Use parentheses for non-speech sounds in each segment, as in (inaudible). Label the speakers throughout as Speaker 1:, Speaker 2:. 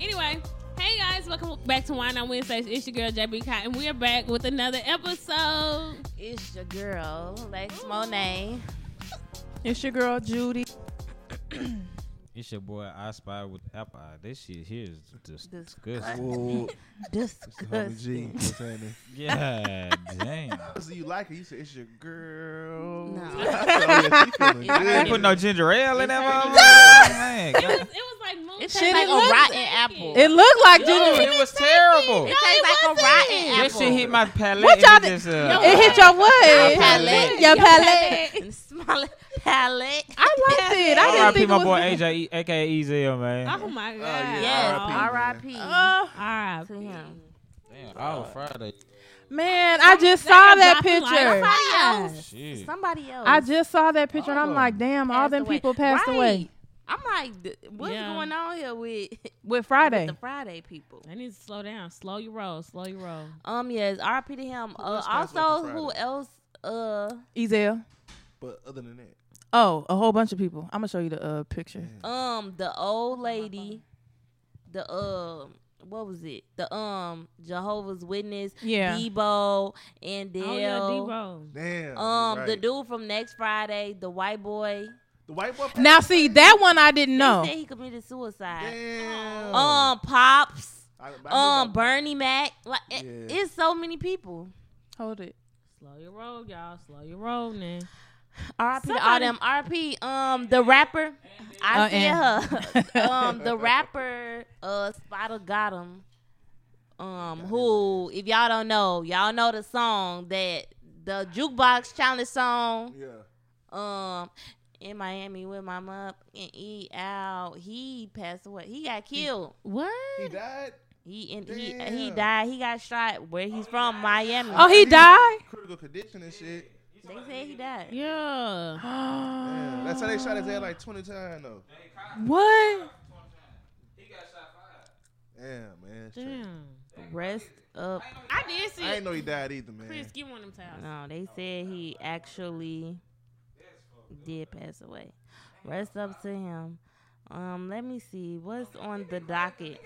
Speaker 1: Anyway, hey guys, welcome back to Wine on Wednesdays. It's your girl JB Cotton. We are back with another episode.
Speaker 2: It's your girl, Lex Monet.
Speaker 3: It's your girl Judy.
Speaker 4: It's your boy I Spy with Apple Eye. This shit here is just
Speaker 2: Disgusting.
Speaker 4: disgusting.
Speaker 5: (laughs) Whoa, homie G,
Speaker 2: Disgusting.
Speaker 5: what's (laughs) happening?
Speaker 4: Yeah,
Speaker 3: (laughs)
Speaker 4: damn.
Speaker 5: Oh, So you like her? You said it's your girl.
Speaker 2: No.
Speaker 5: (laughs) oh, yeah, she feeling
Speaker 2: You
Speaker 4: I
Speaker 5: good.
Speaker 4: ain't put no ginger ale in that motherfucker. Man,
Speaker 1: It was,
Speaker 3: (laughs)
Speaker 4: God,
Speaker 1: it was like moon
Speaker 2: It
Speaker 1: tastes
Speaker 2: shit
Speaker 1: like
Speaker 2: is
Speaker 1: a rotten
Speaker 2: rotten
Speaker 1: apple.
Speaker 2: apple.
Speaker 3: It looked like Judy.
Speaker 4: Oh, It was terrible.
Speaker 2: It tastes like a rotten apple.
Speaker 4: This shit hit my palate.
Speaker 3: What
Speaker 4: and
Speaker 3: y'all
Speaker 4: it
Speaker 3: did-
Speaker 4: just, uh,
Speaker 3: It hit your what?
Speaker 2: Your palate.
Speaker 3: Your palate.
Speaker 2: And smell it. palate.
Speaker 3: I liked it. I didn't
Speaker 4: R.I.P.
Speaker 3: think it
Speaker 4: my
Speaker 3: was
Speaker 4: boy
Speaker 3: bad.
Speaker 4: AJ, E- aka Ezel, man.
Speaker 1: Oh my god.
Speaker 5: yeah.
Speaker 2: Yes. R.I.P.
Speaker 5: R.I.P.,
Speaker 3: Uh,
Speaker 2: to
Speaker 1: R.I.P.
Speaker 2: him.
Speaker 4: Damn, all Friday.
Speaker 3: man,
Speaker 2: Oh,
Speaker 3: I just
Speaker 1: Damn,
Speaker 3: saw that
Speaker 1: dropping
Speaker 3: picture.
Speaker 1: like-
Speaker 2: Somebody else.
Speaker 4: Shit.
Speaker 2: Somebody else.
Speaker 3: I just saw that picture,
Speaker 4: Oh.
Speaker 3: and I'm like, damn, all
Speaker 2: passed
Speaker 3: them
Speaker 2: away.
Speaker 3: people passed
Speaker 2: Right.
Speaker 3: away
Speaker 2: I'm like, th- what's
Speaker 1: Yeah.
Speaker 2: going on here with, (laughs)
Speaker 3: with
Speaker 2: with
Speaker 3: Friday.
Speaker 2: the Friday people?
Speaker 1: I need to slow down. Slow your roll. Slow your roll.
Speaker 2: Um, yes, R.I.P. to him. Uh,
Speaker 5: else passed away
Speaker 2: also,
Speaker 5: from
Speaker 2: who
Speaker 5: Friday?
Speaker 2: else? Uh,
Speaker 3: Ezel.
Speaker 5: But other than that,
Speaker 3: Oh, a whole bunch of people. I'm gonna show you the uh, picture.
Speaker 2: um, the old lady, the uh, what was it? The um, Jehovah's Witness,
Speaker 3: Yeah.
Speaker 2: Debo, and Dale.
Speaker 1: Oh yeah, D-roll.
Speaker 5: damn.
Speaker 2: Um,
Speaker 5: right.
Speaker 2: the dude from next Friday, the white boy,
Speaker 5: the white boy.
Speaker 3: Now, see that one I didn't know.
Speaker 2: he said he committed suicide.
Speaker 5: Damn.
Speaker 2: Um, pops,
Speaker 5: I- I knew
Speaker 2: um,
Speaker 5: about-
Speaker 2: Bernie Mac, like it-
Speaker 5: Yeah.
Speaker 2: it's so many people.
Speaker 3: Hold it.
Speaker 1: Slow your roll, y'all. Slow your roll, now.
Speaker 2: R.I.P. to all
Speaker 1: Somebody-
Speaker 2: them. R.I.P. Um, the rapper, I
Speaker 3: Uh,
Speaker 2: see
Speaker 3: and-
Speaker 2: her.
Speaker 3: (laughs)
Speaker 2: um, the rapper, uh, Spider got him. Um, who, if y'all don't know, y'all know the song that the jukebox challenge song.
Speaker 5: Yeah.
Speaker 2: um in Miami with my mom and E out. He passed away. He got killed.
Speaker 1: What?
Speaker 5: He died.
Speaker 2: He and he
Speaker 5: Damn.
Speaker 2: he died. He got shot where he's from, Miami.
Speaker 3: Oh,
Speaker 4: (gasps)
Speaker 3: he died.
Speaker 5: Critical condition and shit.
Speaker 2: They said he died.
Speaker 1: Yeah.
Speaker 5: Damn. That's how they shot his head like twenty times though.
Speaker 3: what?
Speaker 5: Damn man.
Speaker 1: Damn.
Speaker 2: Rest up.
Speaker 1: I did see
Speaker 5: I
Speaker 1: it.
Speaker 5: didn't know he died either, man.
Speaker 1: Chris, get one of them towels.
Speaker 2: No, they said he actually did pass away. Rest up to him. Um, let me see what's on the docket.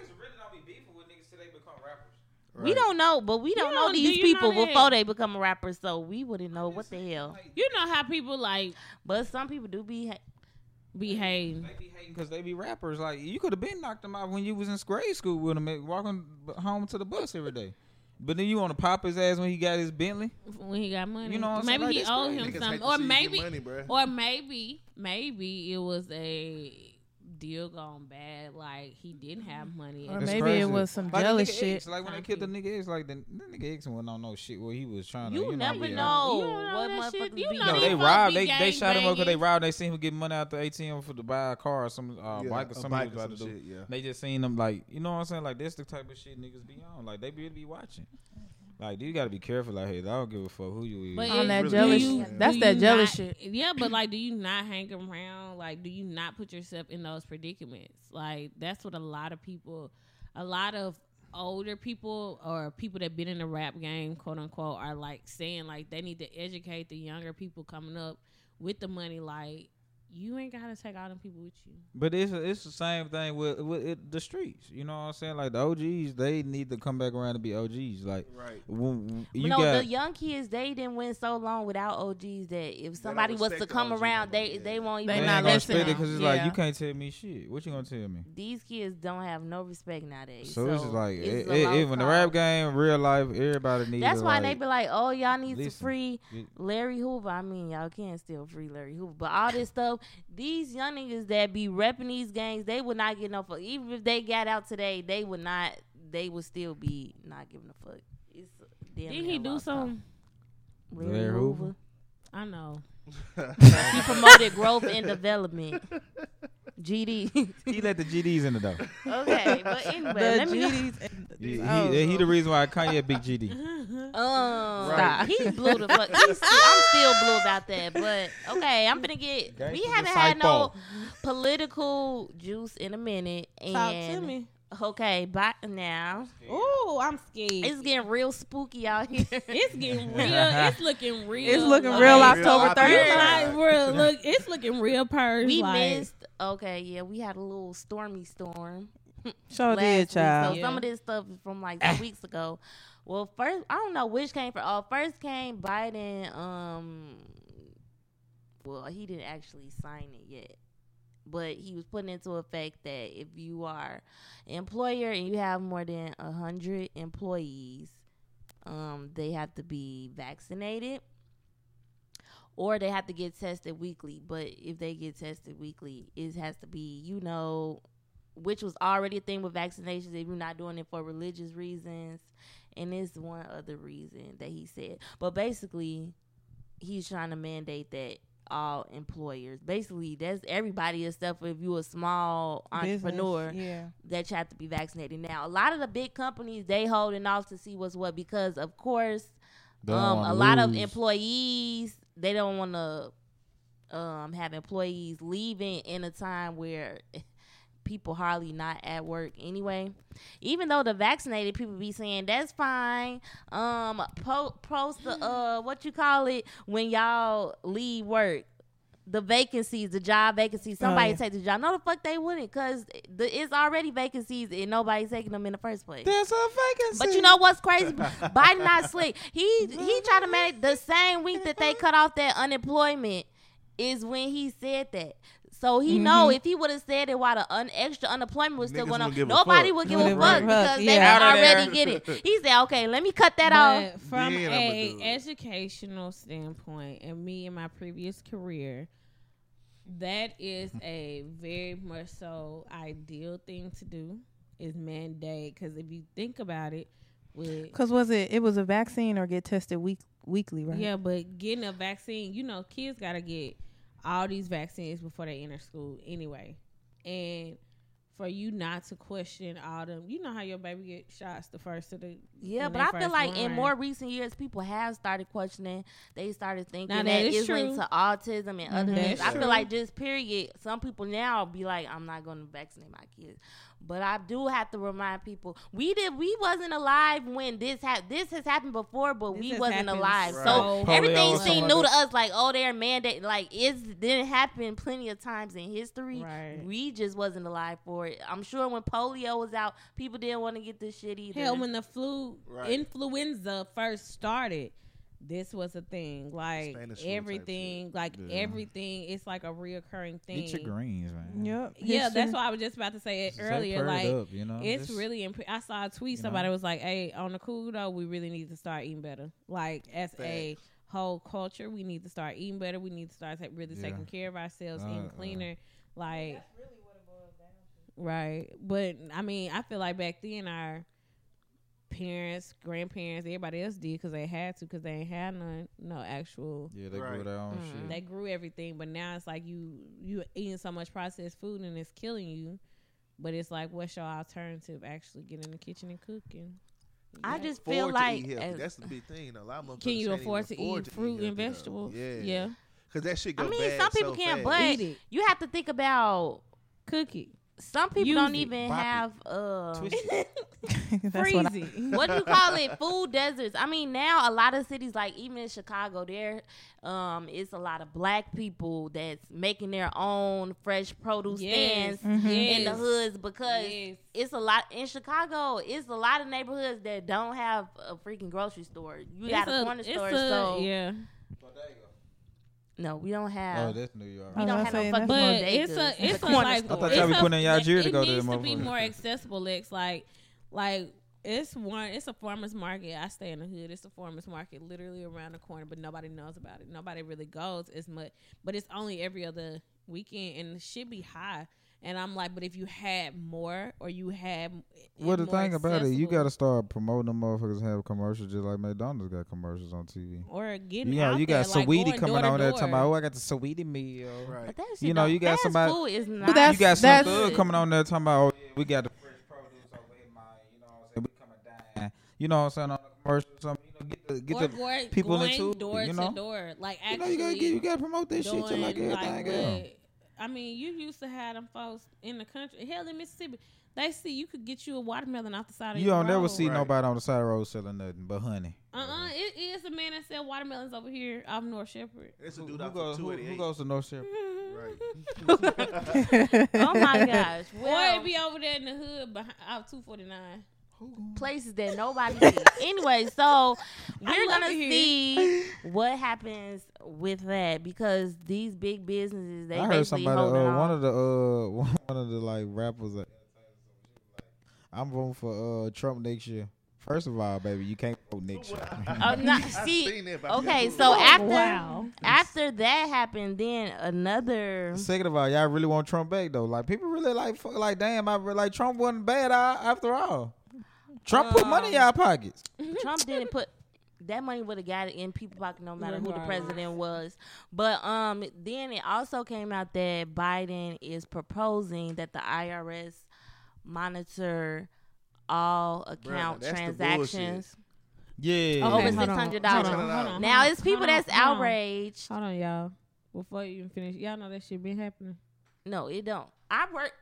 Speaker 2: We
Speaker 5: Right.
Speaker 2: don't know, but we don't know
Speaker 1: don't- do
Speaker 2: these
Speaker 1: you know
Speaker 2: people
Speaker 1: that-
Speaker 2: before they become a rapper, so we wouldn't know what the hell.
Speaker 1: You know how people like
Speaker 2: But some people do be ha-
Speaker 1: behave.
Speaker 4: They be hating because they be rappers. Like you could have been knocked them out when you was in grade school with him, eh, walking b- home to the bus every day. But then you want to pop his ass when he got his Bentley.
Speaker 1: when he got money.
Speaker 4: You know what I'm saying?
Speaker 1: maybe
Speaker 4: Like,
Speaker 1: he
Speaker 4: this
Speaker 1: owed
Speaker 4: crazy.
Speaker 1: him
Speaker 5: Niggas hate
Speaker 1: something,
Speaker 5: to
Speaker 1: or
Speaker 5: see you get
Speaker 1: maybe,
Speaker 5: money, bruh.
Speaker 1: or maybe, maybe it was a deal gone bad. Like he didn't have money.
Speaker 3: Or
Speaker 4: That's
Speaker 3: maybe it was some
Speaker 4: Like the
Speaker 3: jealous
Speaker 4: nigga
Speaker 3: shit.
Speaker 4: X, Like when they killed the nigga X, like the, the nigga X went on no shit where he was trying to.
Speaker 2: You never
Speaker 4: yeah.
Speaker 2: know.
Speaker 1: you don't know that
Speaker 2: what
Speaker 1: shit.
Speaker 2: motherfuckers
Speaker 1: You
Speaker 2: be-
Speaker 1: know
Speaker 2: No,
Speaker 4: No,
Speaker 1: these
Speaker 4: they
Speaker 1: folks
Speaker 4: robbed.
Speaker 1: be
Speaker 4: They they shot him up because they
Speaker 1: gangbanging.
Speaker 4: robbed. They seen him get money out the ATM for to buy a car or some uh,
Speaker 5: Yeah,
Speaker 4: bike or
Speaker 5: a
Speaker 4: something. he
Speaker 5: bike or
Speaker 4: was about
Speaker 5: some
Speaker 4: to do.
Speaker 5: shit, yeah.
Speaker 4: They just seen him like you know what I'm saying. Like that's the type of shit niggas be on. Like they really be watching. Like you got to be careful out here. I don't give a fuck who you is.
Speaker 1: But
Speaker 3: On
Speaker 1: it-
Speaker 3: that
Speaker 1: do
Speaker 5: jealous
Speaker 1: you-
Speaker 5: shit.
Speaker 1: do
Speaker 3: That's that
Speaker 1: you
Speaker 3: jealous
Speaker 1: not-
Speaker 3: shit.
Speaker 1: Yeah, but like, do you not hang around? Like, do you not put yourself in those predicaments? Like, that's what a lot of people, a lot of older people or people that been in the rap game, quote unquote, are like saying like they need to educate the younger people coming up with the money. Like, you ain't gotta take all them people with you.
Speaker 4: But it's it's the same thing with with it, the streets. You know what I'm saying? Like the OGs, they need to come back around to be OGs. Like
Speaker 5: Right.
Speaker 4: when, when you
Speaker 2: no,
Speaker 4: got
Speaker 2: the young kids they didn't win so long without OGs that if somebody was to
Speaker 5: respect the
Speaker 2: come
Speaker 5: OG
Speaker 2: around,
Speaker 5: no more,
Speaker 2: they
Speaker 5: yeah.
Speaker 2: they won't
Speaker 3: They
Speaker 4: they
Speaker 2: even.
Speaker 3: not
Speaker 4: ain't gonna
Speaker 3: listening.
Speaker 4: spit it because it's like
Speaker 3: Yeah.
Speaker 4: you can't tell me shit. What you gonna tell me?
Speaker 2: These kids don't have no respect nowadays.
Speaker 4: So, it's just like
Speaker 2: it's
Speaker 4: it,
Speaker 2: a
Speaker 4: it,
Speaker 2: lost
Speaker 4: even the rap
Speaker 2: cause.
Speaker 4: game, real life, everybody needs.
Speaker 2: That's
Speaker 4: to,
Speaker 2: why
Speaker 4: like,
Speaker 2: they be like, "Oh, y'all need to
Speaker 4: listen.
Speaker 2: free
Speaker 4: You-
Speaker 2: Larry Hoover." I mean, y'all can't still free Larry Hoover, but all this stuff, these young niggas that be repping these gangs, they would not get no fuck. Even if they got out today, they would not. They would still be not giving a fuck. It's damn
Speaker 1: Did
Speaker 2: near
Speaker 1: he
Speaker 2: a
Speaker 1: do
Speaker 2: lost cause.
Speaker 1: some?
Speaker 2: Larry,
Speaker 4: Larry Hoover? (laughs)
Speaker 2: Hoover.
Speaker 1: I know.
Speaker 2: He promoted growth and development. GD.
Speaker 4: he let the GDs in the door.
Speaker 2: (laughs) okay, but anyway, let me go.
Speaker 4: He,
Speaker 3: Oh.
Speaker 4: he, he the reason why Kanye big GD.
Speaker 2: Um,
Speaker 5: Right.
Speaker 2: he blew the
Speaker 1: (laughs)
Speaker 2: fuck. He's still, I'm still blew about that, but okay, I'm gonna get. we
Speaker 4: Gangsta
Speaker 2: haven't had no
Speaker 4: disciple.
Speaker 2: political juice in a minute, and
Speaker 1: Talk to me.
Speaker 2: okay, bye now.
Speaker 1: Ooh, I'm scared. It's,
Speaker 2: It's getting real spooky out
Speaker 1: (laughs)
Speaker 2: here.
Speaker 1: getting real.
Speaker 2: (laughs)
Speaker 1: It's looking real.
Speaker 3: It's looking
Speaker 1: like-
Speaker 3: real
Speaker 2: Oh, Real
Speaker 3: October
Speaker 5: October.
Speaker 1: It's
Speaker 3: 30th.
Speaker 1: like real. Look, it's looking real purge.
Speaker 2: we
Speaker 1: like,
Speaker 2: missed. Okay, yeah, we had a little stormy storm.
Speaker 3: Sure
Speaker 2: last
Speaker 3: did,
Speaker 2: week.
Speaker 3: child.
Speaker 2: So
Speaker 1: Yeah.
Speaker 2: some of this stuff is from
Speaker 3: (laughs)
Speaker 2: like two weeks ago. Well, first I don't know which came first. Oh, first came Biden. Um, well, he didn't actually sign it yet, but he was putting into effect that if you are an employer and you have more than a hundred employees, um, they have to be vaccinated. Or they have to get tested weekly, but if they get tested weekly, it has to be, you know, which was already a thing with vaccinations if you're not doing it for religious reasons and it's one other reason that he said but basically he's trying to mandate that all employers basically that's everybody except for if you're a small
Speaker 3: Business,
Speaker 2: entrepreneur
Speaker 3: Yeah.
Speaker 2: that you have to be vaccinated now a lot of the big companies they holding off to see what's what because of course um, a lot of employees they don't want to um, have employees leaving in a time where (laughs) people hardly not at work anyway. Even though the vaccinated people be saying that's fine. Um, po- post the uh, what you call it when y'all leave work. The vacancies, the job vacancies,
Speaker 3: Oh,
Speaker 2: somebody
Speaker 3: yeah.
Speaker 2: take the job. No, the fuck they wouldn't, cause the, it's already vacancies and nobody's taking them in the first place.
Speaker 4: There's a vacancy.
Speaker 2: But you know what's crazy?
Speaker 4: (laughs)
Speaker 2: Biden not slick. He he tried to make the same week that they cut off that unemployment is when he said that. So he know
Speaker 4: Mm-hmm.
Speaker 2: if he would have said it while the un- extra unemployment was still
Speaker 5: Niggas
Speaker 2: going
Speaker 5: wouldn't
Speaker 2: on,
Speaker 5: give a
Speaker 2: nobody
Speaker 5: fuck.
Speaker 2: would give a
Speaker 3: Wouldn't
Speaker 2: fuck
Speaker 3: give a fuck,
Speaker 2: because they
Speaker 3: yeah.
Speaker 2: would
Speaker 5: Outta there.
Speaker 2: already get it. He said, "Okay, let me cut that off."
Speaker 1: But from
Speaker 5: Then I'ma do
Speaker 1: a
Speaker 5: it.
Speaker 1: educational standpoint, and me in my previous career, that is a very much so ideal thing to do is mandate because if you think about it, with
Speaker 3: Cause was it? It was a vaccine or get tested week weekly, right?
Speaker 1: yeah, but getting a vaccine, you know, kids gotta get all these vaccines before they enter school anyway, and. For you not to question all them, you know how your baby get shots the first of the
Speaker 2: Yeah,
Speaker 1: when
Speaker 2: but
Speaker 1: they
Speaker 2: I feel
Speaker 1: first
Speaker 2: like in
Speaker 1: born.
Speaker 2: more recent years, people have started questioning. They started thinking
Speaker 1: Now,
Speaker 2: that,
Speaker 1: that is
Speaker 2: it's linked
Speaker 1: true.
Speaker 2: to autism and other
Speaker 1: Mhm.
Speaker 2: things.
Speaker 1: That's
Speaker 2: I
Speaker 1: true.
Speaker 2: feel like just period. Some people now be like, "I'm not going to vaccinate my kids," but I do have to remind people we did. We wasn't alive when this happened. This has happened before, but
Speaker 1: This
Speaker 2: we
Speaker 1: has
Speaker 2: wasn't
Speaker 1: happened
Speaker 2: alive.
Speaker 5: Right.
Speaker 2: So
Speaker 1: so
Speaker 4: Polio or
Speaker 2: everything
Speaker 4: something
Speaker 2: seemed
Speaker 4: like
Speaker 2: new to
Speaker 4: that.
Speaker 2: us. Like, oh, they're mandate. Like, it's didn't happen plenty of times in history.
Speaker 1: Right.
Speaker 2: We just wasn't alive for it. I'm sure when polio was out, people didn't want to get this shit either.
Speaker 1: Hell, when the flu
Speaker 5: Right.
Speaker 1: influenza first started, this was a thing. Like
Speaker 5: Spanish flu type
Speaker 1: everything, like
Speaker 5: Yeah.
Speaker 1: everything, it's like a reoccurring thing.
Speaker 4: Eat your greens, man.
Speaker 3: Yep.
Speaker 1: yeah,
Speaker 3: History.
Speaker 1: that's
Speaker 3: (laughs)
Speaker 1: what I was just about to say it
Speaker 4: Stay
Speaker 1: earlier.
Speaker 4: purred
Speaker 1: Like
Speaker 4: up, you know,
Speaker 1: it's
Speaker 4: just-
Speaker 1: really. Imp- I saw a tweet.
Speaker 4: you
Speaker 1: Somebody
Speaker 4: know.
Speaker 1: was like, "Hey, on the cool though, we really need to start eating better. Like as a whole culture, we need to start eating better. We need to start ta- really
Speaker 4: Yeah.
Speaker 1: taking care of ourselves,
Speaker 4: Uh, uh.
Speaker 1: eating cleaner. Like Right. But I mean, I feel like back then our parents, grandparents, everybody else did because they had to because they ain't had none, no actual.
Speaker 4: Yeah, they
Speaker 5: Right.
Speaker 4: grew their own
Speaker 2: Mm.
Speaker 4: shit.
Speaker 1: They grew everything, but now it's like you you eating so much processed food and it's killing you. But it's like, what's your alternative? Actually, get in the kitchen and cooking.
Speaker 2: I
Speaker 1: Yeah.
Speaker 2: just feel
Speaker 5: Afford to
Speaker 2: like
Speaker 5: eat healthy.
Speaker 2: as-
Speaker 5: That's the big thing. You know, a lot of motherfuckers
Speaker 1: can you
Speaker 5: can't even
Speaker 1: afford to eat fruit
Speaker 5: healthy,
Speaker 1: and
Speaker 5: though.
Speaker 1: vegetables?
Speaker 5: Yeah,
Speaker 1: yeah,
Speaker 5: Cause that shit go
Speaker 2: I mean,
Speaker 5: bad
Speaker 2: some people
Speaker 5: so
Speaker 2: can't,
Speaker 5: fast.
Speaker 2: but
Speaker 1: Eat it.
Speaker 2: you have to think about
Speaker 1: cook it,
Speaker 2: some people
Speaker 1: Use
Speaker 2: don't
Speaker 1: it.
Speaker 2: even
Speaker 4: Bop it.
Speaker 2: have uh
Speaker 4: Twist it.
Speaker 3: that's
Speaker 1: freeze
Speaker 3: what I- (laughs)
Speaker 1: it.
Speaker 2: (laughs) what do you call it food deserts i mean now a lot of cities like even in chicago there um it's a lot of black people that's making their own fresh produce
Speaker 1: Yes,
Speaker 2: stands
Speaker 5: Mm-hmm.
Speaker 3: Mhm.
Speaker 1: yes.
Speaker 2: in the hoods because
Speaker 1: Yes.
Speaker 2: it's a lot in Chicago. It's a lot of neighborhoods that don't have a freaking grocery store. You got a, corner
Speaker 1: it's
Speaker 2: store,
Speaker 1: a-
Speaker 2: so
Speaker 1: yeah.
Speaker 2: no, we don't
Speaker 4: Oh,
Speaker 2: have.
Speaker 4: that's New York.
Speaker 2: we
Speaker 3: I
Speaker 2: don't
Speaker 3: was
Speaker 2: have
Speaker 3: saying,
Speaker 2: no
Speaker 3: that's
Speaker 2: fucking
Speaker 3: more
Speaker 1: But
Speaker 2: bodegas.
Speaker 1: it's a it's a
Speaker 2: corner
Speaker 1: like
Speaker 2: store.
Speaker 4: I thought
Speaker 1: it's
Speaker 4: y'all be
Speaker 1: a-
Speaker 4: putting in y'all gear to go to
Speaker 1: It
Speaker 4: them
Speaker 1: needs to be
Speaker 4: motherfuckers.
Speaker 1: more accessible, Lex. Like like it's one it's a farmers market. I stay in the hood. It's a farmers market literally around the corner, but nobody knows about it. Nobody really goes as much. But it's only every other weekend and it should be high. And I'm like, but if you had more or you had it
Speaker 4: Well, the
Speaker 1: more
Speaker 4: thing about it, you
Speaker 1: accessible
Speaker 4: gotta start promoting them motherfuckers and have commercials just like McDonald's got commercials on TV.
Speaker 1: or getting
Speaker 4: You know,
Speaker 1: out
Speaker 4: you got
Speaker 1: there, like,
Speaker 4: Saweetie
Speaker 1: going
Speaker 4: coming
Speaker 1: door to
Speaker 4: on there talking
Speaker 1: door.
Speaker 4: about, oh, I got the Saweetie meal. (laughs)
Speaker 5: Right.
Speaker 2: But that shit
Speaker 4: You know,
Speaker 2: don't-
Speaker 4: you got
Speaker 2: fast
Speaker 4: somebody-
Speaker 2: food is not.
Speaker 3: that's-
Speaker 4: You got some
Speaker 3: that's-
Speaker 4: thug coming on there talking about, oh, yeah, we got the fresh produce over here, man. You know what I'm saying? We coming down. You know what I'm saying? On the commercial, or something. You know, get the, get
Speaker 1: or
Speaker 4: the
Speaker 1: going,
Speaker 4: people in the
Speaker 1: going
Speaker 4: tube,
Speaker 1: door
Speaker 4: you know?
Speaker 1: to door. Like
Speaker 4: You know,
Speaker 1: actually
Speaker 4: you gotta get, you gotta promote this shit to like
Speaker 1: doing,
Speaker 4: everything else.
Speaker 1: what- I mean, you used to have them folks in the country. Hell, in Mississippi, they see you could get you a watermelon off the side of
Speaker 4: You
Speaker 1: your
Speaker 4: don't never
Speaker 1: road.
Speaker 4: see
Speaker 5: Right.
Speaker 4: nobody on the side of the road selling nothing but honey.
Speaker 1: Uh uh it is a man that that sell watermelons over here off North Shepherd.
Speaker 5: It's a
Speaker 4: Who,
Speaker 5: dude
Speaker 4: who
Speaker 5: out
Speaker 4: goes,
Speaker 5: for
Speaker 4: who,
Speaker 5: two
Speaker 4: who
Speaker 5: eighty-eight.
Speaker 4: goes to North Shore?
Speaker 5: (laughs)
Speaker 1: (laughs)
Speaker 5: Right.
Speaker 2: (laughs) Oh
Speaker 4: (laughs)
Speaker 2: my gosh.
Speaker 1: or
Speaker 2: Well,
Speaker 1: it be over there in the hood behind, off 249.
Speaker 2: places
Speaker 1: (laughs)
Speaker 2: that nobody sees. anyway, so we're
Speaker 1: love
Speaker 2: gonna
Speaker 1: it here. (laughs)
Speaker 2: see what happens with that because these big businesses they
Speaker 4: I
Speaker 2: basically
Speaker 4: heard somebody,
Speaker 2: holding
Speaker 4: uh,
Speaker 2: on.
Speaker 4: one of the uh, (laughs) one of the like rappers. That, I'm voting for uh Trump next year. First of all, baby, you can't vote next year.
Speaker 2: (laughs)
Speaker 4: (laughs)
Speaker 2: Oh,
Speaker 5: (laughs)
Speaker 2: nah,
Speaker 5: I've
Speaker 2: see,
Speaker 5: seen that, but I
Speaker 2: okay,
Speaker 5: can't
Speaker 2: so
Speaker 1: Oh,
Speaker 5: do it.
Speaker 2: after after that happened, then another.
Speaker 4: Second of all, y'all really want Trump back though. Like people really like fuck, like damn, I really, like Trump wasn't bad uh, after all. Trump put money in
Speaker 2: Um,
Speaker 4: y'all pockets.
Speaker 1: (laughs)
Speaker 2: Trump didn't put that money would have got it in people's pocket no matter who the
Speaker 1: Regardless.
Speaker 2: president was. But um then it also came out that Biden is proposing that the IRS monitor all account
Speaker 5: that's the bullshit.
Speaker 2: transactions.
Speaker 4: Yeah.
Speaker 2: Over
Speaker 1: hold on,
Speaker 2: $600.
Speaker 1: hold on, hold on,
Speaker 2: Now
Speaker 1: hold
Speaker 2: it's people
Speaker 1: hold on,
Speaker 2: that's
Speaker 1: hold on.
Speaker 2: outraged.
Speaker 1: Uh-huh. Hold on, y'all. Before you even finish, y'all know that shit been happening.
Speaker 2: No, it don't. I work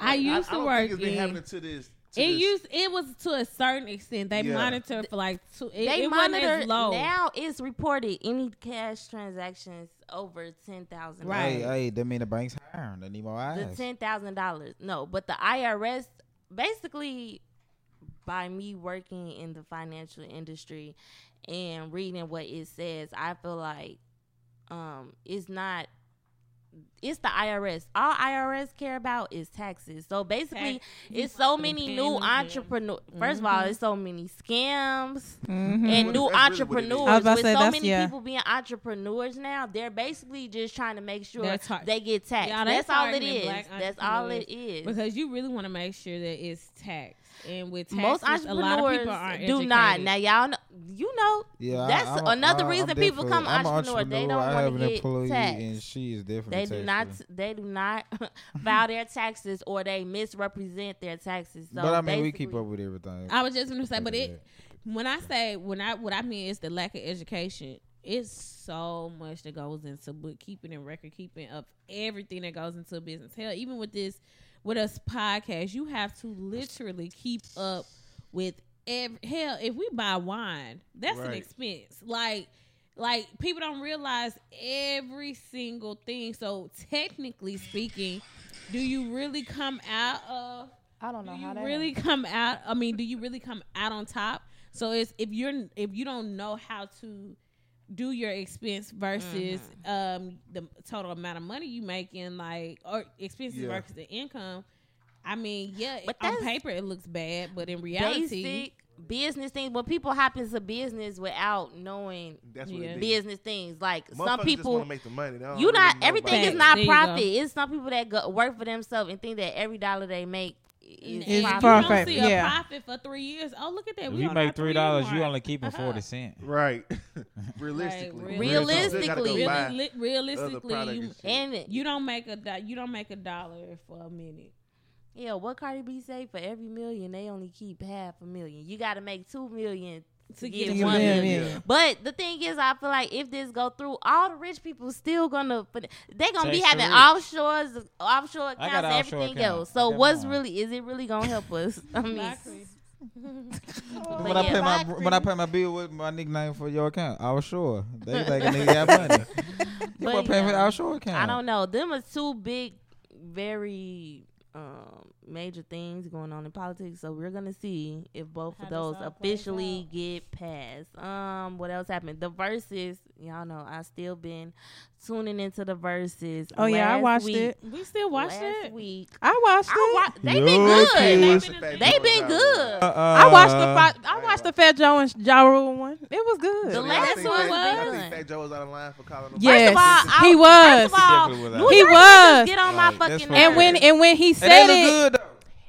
Speaker 1: I used
Speaker 5: I don't
Speaker 1: to
Speaker 5: think
Speaker 1: work
Speaker 5: it's been
Speaker 1: in.
Speaker 5: happening to this. To
Speaker 1: It
Speaker 5: this.
Speaker 1: used it was to a certain extent. They
Speaker 5: Yeah.
Speaker 1: monitor for like two. It,
Speaker 2: they
Speaker 1: it wasn't
Speaker 2: monitor
Speaker 1: as low.
Speaker 2: now it's reported any cash transactions over ten thousand
Speaker 1: Right.
Speaker 4: Hey, hey, that mean the bank's hiring. They need more
Speaker 2: the
Speaker 4: eyes.
Speaker 2: ten thousand dollars. No, but the IRS basically by me working in the financial industry and reading what it says, I feel like um it's not it's the IRS. All IRS care about is taxes. So basically,
Speaker 1: Tax-
Speaker 2: it's so many
Speaker 1: Paying
Speaker 2: new
Speaker 1: them.
Speaker 2: entrepreneurs. First of all, it's so many scams
Speaker 3: Mhm.
Speaker 2: and new
Speaker 5: Well, (laughs) that's really what it is.
Speaker 2: entrepreneurs.
Speaker 3: I was about to
Speaker 2: With
Speaker 3: say,
Speaker 2: so
Speaker 3: that's-
Speaker 2: many
Speaker 3: yeah.
Speaker 2: people being entrepreneurs now, they're basically just trying to make sure
Speaker 1: They're tar-
Speaker 2: they get taxed.
Speaker 1: Yeah, they're
Speaker 2: that's all it
Speaker 1: targeting
Speaker 2: is.
Speaker 1: black
Speaker 2: That's all it is.
Speaker 1: because you really want to make sure that it's taxed. And with
Speaker 2: Most
Speaker 1: taxes, a lot of people
Speaker 2: entrepreneurs
Speaker 1: aren't
Speaker 2: do not.
Speaker 1: educated.
Speaker 2: Now y'all know, you know,
Speaker 4: Yeah, I-
Speaker 2: that's
Speaker 4: I'm a-
Speaker 2: another
Speaker 4: I'm
Speaker 2: reason people
Speaker 4: different.
Speaker 2: come
Speaker 4: I'm a
Speaker 2: entrepreneur. They don't
Speaker 4: I have
Speaker 2: want
Speaker 4: an
Speaker 2: to get
Speaker 4: employee,
Speaker 2: taxed.
Speaker 4: and she is different.
Speaker 2: they do not.
Speaker 4: taxes.
Speaker 2: They do not (laughs) file their taxes, or they misrepresent their taxes. So
Speaker 4: but I mean, we keep
Speaker 2: basically-
Speaker 4: up with everything.
Speaker 1: I was just gonna say,
Speaker 4: Look
Speaker 1: but
Speaker 4: at
Speaker 1: it when I say when I what I mean is the lack of education. It's so much that goes into bookkeeping and record keeping of everything that goes into a business. Hell, even with this with us podcast, you have to literally keep up with every hell, if we buy wine, that's an
Speaker 5: Right.
Speaker 1: expense. Like like people don't realize every single thing. So technically speaking, do you really come out of
Speaker 3: I don't
Speaker 1: do
Speaker 3: know
Speaker 1: you
Speaker 3: how that
Speaker 1: really come out i mean do you really come out on top so it's if you're if you don't know how to do your expense versus um the total amount of money you making like or expenses
Speaker 5: Yeah.
Speaker 1: versus the income i mean yeah
Speaker 2: But
Speaker 1: on
Speaker 2: that's
Speaker 1: paper it looks bad but in reality
Speaker 2: basic business things. When people hop into business without knowing
Speaker 5: That's what
Speaker 1: Yeah.
Speaker 5: it is.
Speaker 2: business things, like
Speaker 5: Motherfuckers
Speaker 2: some
Speaker 5: just want
Speaker 2: people
Speaker 5: to make the money. They don't
Speaker 2: you
Speaker 5: really
Speaker 2: not
Speaker 5: know about
Speaker 2: everything
Speaker 5: it.
Speaker 2: is
Speaker 1: Facts.
Speaker 2: not
Speaker 1: There you go.
Speaker 2: profit. It's some people that go, work for themselves and think that every dollar they make is
Speaker 1: if you don't
Speaker 3: profit,
Speaker 1: see a
Speaker 3: yeah.
Speaker 1: profit for three years oh look at that
Speaker 4: If
Speaker 1: we
Speaker 4: you
Speaker 1: on our
Speaker 4: make three dollars, you
Speaker 1: mark.
Speaker 4: only keeping
Speaker 2: Uh-huh.
Speaker 4: forty cent.
Speaker 5: (laughs)
Speaker 4: (laughs)
Speaker 5: Right. Realistically.
Speaker 1: really-
Speaker 5: You gotta go
Speaker 2: Realistically.
Speaker 5: buy
Speaker 1: really, li-
Speaker 5: other
Speaker 1: realistically
Speaker 5: product
Speaker 1: you,
Speaker 5: and shit.
Speaker 2: And
Speaker 1: you don't make a do- you don't make a dollar for a minute
Speaker 2: yeah, what Cardi B say? For every million, they only keep half a million. You got to make two million
Speaker 1: to
Speaker 2: get
Speaker 1: get
Speaker 2: one
Speaker 1: one
Speaker 2: million.
Speaker 3: yeah.
Speaker 5: Yeah.
Speaker 2: But the thing is, I feel like if this go through, all the rich people still gonna fin- they gonna be
Speaker 4: Tax
Speaker 2: having
Speaker 4: the
Speaker 2: offshores, offshore accounts,
Speaker 4: got
Speaker 2: and
Speaker 4: an offshore
Speaker 2: everything
Speaker 4: account.
Speaker 2: else.
Speaker 4: I
Speaker 2: So
Speaker 4: got
Speaker 2: what's
Speaker 4: mine.
Speaker 2: really is it really gonna help us? (laughs) I mean,
Speaker 1: Bye,
Speaker 2: s-
Speaker 1: Chris.
Speaker 4: When
Speaker 2: But
Speaker 4: I
Speaker 2: yeah.
Speaker 4: pay my
Speaker 3: Bye,
Speaker 4: when I
Speaker 3: Chris.
Speaker 4: pay my bill with my nickname for your account, offshore.
Speaker 2: (laughs)
Speaker 4: They think a nigga got money. You
Speaker 2: But
Speaker 4: want paying for the
Speaker 2: yeah.
Speaker 4: offshore account?
Speaker 2: I don't know. Them are two big, very um, major things going on in politics. So we're gonna see if both
Speaker 1: How
Speaker 2: of
Speaker 1: this all
Speaker 2: those
Speaker 1: plays
Speaker 2: officially get passed. Um, what else happened? The verses, y'all know. I still been tuning into the verses.
Speaker 3: Oh yeah, I
Speaker 2: Last
Speaker 3: watched
Speaker 2: week-
Speaker 3: it.
Speaker 1: we still watch
Speaker 2: last
Speaker 1: that
Speaker 2: week.
Speaker 3: I watched
Speaker 2: I
Speaker 3: it.
Speaker 2: wa- they
Speaker 4: Yo,
Speaker 2: been good.
Speaker 4: kids.
Speaker 5: Watch it
Speaker 2: They
Speaker 5: back
Speaker 2: been,
Speaker 5: when it was
Speaker 2: good.
Speaker 5: out.
Speaker 4: Uh,
Speaker 3: I watched the
Speaker 4: uh,
Speaker 3: Fat- I watched the Fat Joe and Ja Rule one. It was good.
Speaker 2: The
Speaker 5: I
Speaker 2: last
Speaker 5: think
Speaker 2: one
Speaker 5: Fat-
Speaker 2: was-
Speaker 5: I think Fat Joe was out of line for calling him.
Speaker 3: Yes,
Speaker 2: First of all,
Speaker 3: he
Speaker 2: I-
Speaker 3: was.
Speaker 2: First of all,
Speaker 4: He definitely was.
Speaker 2: Lil
Speaker 3: He
Speaker 2: Yachty
Speaker 3: was.
Speaker 2: just Get on my
Speaker 4: Like, that's
Speaker 2: fucking.
Speaker 4: what-
Speaker 3: and when
Speaker 2: nerves.
Speaker 3: and when he
Speaker 4: and they
Speaker 3: said
Speaker 4: look
Speaker 3: it,
Speaker 4: good. though.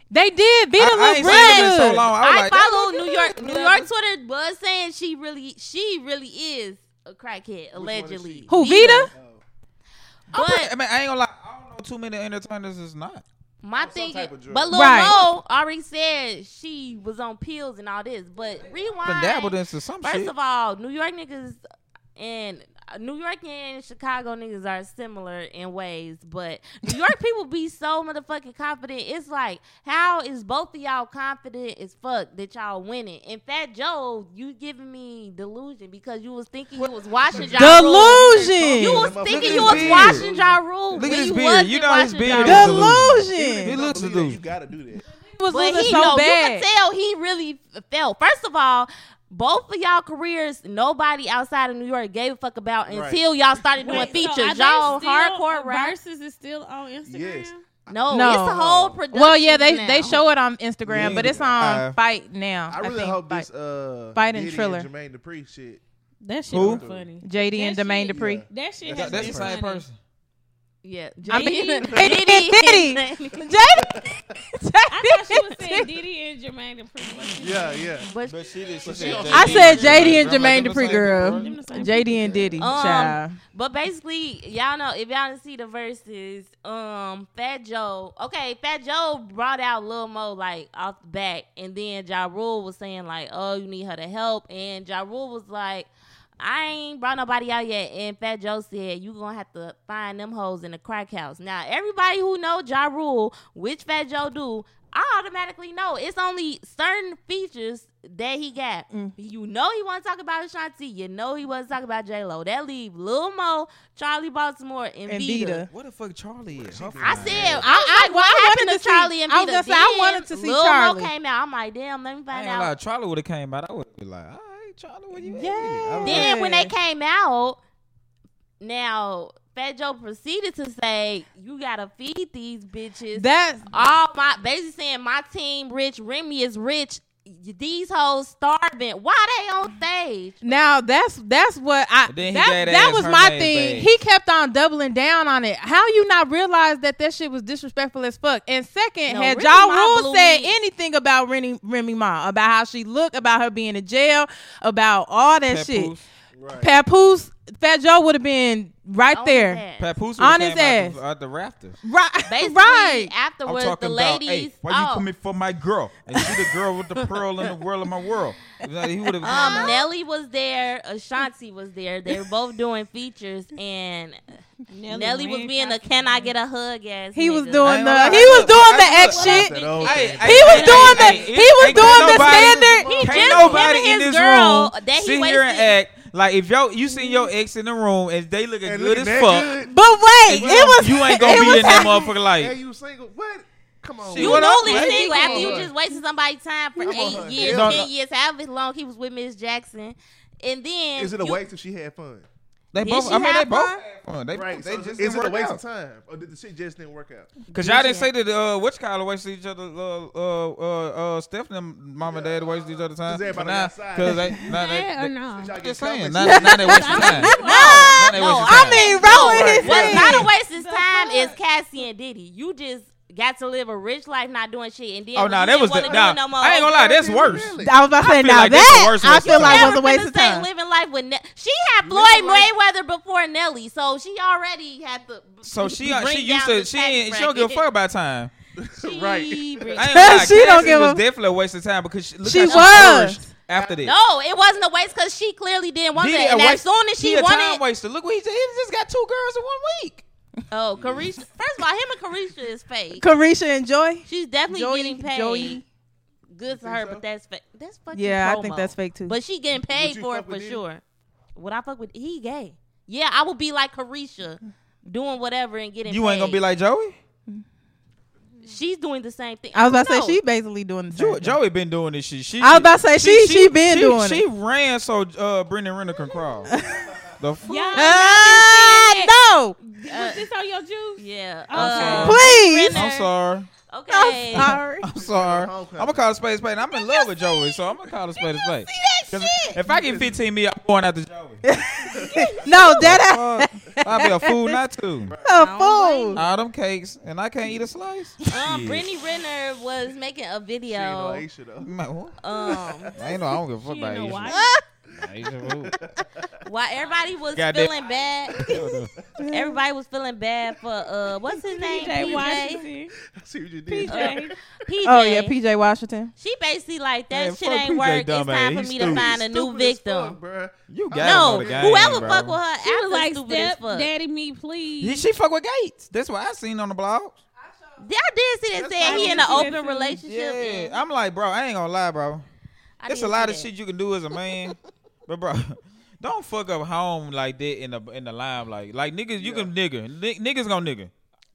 Speaker 3: they did. Vita
Speaker 4: I- I
Speaker 3: looked
Speaker 4: ain't seen them in
Speaker 3: really
Speaker 4: so
Speaker 3: good.
Speaker 4: long. I was
Speaker 2: I,
Speaker 4: like,
Speaker 2: follow New York. New
Speaker 3: Whatever.
Speaker 2: York Twitter was saying she really, she really is a crackhead
Speaker 5: one is
Speaker 2: allegedly.
Speaker 5: she?
Speaker 3: Who, Vita?
Speaker 5: Oh.
Speaker 4: I'm pretty-
Speaker 2: But
Speaker 4: I mean, I ain't gonna lie. I don't know too many entertainers is not.
Speaker 2: my
Speaker 5: some
Speaker 2: thing,
Speaker 5: type
Speaker 2: is-
Speaker 5: of drug.
Speaker 2: but Lil
Speaker 3: Right.
Speaker 2: Mo already said she was on pills and all this. But
Speaker 4: Been dabbled
Speaker 2: rewind.
Speaker 4: into some
Speaker 2: First
Speaker 4: shit.
Speaker 2: of all, New York niggas and uh, New York and Chicago niggas are similar in ways, but New
Speaker 4: (laughs)
Speaker 2: York people be so motherfucking confident. It's like, how is both of y'all confident as fuck that y'all winning? In fact, Joe, you giving me delusion because you was thinking you was watching y'all.
Speaker 3: Delusion.
Speaker 2: You was
Speaker 5: Look at
Speaker 2: thinking
Speaker 5: his
Speaker 2: you was
Speaker 5: beard.
Speaker 2: watching Ja Rule.
Speaker 4: Look at
Speaker 2: when
Speaker 4: his
Speaker 2: you
Speaker 4: beard.
Speaker 2: wasn't
Speaker 4: You know his
Speaker 2: watching
Speaker 4: beard
Speaker 2: Ja Rule.
Speaker 4: is
Speaker 5: Even
Speaker 3: Delusion.
Speaker 5: if
Speaker 4: He
Speaker 5: you
Speaker 3: He
Speaker 5: don't
Speaker 4: looks a
Speaker 5: believe that,
Speaker 4: dude.
Speaker 5: You gotta do that.
Speaker 3: was
Speaker 2: But
Speaker 3: losing
Speaker 2: he
Speaker 3: so
Speaker 2: no, you
Speaker 3: bad.
Speaker 2: could tell he really f- felt. First of all, both of y'all careers, nobody outside of New York gave a fuck about
Speaker 5: Right.
Speaker 2: until y'all started doing
Speaker 1: Wait, so are
Speaker 2: features.
Speaker 1: they
Speaker 2: y'all
Speaker 1: still-
Speaker 2: hardcore rap.
Speaker 1: verses is still on Instagram.
Speaker 5: Yes.
Speaker 2: No,
Speaker 3: No.
Speaker 2: it's a whole production.
Speaker 3: well, yeah, they
Speaker 2: now.
Speaker 3: they show it on Instagram,
Speaker 4: Yeah.
Speaker 3: but it's on
Speaker 4: Uh,
Speaker 3: Fight now.
Speaker 5: I really
Speaker 3: think.
Speaker 5: hope
Speaker 3: Fight.
Speaker 5: this uh
Speaker 3: Fight and
Speaker 5: Diddy
Speaker 3: Triller.
Speaker 5: Jermaine Dupri shit.
Speaker 1: That shit
Speaker 4: Who?
Speaker 1: was funny.
Speaker 3: JD and
Speaker 1: That
Speaker 3: Jermaine
Speaker 1: shit-
Speaker 3: Dupri.
Speaker 5: Yeah.
Speaker 1: That shit
Speaker 5: That-
Speaker 1: has
Speaker 4: That's the
Speaker 1: been
Speaker 4: same
Speaker 1: funny.
Speaker 4: person.
Speaker 2: Yeah,
Speaker 3: I
Speaker 2: (laughs)
Speaker 3: mean,
Speaker 2: Diddy.
Speaker 3: Diddy. (laughs)
Speaker 2: Diddy.
Speaker 3: JD.
Speaker 1: I thought
Speaker 4: (laughs)
Speaker 1: she (laughs) was saying Diddy and Jermaine Dupri. What she
Speaker 5: Yeah, yeah.
Speaker 2: But
Speaker 4: she did.
Speaker 5: But she also-
Speaker 3: I said JD and
Speaker 4: Jermaine. Them
Speaker 3: Jermaine
Speaker 4: the
Speaker 3: Dupri,
Speaker 4: same
Speaker 3: girl.
Speaker 1: Them the same
Speaker 3: JD and Diddy.
Speaker 2: Um,
Speaker 3: child.
Speaker 2: (laughs) But basically, y'all know if y'all didn't see the verses, um, Fat Joe. Okay, Fat Joe brought out Lil Mo like off the back, and then Ja Rule was saying like, "Oh, you need her to help," and Ja Rule was like. I ain't brought nobody out yet, and Fat Joe said you gonna have to find them hoes in the crack house. Now everybody who know Ja Rule, which Fat Joe do, I automatically know it's only certain features that he got.
Speaker 3: Mm.
Speaker 2: You know he wasn't talking about Ashanti. You know he wasn't talking about J Lo. That leave Lil Mo, Charlie Baltimore, and,
Speaker 3: And
Speaker 2: Vita.
Speaker 3: Vita.
Speaker 4: What the fuck, Charlie is? Her
Speaker 2: I
Speaker 4: fine
Speaker 2: said,
Speaker 4: ass.
Speaker 2: I, I,
Speaker 3: I-
Speaker 2: what
Speaker 3: I
Speaker 2: happened
Speaker 3: wanted
Speaker 2: to
Speaker 3: to see-
Speaker 2: Charlie and
Speaker 3: I was
Speaker 2: Vita?
Speaker 3: gonna say, I
Speaker 2: Then
Speaker 3: wanted to see
Speaker 2: Lil
Speaker 3: Charlie.
Speaker 2: Mo came out. I'm like, damn, let me
Speaker 4: I
Speaker 2: find
Speaker 4: ain't gonna lie,
Speaker 2: out.
Speaker 4: Charlie would have came out. I would have been like, all right, Charlie, what you at?
Speaker 3: Yeah.
Speaker 4: I would've-
Speaker 3: Then-
Speaker 2: Then when they
Speaker 3: Yeah.
Speaker 2: came out, now Fat Joe proceeded to say, "You gotta feed these bitches."
Speaker 3: That's
Speaker 2: all my basically saying my team rich, Remy is rich. These hoes starving. Why they on stage?
Speaker 3: now that's that's what I
Speaker 4: But then he
Speaker 3: that,
Speaker 4: dead
Speaker 3: that
Speaker 4: ass
Speaker 3: was
Speaker 4: her
Speaker 3: my
Speaker 4: man's
Speaker 3: thing.
Speaker 4: bag.
Speaker 3: He kept on doubling down on it. How you not realize that that shit was disrespectful as fuck? And second,
Speaker 2: No,
Speaker 3: had
Speaker 2: Remy
Speaker 3: Ja
Speaker 2: Ma
Speaker 3: Rule
Speaker 2: blew
Speaker 3: said
Speaker 2: me.
Speaker 3: anything about Remy, Remy Ma, about how she looked, about her being in jail, about all that shit,
Speaker 4: Papoose.
Speaker 5: Right.
Speaker 3: Papoose, Fat Joe would have been right
Speaker 2: On
Speaker 3: there.
Speaker 2: that.
Speaker 4: Papoose
Speaker 3: On
Speaker 4: on
Speaker 3: his
Speaker 4: his ass.
Speaker 3: ass.
Speaker 4: Out the, out the rafters.
Speaker 3: (laughs) Right.
Speaker 2: Basically,
Speaker 3: right.
Speaker 2: afterwards, the ladies.
Speaker 4: why you
Speaker 2: oh,
Speaker 4: coming for my girl? And she the girl with the pearl in the world of my world. Like, he would have.
Speaker 2: um, Nelly was there. Ashanti was there. They were both doing features, and Nelly, was being a "Can I get a hug?" ass.
Speaker 3: He was
Speaker 2: nigga.
Speaker 3: doing
Speaker 4: I
Speaker 3: the
Speaker 4: ain't
Speaker 3: he was
Speaker 4: gonna
Speaker 3: doing
Speaker 4: lie.
Speaker 3: the
Speaker 4: I
Speaker 3: X
Speaker 4: ain't
Speaker 3: shit.
Speaker 5: That old
Speaker 4: Hey,
Speaker 5: thing.
Speaker 4: hey,
Speaker 3: He was
Speaker 4: hey,
Speaker 3: doing the
Speaker 4: hey,
Speaker 3: he
Speaker 4: it-
Speaker 3: was
Speaker 4: ain't got
Speaker 3: doing the
Speaker 4: nobody-
Speaker 3: standard.
Speaker 2: He
Speaker 4: Can't
Speaker 2: just
Speaker 4: nobody
Speaker 2: him and
Speaker 4: in
Speaker 2: his
Speaker 4: this
Speaker 2: girl
Speaker 4: room
Speaker 2: that he
Speaker 4: sit here and
Speaker 2: wasted-
Speaker 4: act like if yo you seen your ex in the room and they looking
Speaker 5: And
Speaker 4: good
Speaker 5: looking
Speaker 4: as
Speaker 5: that
Speaker 4: fuck.
Speaker 5: good,
Speaker 3: But wait,
Speaker 4: if
Speaker 3: it
Speaker 4: you-
Speaker 3: was
Speaker 4: you ain't gonna
Speaker 3: it
Speaker 4: be
Speaker 3: was
Speaker 4: in that motherfucker
Speaker 5: And
Speaker 4: like.
Speaker 5: you single? What? Come on.
Speaker 4: She
Speaker 2: You
Speaker 4: What up,
Speaker 2: only
Speaker 4: man?
Speaker 2: single after you
Speaker 5: Come on.
Speaker 2: just wasted somebody's time for
Speaker 5: Come
Speaker 2: eight
Speaker 5: on.
Speaker 2: years,
Speaker 4: No, no.
Speaker 2: ten years, however long he was with Miss Jackson, and then
Speaker 5: is it a
Speaker 2: you-
Speaker 5: waste if she had fun?
Speaker 4: They
Speaker 2: Did
Speaker 4: both.
Speaker 2: she
Speaker 4: I mean, they
Speaker 2: have
Speaker 4: both.
Speaker 2: fun?
Speaker 4: had fun. They,
Speaker 5: Right.
Speaker 4: they
Speaker 5: so
Speaker 4: just
Speaker 5: is
Speaker 4: didn't
Speaker 5: it a
Speaker 4: work
Speaker 5: waste
Speaker 4: out.
Speaker 5: of time, or did the shit just didn't work out?
Speaker 4: Cause y'all didn't say that uh, which kind of wasted each other. Uh, uh, uh, uh Stephanie, mom and dad wasted each other time.
Speaker 5: 'Cause everybody
Speaker 4: Nah,
Speaker 5: outside.
Speaker 4: Cause they, nah, they,
Speaker 1: Hey, or no?
Speaker 4: they,
Speaker 5: Did y'all
Speaker 4: I'm
Speaker 5: get
Speaker 4: just saying,
Speaker 5: comments?
Speaker 4: now, now they wasted
Speaker 5: (laughs)
Speaker 4: time. Now they
Speaker 2: No,
Speaker 4: wasted
Speaker 3: I
Speaker 4: time.
Speaker 3: mean, rolling his
Speaker 2: What's
Speaker 3: head.
Speaker 2: not a waste of time is Cassie and Diddy. You just got to live a rich life, not doing shit, and then
Speaker 4: Oh
Speaker 2: when
Speaker 4: no,
Speaker 2: you
Speaker 4: that
Speaker 2: didn't
Speaker 4: was the.
Speaker 2: wanna do
Speaker 4: Nah,
Speaker 2: no more,
Speaker 4: I ain't gonna lie, that's worse.
Speaker 5: Really?
Speaker 3: I was about to say
Speaker 4: feel
Speaker 3: now
Speaker 4: like that's the
Speaker 3: that
Speaker 4: worst
Speaker 3: I
Speaker 4: waste
Speaker 3: feel
Speaker 4: of
Speaker 3: like
Speaker 4: time.
Speaker 2: Never
Speaker 3: was a
Speaker 2: finna
Speaker 3: waste of
Speaker 2: say
Speaker 3: time.
Speaker 2: Living life with ne- she had Floyd
Speaker 4: Living life-
Speaker 2: Mayweather before Nelly, so she already had to.
Speaker 4: So she
Speaker 2: bring
Speaker 4: she used
Speaker 2: down
Speaker 4: to
Speaker 2: the
Speaker 4: she
Speaker 2: tax
Speaker 4: ain't, she don't give a
Speaker 2: bracket.
Speaker 4: fuck
Speaker 2: (laughs)
Speaker 4: about time.
Speaker 5: Right.
Speaker 2: She bring-
Speaker 4: I ain't gonna lie,
Speaker 3: She don't
Speaker 4: Cassie
Speaker 3: give
Speaker 4: was
Speaker 3: a-
Speaker 4: definitely a waste of time because she, look
Speaker 3: She
Speaker 4: how
Speaker 3: was.
Speaker 4: flourished after this.
Speaker 2: No, it wasn't a waste because she clearly didn't want
Speaker 4: Diddy
Speaker 2: that.
Speaker 4: a
Speaker 2: And as
Speaker 4: waste-
Speaker 2: soon as she
Speaker 4: he a time
Speaker 2: wanted,
Speaker 4: waster. Look what he just, he just got two girls in one week.
Speaker 2: oh, Carisha. First of all, him and Carisha is fake.
Speaker 3: Carisha and Joy.
Speaker 2: She's definitely
Speaker 3: Joey-
Speaker 2: getting paid.
Speaker 3: Joey.
Speaker 2: Good for
Speaker 5: think
Speaker 2: her,
Speaker 5: so?
Speaker 2: but that's fake. That's fucking.
Speaker 3: Yeah, I
Speaker 2: promo.
Speaker 3: think that's fake too.
Speaker 2: But she getting paid
Speaker 5: you
Speaker 2: for it
Speaker 5: fuck
Speaker 2: for
Speaker 5: with Diddy?
Speaker 2: sure. Would I fuck with? He gay. Yeah, I would be like Carisha, doing whatever and getting.
Speaker 4: You ain't gonna
Speaker 2: paid.
Speaker 4: be like Joey.
Speaker 2: She's doing the same thing.
Speaker 3: I was about to
Speaker 2: No.
Speaker 3: say she basically doing the same
Speaker 4: Jo-
Speaker 3: thing.
Speaker 4: Joey been doing this shit. She,
Speaker 3: I was about to say she she, been
Speaker 4: she,
Speaker 3: doing
Speaker 4: she
Speaker 3: it.
Speaker 4: ran so uh, Brendan Renner can
Speaker 3: (laughs)
Speaker 4: crawl. the fuck?
Speaker 3: Ah no,
Speaker 2: Uh,
Speaker 1: was this on your juice?
Speaker 2: Yeah.
Speaker 4: sorry.
Speaker 2: Uh,
Speaker 3: please.
Speaker 2: Renner.
Speaker 4: I'm sorry.
Speaker 2: okay.
Speaker 3: I'm sorry.
Speaker 4: I'm sorry. I'm
Speaker 5: Homecoming.
Speaker 4: gonna call a spade a spade. I'm in love with Joey, so I'm gonna call a spade a spade. If I get 15 million, I'm going after Joey.
Speaker 3: (laughs) No, that
Speaker 4: Fuck. I'd be a fool not to.
Speaker 3: (laughs) a
Speaker 2: don't
Speaker 3: fool.
Speaker 4: All them cakes, and I can't eat a slice.
Speaker 2: Um,
Speaker 4: Shit.
Speaker 2: Brittany Renner was making a
Speaker 5: (laughs) She ain't no
Speaker 2: video.
Speaker 5: Aisha though. (laughs)
Speaker 4: I'm like, what?
Speaker 2: Um, (laughs)
Speaker 4: I ain't know. I don't give a fuck
Speaker 1: She in
Speaker 4: about
Speaker 1: the
Speaker 4: Asian.
Speaker 1: white-
Speaker 4: Asian food.
Speaker 2: While everybody was
Speaker 4: Goddamn.
Speaker 2: feeling bad, (laughs) everybody was feeling bad for uh, what's his name?
Speaker 1: PJ Washington.
Speaker 5: I see what you did. (laughs)
Speaker 1: PJ.
Speaker 2: PJ.
Speaker 3: Oh yeah, PJ Washington.
Speaker 2: She basically like that
Speaker 4: Man,
Speaker 2: shit
Speaker 4: fuck
Speaker 2: ain't
Speaker 4: PJ
Speaker 2: work. It's
Speaker 4: dumb ass.
Speaker 2: time for
Speaker 4: He
Speaker 2: me to
Speaker 4: stupid.
Speaker 2: find a new
Speaker 5: Stupid as
Speaker 2: victim.
Speaker 5: fuck, bruh.
Speaker 4: You got
Speaker 2: no,
Speaker 4: him on the game,
Speaker 2: whoever
Speaker 4: bro.
Speaker 2: fuck with her,
Speaker 1: She was like,
Speaker 2: stupid as
Speaker 1: step
Speaker 2: fuck.
Speaker 1: daddy me,
Speaker 4: Yeah,
Speaker 1: please.
Speaker 4: she fuck with Gates. That's what I seen on the blog.
Speaker 2: I did see that
Speaker 4: That's
Speaker 2: said
Speaker 4: why
Speaker 2: he in
Speaker 4: I
Speaker 1: didn't see
Speaker 2: an
Speaker 1: that
Speaker 2: open
Speaker 1: too.
Speaker 2: relationship.
Speaker 4: Yeah, I'm like, bro, I ain't gonna lie, bro.
Speaker 2: I
Speaker 4: It's
Speaker 2: did
Speaker 4: a lot
Speaker 2: see
Speaker 4: of
Speaker 2: that.
Speaker 4: shit you can do as
Speaker 2: (laughs)
Speaker 4: a man, but bro, don't fuck up home like that in the in the limelight. Like niggas, you can nigga, Ni- niggas gonna nigga.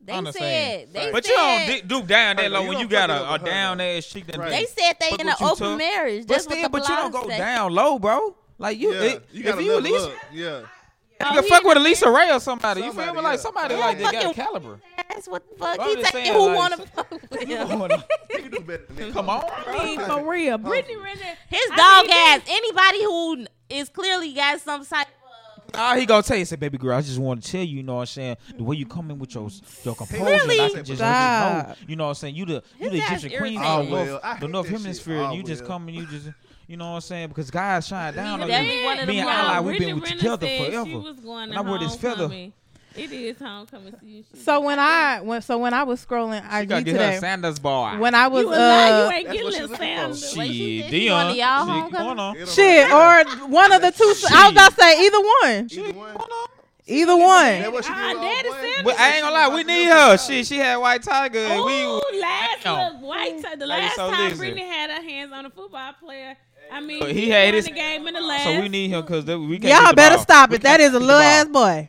Speaker 2: They
Speaker 4: I'm the
Speaker 2: said,
Speaker 4: same.
Speaker 2: they
Speaker 4: but
Speaker 2: said,
Speaker 4: you don't di- do down
Speaker 5: Hey,
Speaker 4: that low
Speaker 5: you
Speaker 4: when
Speaker 5: don't
Speaker 4: you got
Speaker 5: fuck it up
Speaker 4: a, a
Speaker 5: with her,
Speaker 4: down
Speaker 5: though.
Speaker 4: ass chick. That
Speaker 5: Right.
Speaker 2: they said they
Speaker 4: Fuck
Speaker 2: in an
Speaker 4: with you,
Speaker 2: open
Speaker 4: Tug.
Speaker 2: marriage.
Speaker 4: but
Speaker 2: That's
Speaker 4: still,
Speaker 2: what the
Speaker 4: but you don't
Speaker 2: blog
Speaker 4: go
Speaker 2: said.
Speaker 4: down low, bro. Like you,
Speaker 5: Yeah,
Speaker 4: it-
Speaker 5: you
Speaker 4: if
Speaker 5: gotta
Speaker 4: you at
Speaker 5: level
Speaker 4: least
Speaker 5: up. Yeah.
Speaker 4: you can fuck with Elisa Ray or somebody. you feel
Speaker 5: Somebody,
Speaker 4: me? Like
Speaker 5: yeah.
Speaker 4: somebody
Speaker 5: Yeah,
Speaker 4: like that got
Speaker 2: fucking-
Speaker 4: caliber.
Speaker 2: (laughs) That's what the fuck.
Speaker 4: I'm
Speaker 2: He
Speaker 4: just
Speaker 2: taking
Speaker 4: saying,
Speaker 2: who
Speaker 4: like, (laughs)
Speaker 2: want to fuck with him.
Speaker 5: You do better than that.
Speaker 4: Come on,
Speaker 1: I mean, for real. Brittany Renner.
Speaker 2: His
Speaker 1: I
Speaker 2: dog
Speaker 1: mean,
Speaker 2: ass. Anybody who is clearly got some type
Speaker 4: Ah, he gonna tell you, say, baby girl, I just want to tell you, you know what I'm saying, the way you coming with your your composure,
Speaker 5: Really?
Speaker 4: I can just, I just know,
Speaker 3: Stop.
Speaker 4: you know what I'm saying, you the you the
Speaker 2: His ass
Speaker 4: Egyptian queen
Speaker 2: irritating.
Speaker 4: of the
Speaker 5: I
Speaker 4: North,
Speaker 5: will. I
Speaker 4: the
Speaker 5: hate
Speaker 4: North
Speaker 5: that shit.
Speaker 4: Hemisphere,
Speaker 5: I
Speaker 4: you just
Speaker 5: will.
Speaker 4: come and you just, you know what I'm saying, because God shine down
Speaker 2: He
Speaker 4: on
Speaker 2: definitely
Speaker 4: you.
Speaker 2: one of
Speaker 4: Me
Speaker 2: them
Speaker 4: and Ally,
Speaker 2: wild.
Speaker 4: we've been with together
Speaker 1: She
Speaker 4: forever.
Speaker 1: was going
Speaker 4: And
Speaker 1: to
Speaker 4: I wore this feather.
Speaker 1: homecoming. It is homecoming season.
Speaker 3: So when I when so when I was scrolling
Speaker 4: She gotta
Speaker 3: IG
Speaker 4: get her a
Speaker 3: today,
Speaker 4: Sanders bar.
Speaker 3: when I was
Speaker 1: you, a lie,
Speaker 3: uh,
Speaker 1: you ain't
Speaker 5: that's
Speaker 1: getting
Speaker 5: what she
Speaker 1: little
Speaker 5: looking for.
Speaker 1: sound.
Speaker 2: Like she
Speaker 4: Shit,
Speaker 2: said she going
Speaker 4: Dion,
Speaker 2: to
Speaker 4: she
Speaker 2: y'all
Speaker 4: going
Speaker 2: homecoming?
Speaker 4: on.
Speaker 5: Get 'em
Speaker 3: shit
Speaker 5: right
Speaker 3: or one of the two. I was about to say either one,
Speaker 5: there. Either one.
Speaker 3: either
Speaker 5: That
Speaker 3: one.
Speaker 5: what she
Speaker 1: Ah,
Speaker 5: did with
Speaker 1: daddy
Speaker 5: Old Boy?
Speaker 1: said
Speaker 4: But I ain't gonna lie, we need her. Shit, she had white tiger. and
Speaker 1: Ooh,
Speaker 4: We,
Speaker 1: last
Speaker 4: Damn.
Speaker 1: look, white t- the
Speaker 4: Like,
Speaker 1: last
Speaker 4: so
Speaker 1: time
Speaker 4: listen.
Speaker 1: Brittany had her hands on a football player. I mean,
Speaker 4: But
Speaker 1: he,
Speaker 4: he had
Speaker 1: won
Speaker 4: his-
Speaker 1: the game in the last.
Speaker 4: so we need her because we can't. get
Speaker 3: Y'all
Speaker 4: the
Speaker 3: better
Speaker 4: ball.
Speaker 3: stop
Speaker 4: We
Speaker 3: it. That
Speaker 4: can't
Speaker 3: is a
Speaker 4: get the
Speaker 3: little
Speaker 4: ball.
Speaker 3: ass boy.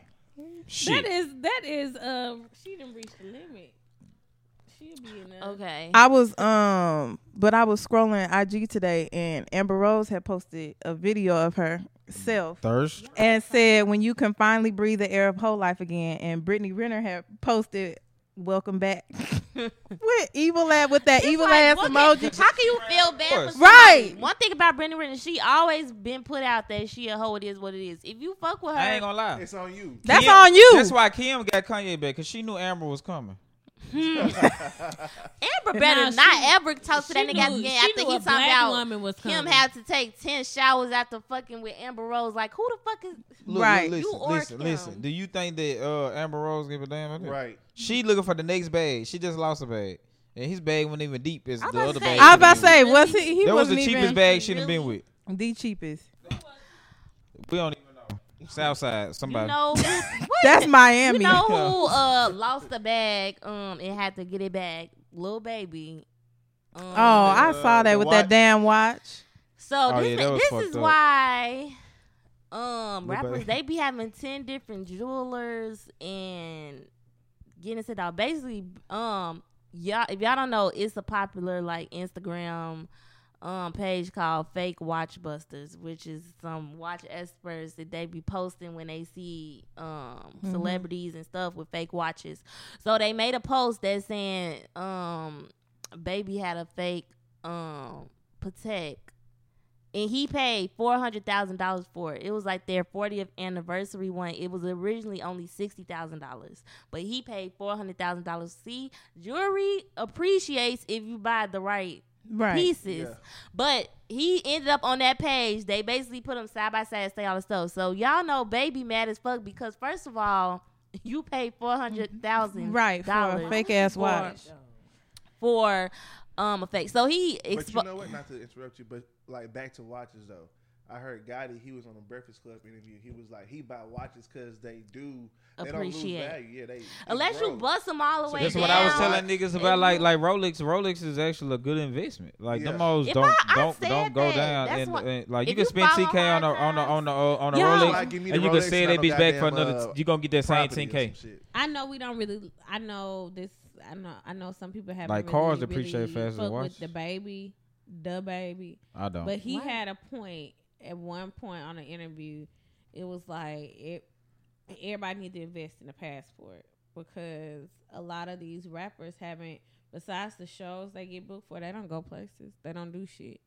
Speaker 1: That
Speaker 4: Shit.
Speaker 1: is that is uh she didn't reach the limit. She'll be in a
Speaker 2: Okay.
Speaker 3: I was um, but I was scrolling IG today, and Amber Rose had posted a video of herself
Speaker 4: Thirst.
Speaker 3: and said, "When you can finally breathe the air of whole life again." And Brittany Renner had posted, "Welcome back." (laughs) with evil at with that
Speaker 2: It's
Speaker 3: evil
Speaker 2: like,
Speaker 3: ass
Speaker 2: what
Speaker 3: emoji.
Speaker 2: can- How can you feel bad for
Speaker 4: course.
Speaker 2: somebody?
Speaker 3: Right.
Speaker 2: One thing about Brenda Renner, she always been put out that she a hoe. It is what it is. If you fuck with
Speaker 4: I ain't
Speaker 2: her,
Speaker 4: gonna lie.
Speaker 5: It's on you.
Speaker 3: That's
Speaker 4: Kim-
Speaker 3: on you.
Speaker 4: That's why Kim got Kanye back because she knew Amber was coming.
Speaker 2: Amber better
Speaker 1: Nah, she-
Speaker 2: not ever talk
Speaker 1: she
Speaker 2: to that nigga
Speaker 1: knew-
Speaker 2: again
Speaker 1: she
Speaker 2: after
Speaker 1: knew
Speaker 2: he
Speaker 1: a
Speaker 2: talked
Speaker 1: black
Speaker 2: about
Speaker 1: woman was
Speaker 2: him
Speaker 1: coming.
Speaker 2: had to take ten showers after fucking with Amber Rose. Like who the fuck is?
Speaker 4: Look,
Speaker 3: Right.
Speaker 4: Look,
Speaker 2: You
Speaker 4: listen,
Speaker 2: or
Speaker 4: listen,
Speaker 2: Kim.
Speaker 4: listen. Do you think that uh, Amber Rose give a damn? about that?
Speaker 5: Right.
Speaker 4: She looking for the next bag. She just lost a bag, and his bag wasn't even deep as
Speaker 2: I
Speaker 4: the
Speaker 2: was
Speaker 4: other
Speaker 2: saying-
Speaker 4: bag.
Speaker 3: I was about to
Speaker 4: she been
Speaker 3: say, was he? He
Speaker 4: with. that was
Speaker 3: wasn't
Speaker 4: the cheapest
Speaker 3: even
Speaker 4: bag she'd have been
Speaker 2: Really?
Speaker 4: with.
Speaker 3: the cheapest.
Speaker 4: We don't even know. Southside,
Speaker 2: You
Speaker 4: somebody.
Speaker 2: know,
Speaker 4: (laughs)
Speaker 2: who- what?
Speaker 3: That's Miami.
Speaker 2: You know who uh, lost the bag um and had to get it back? Little baby. Um,
Speaker 3: oh, I saw
Speaker 5: Uh,
Speaker 3: that
Speaker 5: the
Speaker 3: with that
Speaker 5: watch.
Speaker 3: damn watch.
Speaker 2: So
Speaker 4: Oh,
Speaker 2: this,
Speaker 4: yeah, that was
Speaker 2: this is
Speaker 4: fucked up.
Speaker 2: why um
Speaker 4: Little
Speaker 2: rappers
Speaker 4: baby.
Speaker 2: they be having ten different jewelers and getting it out. Basically, um y'all if y'all don't know, it's a popular like Instagram um page called Fake Watch Busters, which is some watch experts that they be posting when they see um celebrities and stuff with fake watches. So they made a post that saying um baby had a fake um Patek and he paid four hundred thousand dollars for it. It was like their fortieth anniversary one. It was originally only sixty thousand dollars, but he paid four hundred thousand dollars. See, jewelry appreciates if you buy the right
Speaker 3: Right.
Speaker 2: pieces.
Speaker 5: Yeah.
Speaker 2: But he ended up on that page. They basically put him side by side, say all the stuff. So y'all know, baby, mad as fuck because first of all, you paid four hundred thousand
Speaker 3: (laughs) right for a
Speaker 2: dollars
Speaker 3: fake ass
Speaker 2: for-
Speaker 3: watch.
Speaker 2: for um a fake. So he
Speaker 5: But you
Speaker 2: expo-
Speaker 5: know what? Not to interrupt you, but like back to watches though. I heard Gotti. He was on a Breakfast Club interview. He was like, he buy watches because they do they Don't
Speaker 2: Appreciate.
Speaker 5: lose value. Yeah, they, they
Speaker 2: unless you
Speaker 5: grow.
Speaker 2: bust them all the way
Speaker 4: That's
Speaker 2: down.
Speaker 4: what I was
Speaker 5: Damn.
Speaker 4: telling niggas about. Like, like Rolex. Rolex is actually a good investment. Like
Speaker 5: Yeah.
Speaker 4: them hoes
Speaker 2: If
Speaker 4: don't
Speaker 2: I- I
Speaker 4: don't
Speaker 2: said
Speaker 4: don't go
Speaker 2: that.
Speaker 4: down.
Speaker 2: That's
Speaker 4: And,
Speaker 2: why-
Speaker 4: and, like you
Speaker 2: if
Speaker 4: can
Speaker 2: you
Speaker 4: spend
Speaker 2: follow
Speaker 4: TK on a on a on a uh, on a
Speaker 1: Yo.
Speaker 4: Rolex,
Speaker 5: Like, give me the
Speaker 4: and you can
Speaker 5: Rolex
Speaker 4: sell
Speaker 5: and
Speaker 4: that
Speaker 5: I
Speaker 4: bitch
Speaker 5: don't
Speaker 4: back for
Speaker 5: goddamn,
Speaker 4: another.
Speaker 5: uh,
Speaker 4: you gonna get that same
Speaker 5: Property or
Speaker 4: ten k.
Speaker 5: some shit.
Speaker 1: I know we don't really. I know this. I know. I know some people have
Speaker 4: Like,
Speaker 1: really,
Speaker 4: cars
Speaker 1: really
Speaker 4: appreciate faster than
Speaker 1: fuck with
Speaker 4: watches.
Speaker 1: the baby, the baby.
Speaker 4: I don't.
Speaker 1: But he
Speaker 2: Why?
Speaker 1: had a point at one point on an interview. It was like it. Everybody need to invest in a passport because a lot of these rappers haven't. Besides the shows they get booked for, they don't go places. They don't do shit.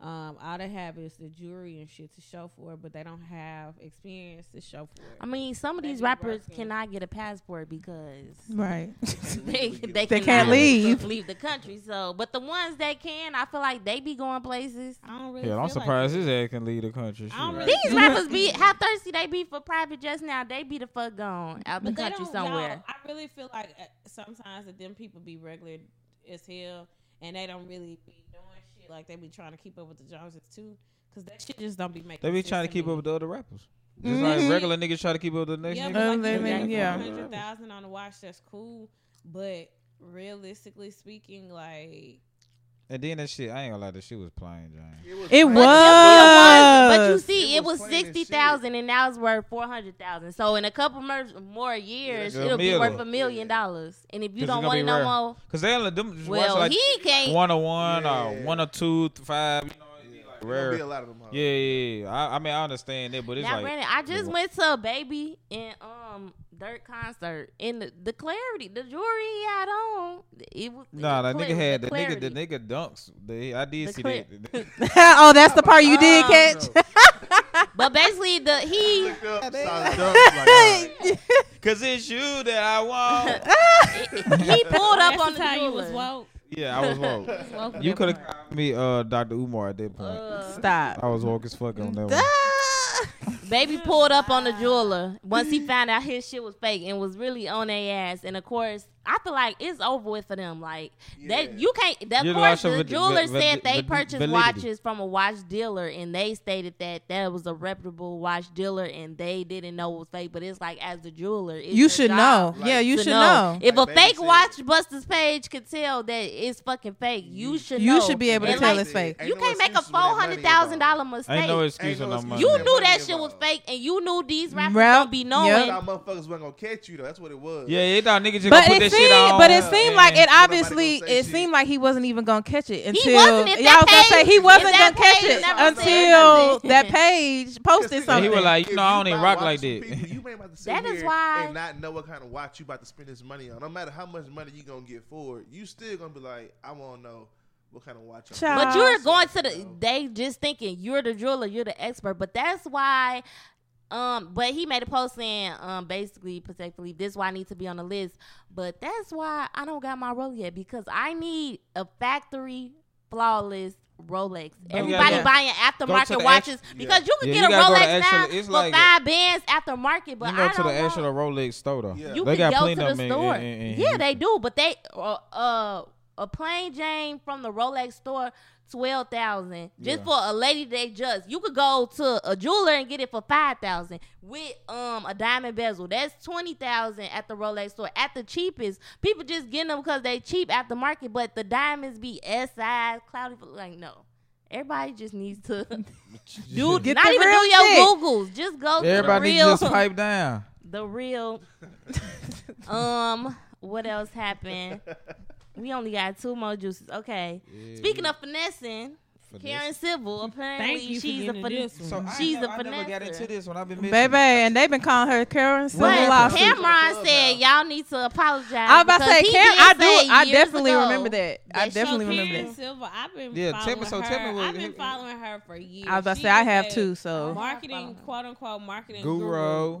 Speaker 1: um, all they have is the jewelry and shit to show for it, but they don't have experience to show for it.
Speaker 2: I mean, some of
Speaker 1: They
Speaker 2: these
Speaker 1: be
Speaker 2: rappers
Speaker 1: working.
Speaker 2: cannot get a passport
Speaker 3: (laughs)
Speaker 2: because (laughs)
Speaker 3: Right.
Speaker 2: they they,
Speaker 3: They can't
Speaker 2: cannot
Speaker 3: leave.
Speaker 2: leave the country. So, but the ones that can, I feel like they be going places.
Speaker 1: I don't really.
Speaker 4: Yeah, I'm
Speaker 1: feel like
Speaker 4: surprised
Speaker 1: that.
Speaker 4: his ass can leave the country.
Speaker 1: I don't
Speaker 4: Shit.
Speaker 1: really-
Speaker 2: These rappers be how thirsty they be for private jets now. They be the fuck gone out the
Speaker 1: But they
Speaker 2: country
Speaker 1: don't-
Speaker 2: somewhere.
Speaker 1: y'all, I really feel like uh, sometimes that them people be regular as hell, and they don't really be doing shit like they be trying to keep up with the Joneses too, because that shit just don't be making.
Speaker 4: They be
Speaker 1: sense
Speaker 4: trying to keep
Speaker 1: me.
Speaker 4: up with the other rappers. Just like
Speaker 3: Mhm.
Speaker 4: regular niggas try to keep up with the next
Speaker 1: Mm-hmm. Yeah,
Speaker 4: nigga.
Speaker 1: but like
Speaker 3: Other
Speaker 1: you
Speaker 3: than-
Speaker 1: got
Speaker 3: yeah.
Speaker 1: hundred thousand on the watch, that's cool. But realistically speaking, like
Speaker 4: And then that shit, I ain't gonna lie, that shit was playing, Jane.
Speaker 5: It was.
Speaker 3: It
Speaker 5: plain-
Speaker 2: But them be the ones- But you
Speaker 3: was.
Speaker 2: see,
Speaker 5: It
Speaker 2: it,
Speaker 5: was
Speaker 2: was,
Speaker 5: plain as
Speaker 2: sixty thousand, and now it's worth four hundred thousand. So in a couple mer- more years,
Speaker 4: that's a
Speaker 2: it'll be
Speaker 4: million.
Speaker 2: worth a million dollars. And if
Speaker 4: This
Speaker 2: you
Speaker 4: is
Speaker 2: don't
Speaker 4: gonna
Speaker 2: want
Speaker 4: be
Speaker 2: it no
Speaker 4: rare.
Speaker 2: more,
Speaker 4: Cause they only them just watch
Speaker 2: well,
Speaker 4: like
Speaker 2: he can't.
Speaker 4: one or one
Speaker 5: Yeah.
Speaker 4: or one or two, th- five. You know, it'd be
Speaker 5: Yeah,
Speaker 4: like
Speaker 5: it gonna
Speaker 4: rare.
Speaker 5: be a lot of them. hoes.
Speaker 4: Yeah, yeah, yeah. I, I mean, I understand that, but it's
Speaker 2: Now,
Speaker 4: like
Speaker 2: granted, I just
Speaker 4: the-
Speaker 2: went to a baby and um dirt concert, and the, the clarity, the jewelry he had on, it was
Speaker 4: Nah, that
Speaker 2: the
Speaker 4: nigga
Speaker 2: cla-
Speaker 4: had
Speaker 2: the
Speaker 4: the nigga, the
Speaker 2: clarity.
Speaker 4: nigga dunks. They, I did
Speaker 2: The
Speaker 4: see
Speaker 2: clear-
Speaker 1: (laughs)
Speaker 4: that. (laughs)
Speaker 3: oh, that's the part you did
Speaker 2: Um,
Speaker 3: catch.
Speaker 2: But basically, the he
Speaker 5: Looked up, saw the dunks, like,
Speaker 3: (laughs)
Speaker 5: alright.
Speaker 4: Cause it's you that I
Speaker 1: (laughs)
Speaker 4: want.
Speaker 2: he pulled up
Speaker 1: that's
Speaker 2: on
Speaker 1: the
Speaker 2: the
Speaker 1: time you was
Speaker 2: jeweler.
Speaker 1: woke.
Speaker 4: yeah, I was woke.
Speaker 1: was woke for
Speaker 4: You
Speaker 1: that
Speaker 4: could have
Speaker 1: part.
Speaker 4: called me uh, Dr. Umar at that point.
Speaker 2: Uh,
Speaker 3: Stop.
Speaker 4: I was woke as fuck on that one.
Speaker 3: Ah.
Speaker 2: Baby pulled up on the jeweler once he found out his shit was fake and was really on their ass. And of course, I feel like it's over with for them. Like
Speaker 5: Yeah.
Speaker 2: they, you can't. That
Speaker 4: You
Speaker 2: of course,
Speaker 4: lost your
Speaker 2: the
Speaker 4: val-
Speaker 2: jeweler
Speaker 4: val-
Speaker 2: said they
Speaker 4: val-
Speaker 2: purchased
Speaker 4: validity.
Speaker 2: watches from a watch dealer, and they stated that that was a reputable watch dealer, and they didn't know it was fake. But it's like, as the jeweler, it's
Speaker 3: You
Speaker 2: your
Speaker 3: should
Speaker 2: job
Speaker 3: know.
Speaker 5: Like,
Speaker 3: yeah, you
Speaker 2: to
Speaker 3: should know.
Speaker 2: If
Speaker 5: Like
Speaker 2: a
Speaker 5: Baby
Speaker 2: fake
Speaker 5: said.
Speaker 2: Watchbusters page could tell that it's fucking fake, you should.
Speaker 3: You
Speaker 2: know.
Speaker 3: should be able to
Speaker 2: And,
Speaker 3: tell
Speaker 2: like,
Speaker 3: it's fake.
Speaker 5: Ain't
Speaker 2: You
Speaker 5: no
Speaker 2: can't make a
Speaker 5: excuse for that
Speaker 2: four
Speaker 5: money
Speaker 2: hundred thousand
Speaker 5: involved.
Speaker 2: dollar mistake.
Speaker 4: Ain't no excuse
Speaker 5: Ain't
Speaker 4: on
Speaker 5: no
Speaker 4: no money.
Speaker 5: excuse.
Speaker 2: You
Speaker 5: That
Speaker 2: knew
Speaker 5: money
Speaker 2: that shit was
Speaker 5: involved.
Speaker 2: fake, and you knew these rappers
Speaker 3: Rap-
Speaker 2: don't be knowing.
Speaker 3: yeah.
Speaker 5: Y'all motherfuckers wasn't gonna catch you though. That's what it was.
Speaker 4: Yeah, yeah, nah, nigga just gonna
Speaker 3: But
Speaker 4: put that
Speaker 3: it
Speaker 4: shit
Speaker 3: seemed,
Speaker 4: on.
Speaker 3: but it seemed like it
Speaker 5: nobody
Speaker 3: obviously,
Speaker 5: gonna say
Speaker 3: it
Speaker 5: shit.
Speaker 3: seemed like he wasn't even gonna catch it until
Speaker 2: wasn't. If
Speaker 3: yeah, I
Speaker 2: that
Speaker 3: was gonna say he
Speaker 2: page-
Speaker 3: wasn't
Speaker 2: if that
Speaker 3: gonna catch
Speaker 2: page
Speaker 3: it
Speaker 2: never
Speaker 5: said
Speaker 3: until
Speaker 2: nothing.
Speaker 3: that page posted
Speaker 4: Yeah, he
Speaker 3: something.
Speaker 4: was like, you
Speaker 5: If
Speaker 4: know, I don't
Speaker 5: buy
Speaker 4: even rock
Speaker 5: watches
Speaker 4: like
Speaker 5: from
Speaker 4: that.
Speaker 5: people, you ain't about to sit
Speaker 2: That is
Speaker 5: here
Speaker 2: why-
Speaker 5: and not know what kind of watch you about to spend this money on. No matter how much money you gonna get for it, you still gonna be like, I want to know what kind of watch. I'm
Speaker 3: Child.
Speaker 2: But you're
Speaker 5: buying.
Speaker 2: going to the. They just thinking you're the driller, you're the expert. But that's why. Um, but he made a post saying, um, basically, particularly, this is why I need to be on the list. But that's why I don't got my role yet because I need a factory flawless Rolex.
Speaker 3: Oh,
Speaker 2: Everybody
Speaker 4: gotta-
Speaker 2: buying
Speaker 4: to
Speaker 2: aftermarket
Speaker 4: the
Speaker 2: watches
Speaker 5: actual-
Speaker 2: because you can
Speaker 4: Yeah,
Speaker 2: get
Speaker 4: you
Speaker 2: a
Speaker 4: gotta go to
Speaker 2: Rolex
Speaker 4: actual-
Speaker 2: now
Speaker 4: it's
Speaker 2: for
Speaker 4: like a-
Speaker 2: five bands aftermarket. But
Speaker 4: you go
Speaker 2: I
Speaker 4: to the
Speaker 2: don't want-
Speaker 4: actual Rolex store though.
Speaker 5: Yeah.
Speaker 2: you
Speaker 4: They
Speaker 2: can go
Speaker 4: got
Speaker 2: to
Speaker 4: plenty
Speaker 2: the
Speaker 4: of them in-
Speaker 2: store.
Speaker 4: in- in- in
Speaker 2: yeah,
Speaker 4: Houston.
Speaker 2: they do, but they uh, uh a plain Jane from the Rolex store twelve thousand just
Speaker 4: Yeah.
Speaker 2: for a lady they just. You could go to a jeweler and get it for five thousand with um a diamond bezel. That's twenty thousand at the Rolex store at the cheapest. People just getting them because they cheap at the market, but the diamonds be S size cloudy. Like no, everybody just needs
Speaker 4: (laughs)
Speaker 2: to do
Speaker 3: Get
Speaker 2: not
Speaker 3: the
Speaker 2: even
Speaker 3: real
Speaker 2: do your
Speaker 3: shit.
Speaker 2: Googles. Just go
Speaker 4: Everybody
Speaker 2: to the real (laughs)
Speaker 4: just pipe down.
Speaker 2: the
Speaker 3: (laughs)
Speaker 2: real um what else happened we only got two more juices okay speaking of finessing karen civil apparently
Speaker 1: Thank you
Speaker 2: she's
Speaker 1: for
Speaker 2: a
Speaker 1: getting
Speaker 2: fin-
Speaker 1: this one.
Speaker 4: I
Speaker 2: She's
Speaker 4: never-
Speaker 2: a
Speaker 4: I never got
Speaker 2: finesser.
Speaker 4: into this one. I've been missing.
Speaker 3: Baby, and they've been calling her Karen Civil
Speaker 2: but
Speaker 3: lawsuit.
Speaker 2: Cameron said y'all need to apologize.
Speaker 3: I was about to
Speaker 2: because
Speaker 3: say,
Speaker 2: he
Speaker 3: Karen,
Speaker 2: did
Speaker 3: I do,
Speaker 2: say
Speaker 3: I
Speaker 2: years
Speaker 3: definitely
Speaker 2: ago
Speaker 3: remember that. I
Speaker 2: that she
Speaker 3: definitely
Speaker 2: can't
Speaker 3: remember
Speaker 1: Karen
Speaker 3: that.
Speaker 1: Silver, I've been
Speaker 4: Yeah, tell
Speaker 1: following
Speaker 4: me- so
Speaker 1: her.
Speaker 4: tell me what-
Speaker 1: I've been following her for years.
Speaker 3: I was about to
Speaker 1: She
Speaker 3: say I
Speaker 1: is
Speaker 3: have
Speaker 1: a
Speaker 3: too. So
Speaker 1: Marketing, quote unquote, marketing
Speaker 4: Guru.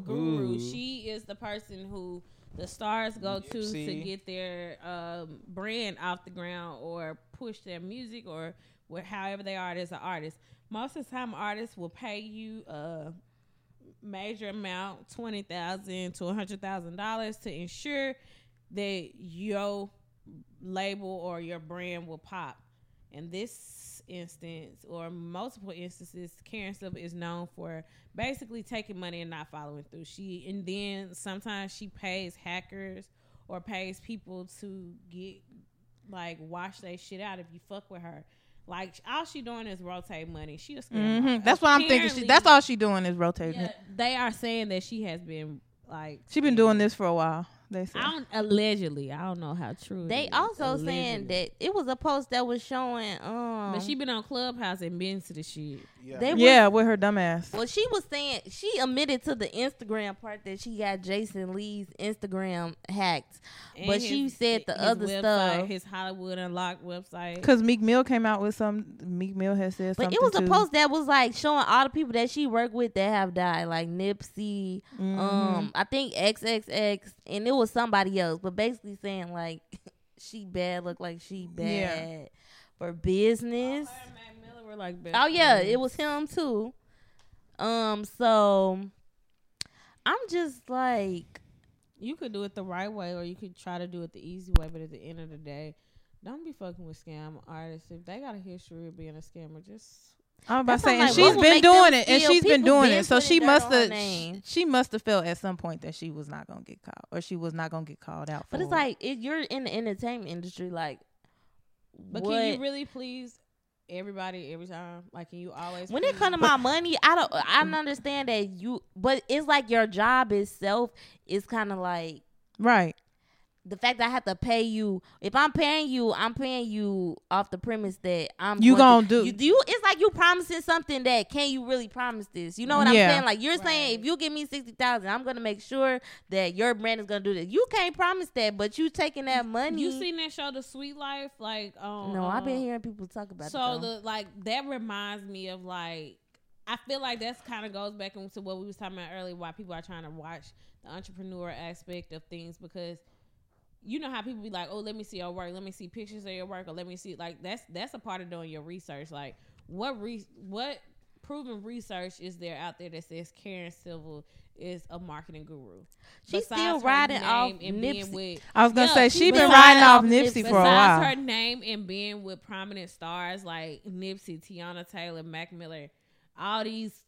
Speaker 1: guru. Guru.
Speaker 4: Ooh.
Speaker 1: She is the person who the stars go to to
Speaker 4: Yipsy.
Speaker 1: get their um, brand off the ground or push their music or wh- however they are as an artist. Most of the time, artists will pay you a major amount, twenty thousand to a hundred thousand dollars, to ensure that your label or your brand will pop. In this instance, or multiple instances, Karen Silva is known for basically taking money and not following through. She and then sometimes she pays hackers or pays people to get like wash their shit out if you fuck with her. Like all she doing is rotate money. She a scam.
Speaker 3: Mhm. that's what I'm thinking. She,
Speaker 1: Apparently-
Speaker 3: that's all she doing is rotating.
Speaker 1: yeah,
Speaker 3: it.
Speaker 1: they are saying that she has been like
Speaker 3: She been doing this for a while. They said.
Speaker 1: I don't allegedly. I don't know how true. it
Speaker 2: They
Speaker 1: is.
Speaker 2: also
Speaker 1: Allegedly.
Speaker 2: saying that it was a post that was showing um
Speaker 1: But she been on Clubhouse and been to the shit.
Speaker 5: Yeah.
Speaker 2: They were
Speaker 3: yeah, with her dumbass.
Speaker 2: Well, she was saying she admitted to the Instagram part that she got Jason Lee's Instagram hacked, but
Speaker 1: And
Speaker 2: she
Speaker 1: his-
Speaker 2: said the
Speaker 1: his
Speaker 2: other
Speaker 1: website,
Speaker 2: stuff.
Speaker 1: His Hollywood Unlocked website.
Speaker 3: Because Meek Mill came out with some. Meek Mill has said
Speaker 2: but
Speaker 3: something.
Speaker 2: it was a
Speaker 3: too.
Speaker 2: post that was like showing all the people that she worked with that have died, like Nipsey,
Speaker 3: Mhm.
Speaker 1: Mm-hmm.
Speaker 2: um, I think XXX, and it was somebody else. But basically saying like (laughs) she bad, look like she bad
Speaker 3: Yeah.
Speaker 2: for business.
Speaker 1: Her and Mac Miller were like best
Speaker 2: Oh yeah,
Speaker 1: friends.
Speaker 2: it was him too. Um, so I'm just like,
Speaker 1: You could do it the right way, or you could try to do it the easy way. But at the end of the day, don't be fucking with scam artists. If they got a history of being a scammer, just
Speaker 3: I'm about
Speaker 2: That's
Speaker 3: to
Speaker 2: what
Speaker 3: say,
Speaker 2: I'm
Speaker 3: and
Speaker 2: like,
Speaker 3: she's
Speaker 2: what would
Speaker 3: been
Speaker 2: make them
Speaker 3: doing it, and
Speaker 2: feel-
Speaker 3: she's been
Speaker 2: people
Speaker 3: doing
Speaker 2: been
Speaker 3: it. So
Speaker 2: putting
Speaker 3: she
Speaker 2: dirt
Speaker 3: must
Speaker 2: on her
Speaker 3: have,
Speaker 2: name.
Speaker 3: she must have felt at some point that she was not gonna get caught, or she was not gonna get called out. For
Speaker 2: but
Speaker 1: Oh.
Speaker 2: it's
Speaker 3: it.
Speaker 2: like if you're in the entertainment industry, like,
Speaker 1: but
Speaker 2: what?
Speaker 1: can you really please everybody every time? Like, can you always
Speaker 2: when it
Speaker 3: Mm.
Speaker 1: please-
Speaker 2: comes to my money, I don't, I don't understand that you. But it's like your job itself is kind of like
Speaker 3: right,
Speaker 2: the fact that I have to pay you. If I'm paying you, I'm paying you off the premise that I'm
Speaker 3: You
Speaker 2: going
Speaker 3: gonna do-
Speaker 2: You, you it's like you promising something that can you really promise this? You know what
Speaker 3: Yeah.
Speaker 2: I'm saying? Like you're saying,
Speaker 1: Right.
Speaker 2: if you give me sixty thousand, I'm gonna make sure that your brand is gonna do this. You can't promise that, but you taking that money.
Speaker 1: you seen that show, The Sweet Life? Like, um,
Speaker 2: no, I've been
Speaker 1: um,
Speaker 2: hearing people talk about
Speaker 1: So
Speaker 2: it. though.
Speaker 1: the like that reminds me of like I feel like that's kind of goes back into what we was talking about earlier. Why people are trying to watch the entrepreneur aspect of things because you know how people be like, oh, let me see your work, let me see pictures of your work, or let me see like that's that's a part of doing your research. Like what re- what proven research is there out there that says Karen Civil is a marketing guru?
Speaker 2: She's
Speaker 1: Besides
Speaker 2: still
Speaker 1: her
Speaker 2: riding
Speaker 1: name
Speaker 2: off
Speaker 1: and being
Speaker 2: Nipsey.
Speaker 1: with-
Speaker 3: I was gonna
Speaker 1: Yeah,
Speaker 3: say
Speaker 1: she's
Speaker 3: she's
Speaker 1: been
Speaker 3: been,
Speaker 2: riding
Speaker 3: riding
Speaker 2: off
Speaker 3: off
Speaker 2: Nipsey
Speaker 3: Nipsey for a
Speaker 1: Besides
Speaker 3: while.
Speaker 1: her name and being with prominent stars like Nipsey, Tiana Taylor, Mac Miller, all these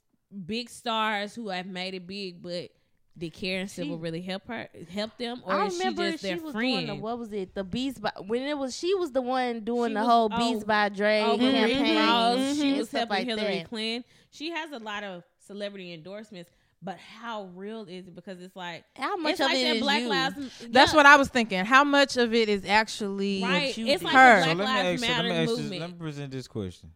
Speaker 1: big stars who have made it big, but did Karen Civil really help her help them, or
Speaker 2: I
Speaker 1: is
Speaker 2: remember
Speaker 1: she just their
Speaker 2: was
Speaker 1: friend?
Speaker 2: doing the what was it? The Beats by when it was she was the one doing
Speaker 1: She
Speaker 2: the
Speaker 1: was-
Speaker 2: whole
Speaker 1: oh,
Speaker 2: Beats by Dre
Speaker 3: Mm-hmm.
Speaker 1: Oh, with Rick
Speaker 2: campaign.
Speaker 1: Ross, she
Speaker 2: and
Speaker 1: was
Speaker 2: stuff
Speaker 1: helping
Speaker 2: like
Speaker 1: Hillary
Speaker 2: that.
Speaker 1: Clinton. She has a lot of celebrity endorsements, but how real is it? Because it's like
Speaker 2: How much
Speaker 1: it's
Speaker 2: of
Speaker 1: like
Speaker 2: it
Speaker 1: that
Speaker 2: is
Speaker 1: Black
Speaker 2: you?
Speaker 1: Lives.
Speaker 3: That's
Speaker 1: yeah,
Speaker 3: what I was thinking. How much of it is actually
Speaker 1: right.
Speaker 2: you
Speaker 1: It's
Speaker 2: do.
Speaker 1: like
Speaker 3: Her.
Speaker 1: the
Speaker 3: So
Speaker 1: Black Lives
Speaker 4: you-
Speaker 1: Matter
Speaker 4: ask you-
Speaker 1: movement.
Speaker 4: let me present this question.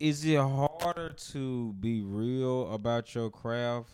Speaker 4: Is it harder to be real about your craft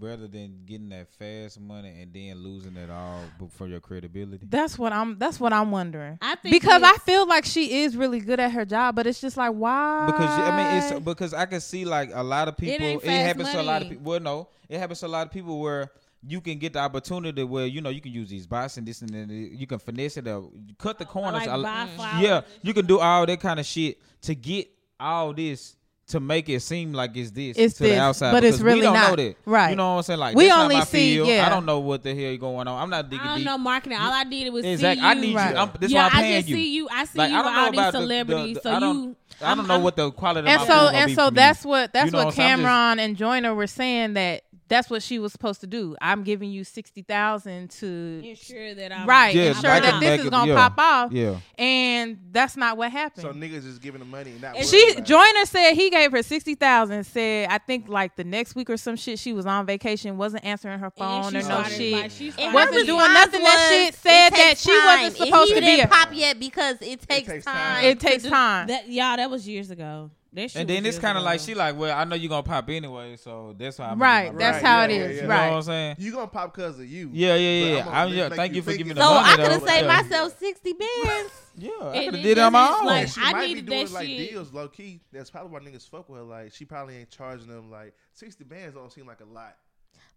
Speaker 4: rather than getting that fast money and then losing it all b- for your credibility?
Speaker 3: That's what I'm. That's what I'm wondering.
Speaker 1: I think
Speaker 3: Because I
Speaker 1: it's-
Speaker 3: feel like she is really good at her job, but it's just like why?
Speaker 4: because I mean, it's because I can see like a lot of people.
Speaker 1: ain't
Speaker 4: It,
Speaker 1: fast
Speaker 4: happens to a lot of
Speaker 1: money.
Speaker 4: people. Well, no, it happens to a lot of people where you can get the opportunity where you know you can use these bots and this and then you can finesse it up, cut the corners.
Speaker 1: like
Speaker 4: a lo-
Speaker 1: buy flowers
Speaker 4: yeah,
Speaker 1: and
Speaker 4: you can do all that kind of shit to get all this. To make it seem like it's this
Speaker 3: It's
Speaker 4: to the
Speaker 3: this,
Speaker 4: outside,
Speaker 3: but it's
Speaker 4: because
Speaker 3: really
Speaker 4: we don't
Speaker 3: not.
Speaker 4: know that.
Speaker 3: Right.
Speaker 4: You know what I'm saying? Like
Speaker 3: We
Speaker 4: that's not
Speaker 3: only
Speaker 4: my
Speaker 3: see-
Speaker 4: field.
Speaker 3: yeah.
Speaker 4: I don't know what the hell going on. I'm not digging
Speaker 1: I don't
Speaker 4: deep.
Speaker 1: know marketing. All I did was
Speaker 4: Exactly.
Speaker 1: see you.
Speaker 4: I need you.
Speaker 3: Right.
Speaker 4: I'm, this
Speaker 1: yeah,
Speaker 4: why I'm
Speaker 1: I
Speaker 4: paying
Speaker 1: just
Speaker 4: you.
Speaker 1: see you. I see
Speaker 4: Like
Speaker 1: you
Speaker 4: I don't
Speaker 1: with
Speaker 4: know
Speaker 1: all these
Speaker 4: about the- the-
Speaker 1: celebrities.
Speaker 4: the-
Speaker 1: so
Speaker 4: I don't,
Speaker 1: you,
Speaker 4: I don't know
Speaker 1: I'm-
Speaker 4: what the quality. of
Speaker 3: and
Speaker 4: my
Speaker 3: so
Speaker 4: food gonna
Speaker 3: and
Speaker 4: be
Speaker 3: so
Speaker 4: for me.
Speaker 3: that's what that's
Speaker 4: You know
Speaker 3: what
Speaker 4: what I'm saying? I'm just-
Speaker 3: Cameron and Joyner were saying that that's what she was supposed to do. I'm giving you sixty thousand to
Speaker 1: ensure that I'm
Speaker 3: right,
Speaker 4: Yeah,
Speaker 3: ensure
Speaker 4: back
Speaker 3: that
Speaker 4: it-
Speaker 3: this
Speaker 4: back
Speaker 3: is
Speaker 4: it-
Speaker 3: gonna
Speaker 4: yeah.
Speaker 3: pop off,
Speaker 4: Yeah.
Speaker 3: and that's not what
Speaker 5: So
Speaker 3: happened.
Speaker 5: niggas is giving the money and not.
Speaker 1: And
Speaker 5: worried
Speaker 3: she
Speaker 5: about it.
Speaker 3: Joyner said he gave her sixty thousand. Said I think like the next week or some shit she was on vacation, wasn't answering her
Speaker 1: And
Speaker 3: phone
Speaker 1: she
Speaker 3: or no
Speaker 1: started,
Speaker 3: shit.
Speaker 1: Like, she
Speaker 2: And
Speaker 1: started
Speaker 2: her
Speaker 3: wasn't doing
Speaker 2: response
Speaker 3: nothing that
Speaker 2: was,
Speaker 3: shit,
Speaker 2: "It
Speaker 3: said
Speaker 2: takes
Speaker 3: that she wasn't
Speaker 2: time."
Speaker 3: supposed
Speaker 2: And
Speaker 3: to
Speaker 2: he
Speaker 3: be
Speaker 2: didn't
Speaker 3: a-
Speaker 2: pop yet because it takes,
Speaker 5: takes
Speaker 2: time.
Speaker 5: time.
Speaker 3: it takes time.
Speaker 1: That, y'all, that was years ago. That shit
Speaker 4: And then
Speaker 1: was uh,
Speaker 4: it's
Speaker 1: years
Speaker 4: kind of like
Speaker 1: ago.
Speaker 4: she like, well, I know you're gonna pop anyway, so that's how. I'm
Speaker 3: Right, that's
Speaker 5: how
Speaker 4: it
Speaker 5: it
Speaker 4: is.
Speaker 5: is,
Speaker 4: You
Speaker 3: right.
Speaker 4: know what I'm saying?
Speaker 5: You gonna pop because of you.
Speaker 4: Yeah, yeah,
Speaker 5: But
Speaker 4: yeah.
Speaker 5: I'm gonna
Speaker 4: I'm,
Speaker 5: make-
Speaker 4: yeah.
Speaker 5: make
Speaker 4: Thank
Speaker 5: you
Speaker 4: you for
Speaker 5: think
Speaker 4: giving me
Speaker 5: it's
Speaker 2: so
Speaker 4: the
Speaker 5: Money,
Speaker 2: I
Speaker 4: money
Speaker 2: could have
Speaker 4: though.
Speaker 2: saved
Speaker 4: Yeah.
Speaker 2: myself sixty bands.
Speaker 4: Yeah,
Speaker 1: It-
Speaker 4: I could
Speaker 1: it
Speaker 4: have did it on my
Speaker 1: just
Speaker 4: own.
Speaker 1: like-
Speaker 5: she
Speaker 1: I
Speaker 5: might be
Speaker 1: needed
Speaker 5: doing
Speaker 1: that
Speaker 5: like
Speaker 1: shit.
Speaker 5: deals low key. That's probably why niggas fuck with her. Like she probably ain't charging them like sixty bands. Don't seem like a lot.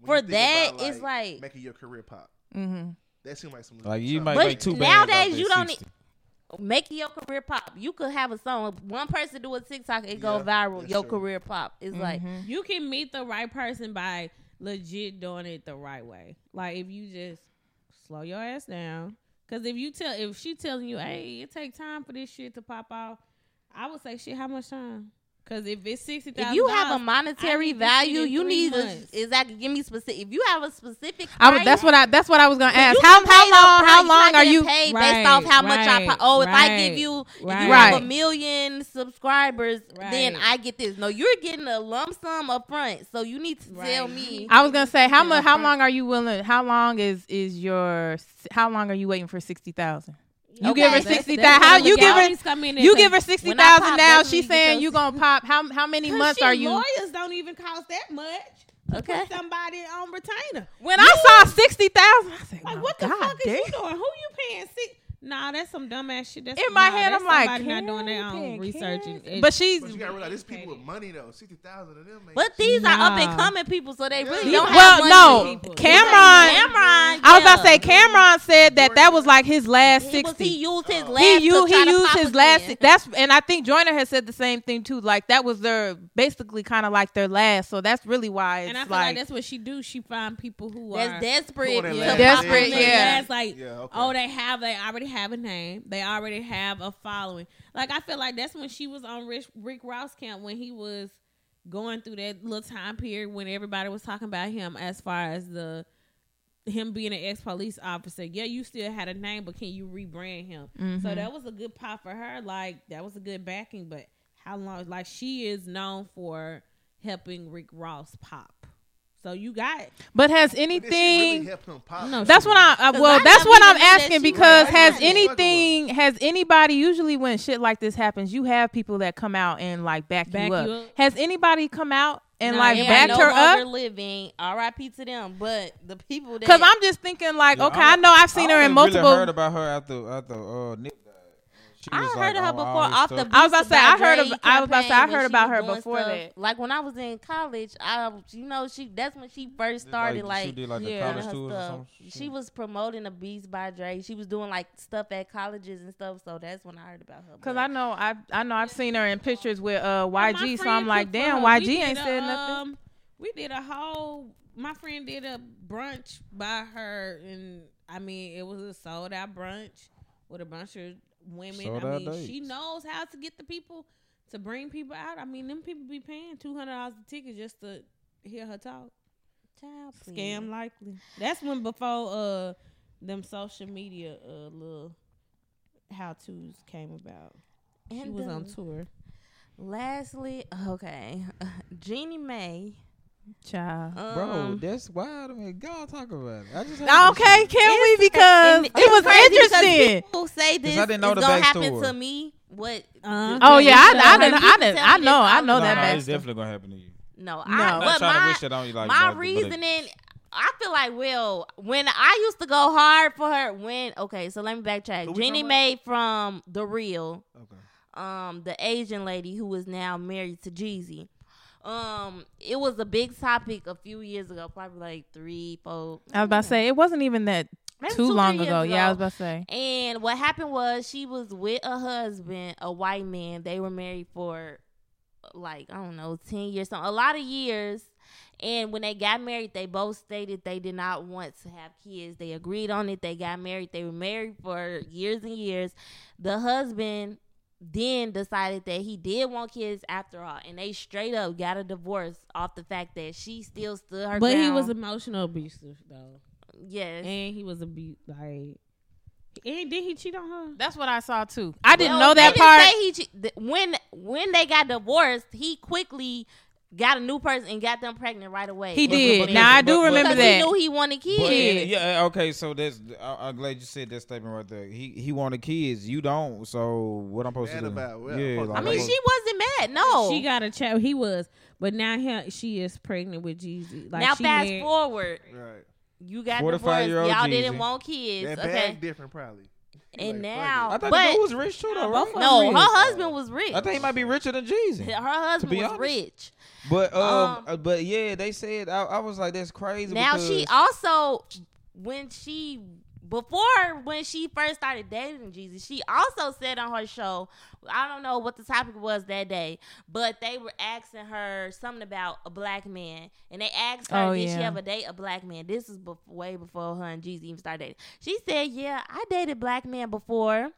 Speaker 2: For
Speaker 5: you think
Speaker 2: that,
Speaker 5: about,
Speaker 2: it's like-
Speaker 5: making your career pop.
Speaker 3: Mm-hmm.
Speaker 5: That seems (laughs) like some
Speaker 4: Like you
Speaker 5: chump.
Speaker 4: might
Speaker 2: But
Speaker 4: make two
Speaker 2: nowadays,
Speaker 4: bands off that
Speaker 2: you don't
Speaker 4: 60.
Speaker 2: Making your career pop. You could have a song. One person do a TikTok, it go
Speaker 5: Yeah,
Speaker 2: viral.
Speaker 5: that's
Speaker 2: Your
Speaker 5: true.
Speaker 2: career pop. It's like
Speaker 1: You can meet the right person by legit doing it the right way. Like if you just slow your ass down, because if you tell if she telling you, hey, it take time for this shit to pop off, I would say, shit, how much time? Because if it's sixty thousand,
Speaker 2: If you have a monetary
Speaker 1: need to see it
Speaker 2: value,
Speaker 1: in
Speaker 2: you
Speaker 1: three
Speaker 2: need to
Speaker 1: months.
Speaker 2: exactly give me specific. If you have a specific,
Speaker 3: I would,
Speaker 2: price,
Speaker 3: that's what I that's what I was gonna
Speaker 2: you
Speaker 3: ask.
Speaker 2: get
Speaker 3: How
Speaker 2: paid
Speaker 3: how long
Speaker 2: upfront.
Speaker 3: how
Speaker 2: You're not
Speaker 3: long are
Speaker 2: getting
Speaker 3: you
Speaker 2: paid
Speaker 1: Right,
Speaker 2: based off how much I?
Speaker 1: right,
Speaker 2: Po- oh, if I
Speaker 1: right,
Speaker 2: give you, if you
Speaker 1: right.
Speaker 2: have a million subscribers, then
Speaker 1: Right.
Speaker 2: I get this. No, you're getting a lump sum up front, so you need to tell
Speaker 1: Right.
Speaker 2: me.
Speaker 3: I was gonna say how
Speaker 2: Yeah,
Speaker 3: much how
Speaker 2: upfront.
Speaker 3: long are you willing how long is is your how long are you waiting for sixty thousand? You
Speaker 2: Okay,
Speaker 3: give her
Speaker 2: that's-
Speaker 3: sixty thousand. How you give her? You give her sixty
Speaker 2: When I
Speaker 3: thousand
Speaker 2: pop,
Speaker 3: now.
Speaker 2: that's when
Speaker 3: She's
Speaker 2: you
Speaker 3: saying
Speaker 2: go-
Speaker 3: you gonna pop. How how many months are you?
Speaker 1: Lawyers don't even cost that much. to
Speaker 2: Okay.
Speaker 1: (laughs) put somebody on retainer.
Speaker 3: When I saw sixty thousand, I said,
Speaker 1: Like,
Speaker 3: "Well,
Speaker 1: what the
Speaker 3: Oh God
Speaker 1: fuck
Speaker 3: damn.
Speaker 1: is you doing? Who you paying? Six? Nah, that's some dumbass shit. That's
Speaker 3: In my
Speaker 1: nah,
Speaker 3: head,
Speaker 1: that's
Speaker 3: I'm like,
Speaker 1: somebody not doing their
Speaker 3: Karen,
Speaker 1: own
Speaker 3: Karen,
Speaker 1: research.
Speaker 3: Karen.
Speaker 1: And, and
Speaker 3: But she's
Speaker 5: But you gotta realize, there's people with money though. Sixty thousand of them. ain't
Speaker 2: But these are
Speaker 1: Nah.
Speaker 2: up and coming people, so they really
Speaker 5: These-
Speaker 2: don't have money.
Speaker 3: well,
Speaker 1: money,
Speaker 3: no,
Speaker 1: people.
Speaker 3: Cameron.
Speaker 2: Cameron.
Speaker 3: I was about to
Speaker 2: yeah.
Speaker 3: say Cameron said that that was like his last
Speaker 2: He was-
Speaker 3: sixty.
Speaker 2: He used his last.
Speaker 3: he
Speaker 2: to
Speaker 3: used,
Speaker 2: try
Speaker 3: he
Speaker 2: to
Speaker 3: used
Speaker 2: pop
Speaker 3: his last
Speaker 2: again.
Speaker 3: that's and i think joyner has said the same thing too like that was their basically kind of like their last so that's really why it's
Speaker 1: and I feel like,
Speaker 3: like,
Speaker 1: that's what she do. She find people who are
Speaker 2: That's desperate.
Speaker 5: Doing it
Speaker 2: to
Speaker 5: last.
Speaker 2: pop
Speaker 3: Desperate,
Speaker 2: again.
Speaker 1: Like,
Speaker 3: yeah.
Speaker 1: that's like
Speaker 5: Yeah, okay.
Speaker 1: oh they have they already have a name they already have a following like i feel like that's when she was on rich rick ross camp when he was going through that little time period when everybody was talking about him as far as the him being an ex-police officer yeah you still had a name but can you rebrand him so that was a good pop for her like that was a good backing but how long like she is known for helping rick ross pop so you got
Speaker 3: but has
Speaker 5: But did she really
Speaker 3: anything
Speaker 5: help him pop?
Speaker 1: No,
Speaker 3: that's what i, I
Speaker 2: 'Cause
Speaker 3: well
Speaker 2: I
Speaker 3: that's
Speaker 2: never
Speaker 3: what
Speaker 2: even
Speaker 3: i'm
Speaker 2: knew that
Speaker 3: asking
Speaker 2: she
Speaker 3: because
Speaker 2: was
Speaker 3: has
Speaker 2: like that.
Speaker 3: anything has anybody usually when shit like this happens you have people that come out and like back,
Speaker 1: Back
Speaker 3: you, up.
Speaker 1: you up.
Speaker 3: has anybody come out and
Speaker 1: No,
Speaker 3: like
Speaker 1: yeah,
Speaker 2: They
Speaker 3: backed
Speaker 2: are no
Speaker 3: her
Speaker 2: longer
Speaker 3: up
Speaker 2: Living. R.I.P. to them. But the people that
Speaker 3: because i'm just thinking like
Speaker 4: Yeah,
Speaker 3: okay
Speaker 4: I-
Speaker 3: i know i've seen her in multiple
Speaker 4: Really heard about her after after uh, Nick died. She
Speaker 2: I
Speaker 4: was
Speaker 2: heard
Speaker 4: like
Speaker 2: of her
Speaker 4: on
Speaker 2: before
Speaker 4: all this
Speaker 2: off
Speaker 4: stuff.
Speaker 2: the.
Speaker 3: I was about to
Speaker 2: Beast
Speaker 3: say, I
Speaker 2: by
Speaker 3: heard of-
Speaker 2: Dre
Speaker 3: I was about to say, I
Speaker 2: campaign
Speaker 3: heard
Speaker 2: when
Speaker 3: about
Speaker 2: she
Speaker 3: her
Speaker 2: was doing
Speaker 3: before
Speaker 2: stuff.
Speaker 3: that.
Speaker 2: Like when I was in college, I you know she that's when she first
Speaker 4: Did,
Speaker 2: started
Speaker 4: like,
Speaker 2: like,
Speaker 4: she did like
Speaker 3: yeah,
Speaker 4: the
Speaker 2: doing
Speaker 4: college
Speaker 2: her
Speaker 4: tours or
Speaker 2: stuff.
Speaker 4: something.
Speaker 2: She was promoting the Beast by Dre. She was doing like stuff at colleges and stuff. So that's when I heard about her.
Speaker 3: Cause
Speaker 2: But
Speaker 3: I know I I know I've seen her in pictures with uh
Speaker 1: My
Speaker 3: YG, so
Speaker 1: friend
Speaker 3: I'm like,
Speaker 1: cooked for
Speaker 3: damn,
Speaker 1: her. We
Speaker 3: YG
Speaker 1: did
Speaker 3: ain't
Speaker 1: a,
Speaker 3: said nothing.
Speaker 1: um, we did a whole. My friend did a brunch by her, and I mean, it was a sold out brunch with a bunch of women.
Speaker 4: Sold
Speaker 1: I
Speaker 4: out
Speaker 1: mean, she
Speaker 4: dates.
Speaker 1: knows how to get the people to bring people out. I mean, them people be paying two hundred dollars a ticket just to hear her talk.
Speaker 2: Child, please.
Speaker 1: Scam likely. That's when before uh them social media uh little how tos came about. She
Speaker 2: And
Speaker 1: was on
Speaker 2: then
Speaker 1: tour.
Speaker 2: Lastly, okay, (laughs) Jeannie Mae.
Speaker 3: Child.
Speaker 2: Um,
Speaker 4: Bro, that's wild. I mean, God talk about it. I just
Speaker 3: Okay, can we? Because
Speaker 2: and
Speaker 3: it
Speaker 2: it's
Speaker 3: was
Speaker 2: crazy because
Speaker 3: interesting.
Speaker 2: People say this
Speaker 4: I didn't know
Speaker 2: is
Speaker 4: the
Speaker 2: gonna happen
Speaker 4: backstory.
Speaker 2: to me. What?
Speaker 1: Uh,
Speaker 3: Oh yeah, I, I
Speaker 2: People
Speaker 3: didn't, I
Speaker 2: tell
Speaker 3: didn't,
Speaker 2: me
Speaker 3: I
Speaker 2: this
Speaker 3: know, I
Speaker 2: all
Speaker 3: know
Speaker 2: the
Speaker 3: that
Speaker 2: time.
Speaker 3: back.
Speaker 4: it's definitely gonna happen to you.
Speaker 2: No,
Speaker 3: No.
Speaker 2: I,
Speaker 4: I'm
Speaker 2: but
Speaker 4: not trying
Speaker 2: my,
Speaker 4: to wish it on you like
Speaker 2: my
Speaker 4: that, but it-
Speaker 2: reasoning I feel like well when I used to go hard for her when okay so let me
Speaker 5: Who
Speaker 2: backtrack
Speaker 5: we
Speaker 2: Jeannie
Speaker 5: talking about?
Speaker 2: Mae from the real
Speaker 5: Okay.
Speaker 2: um the Asian lady who is now married to Jeezy um it was a big topic a few years ago probably like three four
Speaker 3: I was about to say it wasn't even that
Speaker 2: maybe two,
Speaker 3: too
Speaker 2: three
Speaker 3: long
Speaker 2: years
Speaker 3: ago. Yeah, I was about to say.
Speaker 2: and what happened was she was with a husband, a white man. They were married for like, I don't know, 10 years, so a lot of years. And when they got married, they both stated they did not want to have kids. They agreed on it. They got married. They were married for years and years. The husband then decided that he did want kids after all. And they straight up got a divorce off the fact that she still stood her
Speaker 1: but he
Speaker 2: ground.
Speaker 1: was emotional abusive though.
Speaker 2: yes.
Speaker 1: And he was a be like, and did he cheat on her?
Speaker 3: That's what I saw too. I didn't
Speaker 2: Well,
Speaker 3: know
Speaker 2: they
Speaker 3: that
Speaker 2: didn't
Speaker 3: part.
Speaker 2: say he che- th- when when they got divorced, he quickly got a new person and got them pregnant right away.
Speaker 3: He
Speaker 2: And-
Speaker 3: did.
Speaker 4: but-
Speaker 3: Now I
Speaker 4: but-
Speaker 3: do
Speaker 4: but-
Speaker 3: remember
Speaker 2: because he
Speaker 3: that.
Speaker 2: knew he wanted
Speaker 4: But
Speaker 2: kids.
Speaker 4: it- yeah, eh, okay. So that's I, I'm glad you said that statement right there. He he wanted kids. You don't. So what I'm supposed
Speaker 5: Mad
Speaker 4: to do?
Speaker 5: about, well,
Speaker 4: yeah,
Speaker 5: fuck
Speaker 2: I
Speaker 5: that.
Speaker 2: mean,
Speaker 5: Like-
Speaker 2: she wasn't mad. No,
Speaker 1: She got a child. He was, but now he, she is pregnant with Jeezy. Like
Speaker 2: now
Speaker 1: she
Speaker 2: fast
Speaker 1: married-
Speaker 2: forward,
Speaker 5: Right.
Speaker 2: you got
Speaker 4: 45
Speaker 2: divorced.
Speaker 4: year old
Speaker 2: Y'all
Speaker 4: Jeezy.
Speaker 2: didn't want kids.
Speaker 5: That
Speaker 2: okay,
Speaker 5: bag different probably.
Speaker 2: and
Speaker 5: Like, fuck
Speaker 2: now,
Speaker 4: I thought the
Speaker 2: but
Speaker 4: dude was rich too, though, right?
Speaker 2: no, her
Speaker 1: real.
Speaker 2: husband was rich.
Speaker 4: I think he might be richer than
Speaker 2: her
Speaker 4: Jeezy.
Speaker 2: husband
Speaker 4: be
Speaker 2: was
Speaker 4: honest.
Speaker 2: rich.
Speaker 4: But um,
Speaker 2: Um,
Speaker 4: uh, but yeah, they said I, I was like, that's crazy.
Speaker 2: Now
Speaker 4: because,
Speaker 2: she also when she before when she first started dating Jesus, she also said on her show, I don't know what the topic was that day, but they were asking her something about a black man, and they asked her,
Speaker 3: Oh,
Speaker 2: did
Speaker 3: yeah.
Speaker 2: she ever date a black man? This is bef- way before her and Jeezy even started dating. She said, yeah, I dated black men before,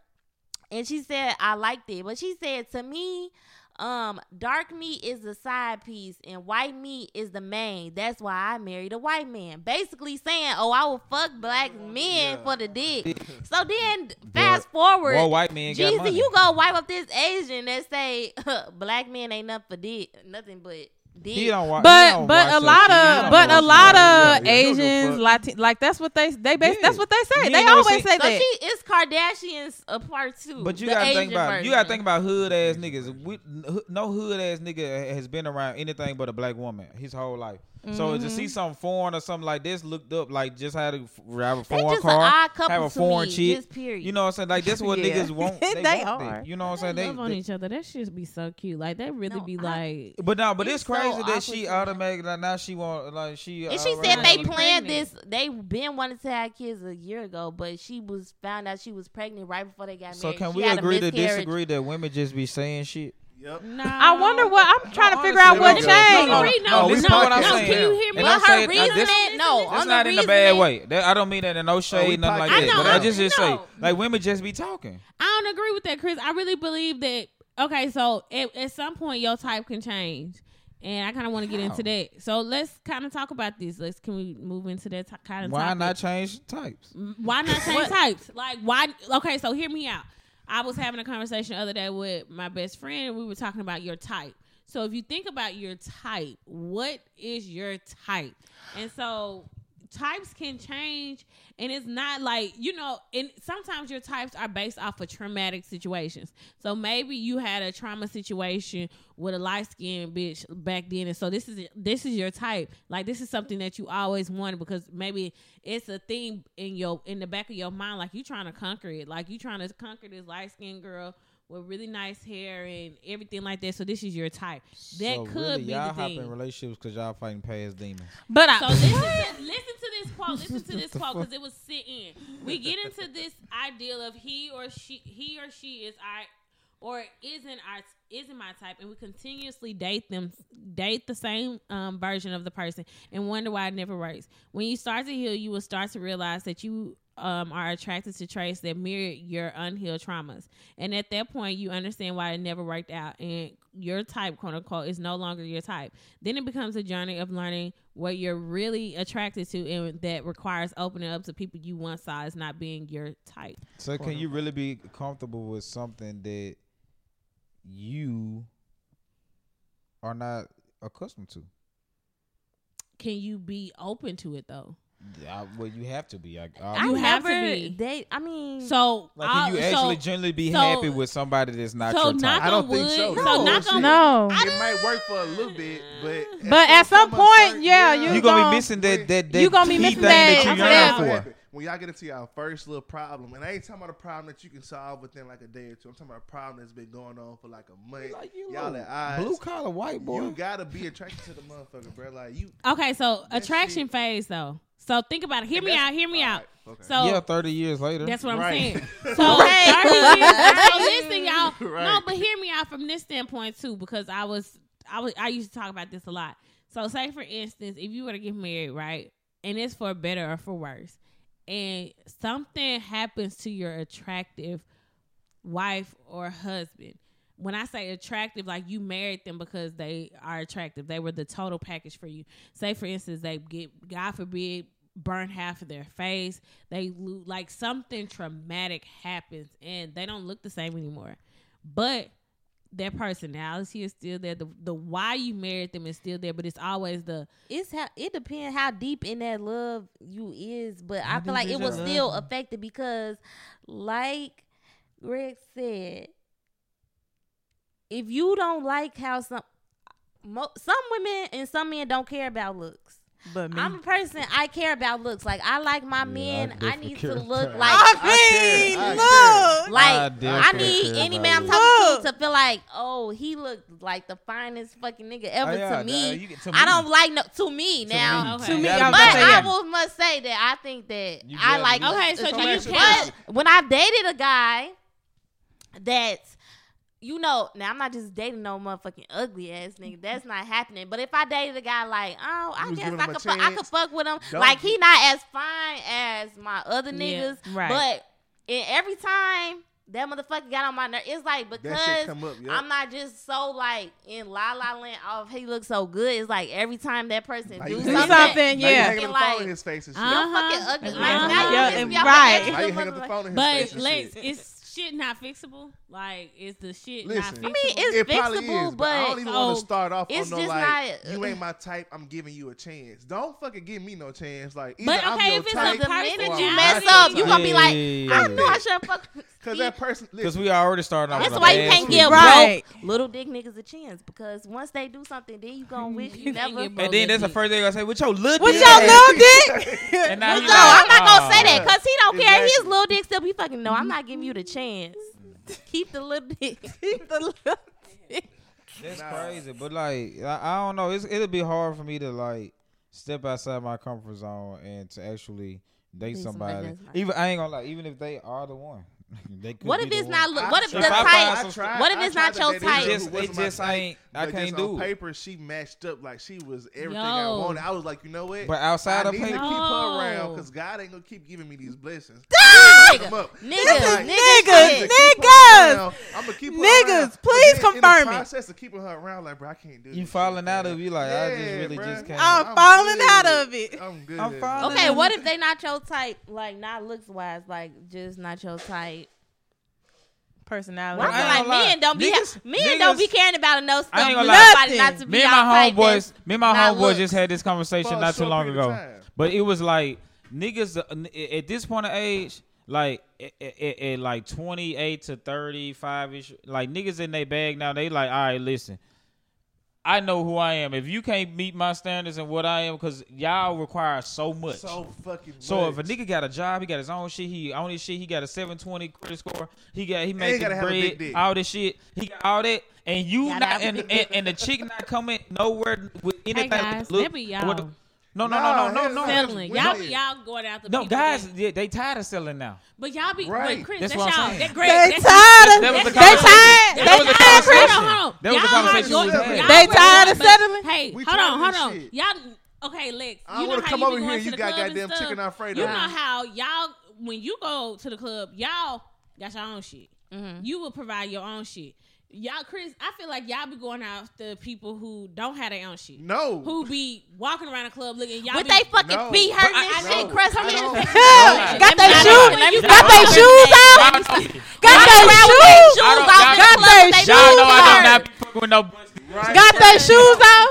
Speaker 2: and she said I liked it, but she said to me. Um, dark meat is the side piece and white meat is the main. That's why I married a white man. Basically saying, Oh, I will fuck black men
Speaker 5: Yeah.
Speaker 2: for the dick.
Speaker 4: (laughs)
Speaker 2: So then
Speaker 4: But-
Speaker 2: fast forward
Speaker 4: well, white men got
Speaker 2: Jeezy,
Speaker 4: money.
Speaker 2: (laughs) you go wipe up this Asian that say black men ain't nothing for dick, nothing but dick.
Speaker 4: He don't watch. he
Speaker 3: But
Speaker 4: don't
Speaker 3: but
Speaker 4: watch
Speaker 3: a
Speaker 4: that
Speaker 3: lot
Speaker 4: shit. He
Speaker 3: of
Speaker 4: don't
Speaker 3: but a
Speaker 4: watch
Speaker 3: lot
Speaker 4: that shit.
Speaker 3: of
Speaker 5: Yeah, you don't give a
Speaker 3: Asians
Speaker 5: fuck.
Speaker 3: Latin like that's what they they bas-
Speaker 4: Yeah.
Speaker 3: that's what they
Speaker 4: You
Speaker 3: say. They
Speaker 4: know what
Speaker 3: always
Speaker 4: I'm
Speaker 3: say
Speaker 2: So
Speaker 3: that.
Speaker 2: she is Kardashians a part two.
Speaker 4: But you
Speaker 2: the
Speaker 4: gotta
Speaker 2: Asian
Speaker 4: think about you gotta
Speaker 2: version.
Speaker 4: think about hood ass niggas. We, n- no hood ass nigga has been around anything but a black woman his whole life. So to
Speaker 2: Mm-hmm.
Speaker 4: see something foreign or something like this looked up, like just how to f- drive a
Speaker 2: They
Speaker 4: foreign
Speaker 2: just
Speaker 4: car,
Speaker 2: an odd couple
Speaker 4: have a
Speaker 2: to
Speaker 4: foreign
Speaker 2: me,
Speaker 4: chick.
Speaker 2: just period.
Speaker 4: You know what I'm saying? Like that's what
Speaker 3: Yeah.
Speaker 2: (laughs)
Speaker 4: niggas want. They,
Speaker 3: They
Speaker 4: want that.
Speaker 3: are.
Speaker 4: You know what I'm saying?
Speaker 1: They
Speaker 4: They,
Speaker 1: love on
Speaker 4: they-
Speaker 1: each other. That shit be so cute. Like that really
Speaker 2: No,
Speaker 1: be
Speaker 2: I-
Speaker 1: like.
Speaker 4: but no, but
Speaker 2: It's
Speaker 4: it's, crazy
Speaker 2: so
Speaker 4: that
Speaker 2: awkward
Speaker 4: she
Speaker 2: to watch.
Speaker 4: automatically like, now she want like she.
Speaker 2: And she
Speaker 4: already
Speaker 2: said they
Speaker 1: Alright.
Speaker 4: wanna-
Speaker 2: planned
Speaker 1: Pregnant.
Speaker 2: this. They been wanting to have kids a year ago, but she was found out she was pregnant right before they got
Speaker 4: So
Speaker 2: married.
Speaker 4: can
Speaker 2: She
Speaker 4: we
Speaker 2: had a
Speaker 4: agree to
Speaker 2: miscarriage.
Speaker 4: disagree that women just be saying shit?
Speaker 5: Yep.
Speaker 1: No.
Speaker 3: I wonder what I'm trying to figure out
Speaker 4: honestly,
Speaker 3: what
Speaker 4: it don't
Speaker 3: changed.
Speaker 4: go.
Speaker 1: No, no, no, no,
Speaker 4: this is what I'm
Speaker 1: no,
Speaker 4: saying.
Speaker 1: can you hear me?
Speaker 2: But
Speaker 4: And I'm
Speaker 2: her
Speaker 4: saying, uh,
Speaker 2: reasoning,
Speaker 4: this-
Speaker 2: no,
Speaker 4: That's
Speaker 2: on
Speaker 4: not
Speaker 2: the
Speaker 4: in a bad
Speaker 2: reasoning-
Speaker 4: way. That, I don't mean that in no shade,
Speaker 5: we
Speaker 4: nothing like
Speaker 5: podcast.
Speaker 4: that.
Speaker 1: I know,
Speaker 4: but I
Speaker 1: I-
Speaker 4: just just say
Speaker 1: no.
Speaker 4: like women just be talking.
Speaker 1: I don't agree with that, Chris. I really believe that. Okay, so at, at some point your type can change, and I kind of want to get
Speaker 4: How?
Speaker 1: into that. So let's kind of talk about this. Let's can we move into that kind of
Speaker 4: Why
Speaker 1: topic?
Speaker 4: not change types?
Speaker 1: M- Why not change types? Like why? Okay, so hear me out. I was having a conversation the other day with my best friend, and we were talking about your type. So if you think about your type, what is your type? And so types can change and it's not like you know and sometimes your types are based off of traumatic situations so maybe you had a trauma situation with a light-skinned bitch back then and so this is this is your type like this is something that you always wanted because maybe it's a thing in your in the back of your mind like you trying to conquer it like you trying to conquer this light-skinned girl with really nice hair and everything like that so this is your type that
Speaker 4: so
Speaker 1: could
Speaker 4: really,
Speaker 1: be
Speaker 4: y'all
Speaker 1: the
Speaker 4: hop
Speaker 1: thing.
Speaker 4: in relationships because y'all fighting past demons.
Speaker 3: But I,
Speaker 1: So listen to, listen to this quote. Listen to this quote because it was sitting. We get into this ideal of he or she, he or she is our, or isn't our, isn't my type, and we continuously date them, date the same um, version of the person, and wonder why it never works. When you start to heal, you will start to realize that you. Um, are attracted to traits that mirror your unhealed traumas, and at that point, you understand why it never worked out, and your type, quote unquote, is no longer your type then it becomes a journey of learning what you're really attracted to and that requires opening up to people you once saw as not being your type.
Speaker 4: So can you really be comfortable with something that you are not accustomed to?
Speaker 1: Can you be open to it though?
Speaker 4: I, well, you have to be. I,
Speaker 2: I
Speaker 1: You
Speaker 4: I,
Speaker 1: have to
Speaker 2: never.
Speaker 1: be.
Speaker 2: They. I
Speaker 5: Mm.
Speaker 2: mean.
Speaker 1: So,
Speaker 4: like, can you
Speaker 1: I'll-
Speaker 4: actually
Speaker 1: so,
Speaker 4: generally be
Speaker 1: so-
Speaker 4: happy with somebody that's not
Speaker 1: so
Speaker 4: your type?
Speaker 1: knock
Speaker 5: I don't
Speaker 1: on
Speaker 5: think
Speaker 1: wood.
Speaker 5: so.
Speaker 1: So
Speaker 5: No.
Speaker 1: knock on
Speaker 3: no.
Speaker 1: I
Speaker 5: It might work for a little bit, but
Speaker 3: But at some
Speaker 5: a
Speaker 3: point,
Speaker 5: certain-
Speaker 3: yeah, you
Speaker 4: you gonna
Speaker 3: gone.
Speaker 4: be missing that that that
Speaker 3: You gonna be
Speaker 4: key thing
Speaker 3: missing that-
Speaker 4: that, you
Speaker 3: Yeah.
Speaker 4: yearn for.
Speaker 5: Happen. When y'all get into y'all first little problem, and I ain't talking about a problem that you can solve within like a day or two. I'm talking about a problem that's been going on for like a month.
Speaker 4: Like, you
Speaker 5: y'all
Speaker 4: little
Speaker 5: at odds.
Speaker 4: Blue collar white boy.
Speaker 5: You gotta be attracted to the motherfucker, bro. Like you.
Speaker 1: Okay, so
Speaker 5: That
Speaker 1: attraction
Speaker 5: shit-
Speaker 1: phase though. So think about it. Hear
Speaker 5: And
Speaker 1: me
Speaker 5: that's-
Speaker 1: out. Hear me out.
Speaker 5: Alright, okay.
Speaker 1: So
Speaker 4: yeah, thirty years later.
Speaker 1: That's what I'm
Speaker 5: Right.
Speaker 1: saying.
Speaker 5: (laughs)
Speaker 1: So, 30 years- so listen, y'all. No,
Speaker 5: Right.
Speaker 1: but hear me out from this standpoint too, because I was, I was, I used to talk about this a lot. So, say for instance, if you were to get married, right, and it's for better or for worse, and something happens to your attractive wife or husband. When I say attractive, like you married them because they are attractive. They were the total package for you. Say for instance, they get God forbid burn half of their face. They lose like something traumatic happens and they don't look the same anymore. But their personality is still there. The the why you married them is still there, but it's always the
Speaker 2: it's how it depends how deep in that love you is, but
Speaker 4: How
Speaker 2: I
Speaker 4: deep
Speaker 2: feel like
Speaker 4: is
Speaker 2: it
Speaker 4: your
Speaker 2: was
Speaker 4: love?
Speaker 2: still affected because, like Greg said, if you don't like how some mo, some women and some men don't care about looks.
Speaker 3: but me.
Speaker 2: I'm a person I care about looks. Like I like my men. I,
Speaker 4: definitely
Speaker 2: need
Speaker 4: care
Speaker 2: to look
Speaker 4: (laughs) about-
Speaker 2: like
Speaker 3: I mean,
Speaker 5: I
Speaker 3: look.
Speaker 2: (laughs) like I,
Speaker 4: definitely
Speaker 2: need
Speaker 4: care
Speaker 2: any
Speaker 4: about
Speaker 2: man I'm
Speaker 4: looks.
Speaker 2: talking to
Speaker 3: Look.
Speaker 2: to feel like, oh, he looked like the finest fucking nigga ever
Speaker 4: Oh, yeah,
Speaker 2: to
Speaker 4: uh,
Speaker 2: me.
Speaker 4: you get- to
Speaker 2: I
Speaker 4: me.
Speaker 2: don't like no to me now.
Speaker 1: Okay.
Speaker 3: To me,
Speaker 4: Gotta
Speaker 3: I'm
Speaker 2: But
Speaker 4: be
Speaker 3: saying-
Speaker 2: I
Speaker 4: fair.
Speaker 2: will must say that I think that
Speaker 4: You
Speaker 2: I
Speaker 4: gotta
Speaker 2: like.
Speaker 4: be-
Speaker 1: Okay, so
Speaker 2: it's
Speaker 1: do you
Speaker 2: attraction.
Speaker 1: count-
Speaker 2: But when I've dated a guy that you know, now I'm not just dating no motherfucking ugly ass nigga. That's not happening. But if I dated a guy like, oh,
Speaker 5: You
Speaker 2: I
Speaker 5: was
Speaker 2: guess
Speaker 5: giving
Speaker 2: I
Speaker 5: him a
Speaker 2: could, fuck, I could
Speaker 5: chance.
Speaker 2: fuck with him.
Speaker 5: Don't
Speaker 2: like
Speaker 5: you-
Speaker 2: he not as fine as my other
Speaker 1: Yeah,
Speaker 2: niggas.
Speaker 3: right.
Speaker 2: But and every time that motherfucker got on my nerve, it's like
Speaker 5: That
Speaker 2: because
Speaker 5: shit come up. Yep.
Speaker 2: I'm not just so like in La La Land. Oh, he looks so good. It's like every time that person
Speaker 5: Like,
Speaker 2: do
Speaker 5: you
Speaker 3: Do
Speaker 5: Something-
Speaker 3: something,
Speaker 5: Now you
Speaker 3: yeah.
Speaker 5: hanging the
Speaker 2: Like-
Speaker 5: phone in his face and shit.
Speaker 1: Uh-huh.
Speaker 2: You're fucking ugly.
Speaker 1: Uh-huh.
Speaker 2: Like, now you
Speaker 3: Yeah,
Speaker 2: pissed
Speaker 3: and
Speaker 2: me off
Speaker 3: right.
Speaker 2: like
Speaker 5: Now
Speaker 2: every
Speaker 5: you hang up the
Speaker 2: motherfucker.
Speaker 5: phone in his
Speaker 1: But
Speaker 5: face and
Speaker 1: let's
Speaker 5: shit.
Speaker 1: it's shit not fixable? Like, is the shit
Speaker 5: Listen,
Speaker 1: not
Speaker 5: I mean,
Speaker 1: fixable?
Speaker 2: it's
Speaker 5: it probably
Speaker 2: fixable,
Speaker 5: is, but I
Speaker 2: but
Speaker 5: don't even want
Speaker 1: so
Speaker 5: to start off
Speaker 2: it's
Speaker 5: on no
Speaker 2: just
Speaker 5: like
Speaker 2: not-
Speaker 5: you ain't my type. I'm giving you a chance. Don't fucking give me no chance. Like either
Speaker 1: But
Speaker 5: I'm
Speaker 1: okay,
Speaker 5: your
Speaker 1: if it's a
Speaker 5: type,
Speaker 2: the
Speaker 1: Like,
Speaker 2: minute
Speaker 5: or
Speaker 2: you
Speaker 5: I'm
Speaker 2: mess
Speaker 5: not
Speaker 2: up,
Speaker 5: your
Speaker 2: you
Speaker 5: type.
Speaker 2: gonna be like,
Speaker 4: Yeah.
Speaker 2: I know I should fuck. (laughs)
Speaker 5: Cause that person,
Speaker 4: Because
Speaker 5: listen,
Speaker 4: we already started off.
Speaker 2: That's
Speaker 4: with a
Speaker 2: why you
Speaker 4: bad
Speaker 2: can't
Speaker 4: foot.
Speaker 2: give
Speaker 3: Right.
Speaker 2: broke little dick niggas a chance because once they do something, then you gonna wish you
Speaker 1: You can't
Speaker 2: never.
Speaker 1: get
Speaker 2: No, (laughs)
Speaker 1: broke.
Speaker 4: And then that's the first thing I say. With your little
Speaker 3: With
Speaker 4: dick.
Speaker 3: your little dick.
Speaker 4: And (laughs) now you
Speaker 2: I'm
Speaker 4: like,
Speaker 2: not gonna say
Speaker 4: "Oh."
Speaker 2: that because he don't care. His
Speaker 5: Exactly.
Speaker 2: little dick still be fucking. No, I'm not giving you the chance. Keep the little dick. Keep the little. dick.
Speaker 4: (laughs) That's
Speaker 5: Nah.
Speaker 4: crazy, but like I, I don't know. It's, it'll be hard for me to like step outside my comfort zone and to actually date
Speaker 2: Date somebody
Speaker 4: somebody.
Speaker 2: that's like-
Speaker 4: Even I ain't gonna lie. Even if they are the one, (laughs) they
Speaker 2: (laughs)
Speaker 4: could
Speaker 2: What
Speaker 4: be
Speaker 2: if
Speaker 4: the
Speaker 2: it's
Speaker 4: one.
Speaker 2: not?
Speaker 5: I
Speaker 2: li- What if the
Speaker 5: tried-
Speaker 4: If I
Speaker 2: (laughs)
Speaker 4: find
Speaker 2: type?
Speaker 5: I tried-
Speaker 2: What if
Speaker 5: I
Speaker 2: it's
Speaker 5: tried
Speaker 2: not
Speaker 5: to
Speaker 2: your
Speaker 5: date a
Speaker 2: type?
Speaker 5: girl
Speaker 4: It
Speaker 5: who
Speaker 4: just,
Speaker 5: wasn't
Speaker 4: it
Speaker 5: my
Speaker 4: just
Speaker 5: type,
Speaker 4: ain't. I
Speaker 5: but
Speaker 4: can't
Speaker 5: just
Speaker 4: do
Speaker 5: On
Speaker 4: it.
Speaker 5: paper, she matched up like she was everything I
Speaker 1: Yo.
Speaker 5: wanted. I was like, you know what?
Speaker 4: But outside
Speaker 5: I
Speaker 4: of
Speaker 5: need to
Speaker 4: paper,
Speaker 5: keep her around
Speaker 1: No.
Speaker 5: because God ain't gonna keep giving me these blessings. I'm gonna fuck 'em up.
Speaker 2: Niggas,
Speaker 5: Like,
Speaker 3: niggas,
Speaker 2: niggas, shit.
Speaker 5: keep
Speaker 3: niggas.
Speaker 5: her around. I'm gonna keep her
Speaker 3: Niggas,
Speaker 5: around. But
Speaker 3: please
Speaker 5: then
Speaker 3: confirm
Speaker 5: In
Speaker 3: it.
Speaker 5: the process of keeping her around, like, bro, I can't do this.
Speaker 4: you falling
Speaker 5: shit,
Speaker 4: out
Speaker 5: man.
Speaker 4: of you like I just
Speaker 5: Yeah,
Speaker 4: really
Speaker 5: bruh.
Speaker 4: just can't.
Speaker 3: I'm
Speaker 5: I'm
Speaker 3: falling
Speaker 5: good.
Speaker 3: out of it.
Speaker 5: I'm good.
Speaker 4: I'm falling
Speaker 2: Okay, what if they not your type? Like not looks wise, like just not your type.
Speaker 3: Personality.
Speaker 2: Well, I
Speaker 4: I
Speaker 2: feel
Speaker 4: ain't
Speaker 2: like
Speaker 4: gonna lie.
Speaker 2: men don't be
Speaker 4: Niggas-
Speaker 2: men don't be
Speaker 4: niggas-
Speaker 2: caring about no stuff.
Speaker 4: I ain't
Speaker 2: but
Speaker 4: gonna lie.
Speaker 2: somebody not to be
Speaker 4: me and my
Speaker 2: all type
Speaker 4: homeboys,
Speaker 2: that's-
Speaker 4: me and my
Speaker 2: not
Speaker 4: homeboy
Speaker 2: looks.
Speaker 4: just had this conversation
Speaker 5: For a
Speaker 4: not too
Speaker 5: short
Speaker 4: long
Speaker 5: period of
Speaker 4: ago,
Speaker 5: time.
Speaker 4: but it was like niggas uh, n- a- at this point of age, like at, at, at like twenty eight to thirty five ish, like niggas in their bag now. They like, all right, listen. I know who I am. If you can't meet my standards and what I am, because y'all require so much.
Speaker 5: So fucking.
Speaker 4: So if a
Speaker 5: much.
Speaker 4: nigga got a job, he got his own shit. He own his shit. He got a seven twenty credit score. He got he making
Speaker 5: gotta have a big
Speaker 4: bread,
Speaker 5: dick.
Speaker 4: all this shit. He got all that, and you
Speaker 2: Gotta
Speaker 4: not
Speaker 2: have a
Speaker 4: and,
Speaker 2: big
Speaker 4: and, and the chick not coming nowhere with anything.
Speaker 1: guys,
Speaker 4: look,
Speaker 1: that be y'all.
Speaker 4: what the- No, no,
Speaker 5: Nah,
Speaker 4: no, no,
Speaker 5: hell
Speaker 4: no, no.
Speaker 5: no.
Speaker 1: Settling.
Speaker 5: That's
Speaker 1: Y'all be
Speaker 5: weird.
Speaker 1: y'all going out the
Speaker 4: No,
Speaker 1: people
Speaker 4: guys,
Speaker 1: that-
Speaker 4: yeah, they tired of
Speaker 2: (laughs)
Speaker 4: selling now.
Speaker 1: But y'all be
Speaker 5: Right.
Speaker 1: but Chris,
Speaker 4: That's
Speaker 1: that's,
Speaker 4: what I'm
Speaker 1: y'all.
Speaker 4: saying.
Speaker 1: That
Speaker 3: They
Speaker 1: great.
Speaker 3: tired.
Speaker 1: that's-
Speaker 3: of-
Speaker 4: That was the
Speaker 3: They
Speaker 1: that's- that's-
Speaker 3: tired.
Speaker 4: That was
Speaker 3: They
Speaker 4: the
Speaker 3: tired,
Speaker 4: conversation.
Speaker 3: Chris.
Speaker 1: Hold on, hold on.
Speaker 4: That was the
Speaker 1: Y'all already
Speaker 4: conversation we
Speaker 1: going-
Speaker 4: had.
Speaker 1: y'all
Speaker 3: They
Speaker 1: already
Speaker 3: tired
Speaker 1: going-
Speaker 3: of
Speaker 1: but-
Speaker 3: settling?
Speaker 1: Hey,
Speaker 5: We
Speaker 1: hold
Speaker 5: tired
Speaker 1: on,
Speaker 5: of
Speaker 1: hold
Speaker 5: this
Speaker 1: on.
Speaker 5: shit.
Speaker 1: Y'all. Okay, Lex.
Speaker 5: I
Speaker 1: you
Speaker 5: wanna
Speaker 1: know how
Speaker 5: come
Speaker 1: you
Speaker 5: over
Speaker 1: be
Speaker 5: here,
Speaker 1: going
Speaker 5: you
Speaker 1: to the
Speaker 5: got
Speaker 1: club and
Speaker 5: goddamn
Speaker 1: stuff?
Speaker 5: chicken Alfredo.
Speaker 1: You know
Speaker 5: Nah.
Speaker 1: how y'all when you go to the club, y'all got your own shit.
Speaker 4: Mm-hmm.
Speaker 2: Mhm.
Speaker 1: You will provide your own shit. Y'all, Chris, I feel like y'all be going after people who don't have their own shit.
Speaker 5: no,
Speaker 1: Who be walking around the club looking y'all
Speaker 2: With
Speaker 1: be,
Speaker 2: they fucking
Speaker 5: No.
Speaker 2: feet hurting
Speaker 1: But I-
Speaker 2: and
Speaker 1: no,
Speaker 2: shit, crust
Speaker 5: I don't-
Speaker 2: me.
Speaker 3: Got their
Speaker 2: Let me- let me-
Speaker 3: shoes. Got their
Speaker 2: let me-
Speaker 3: shoes
Speaker 2: let
Speaker 3: out.
Speaker 2: me-
Speaker 4: Y'all know-
Speaker 3: Got
Speaker 2: Walking
Speaker 3: their
Speaker 2: around with their
Speaker 3: shoes.
Speaker 2: shoes
Speaker 4: I don't-
Speaker 2: off
Speaker 4: y'all
Speaker 2: in the club
Speaker 3: got they
Speaker 2: with they
Speaker 4: Y'all know I
Speaker 2: shoes
Speaker 4: do not
Speaker 2: hurt.
Speaker 4: be fucking with no. pussy.
Speaker 5: Right.
Speaker 3: Got their shoes out.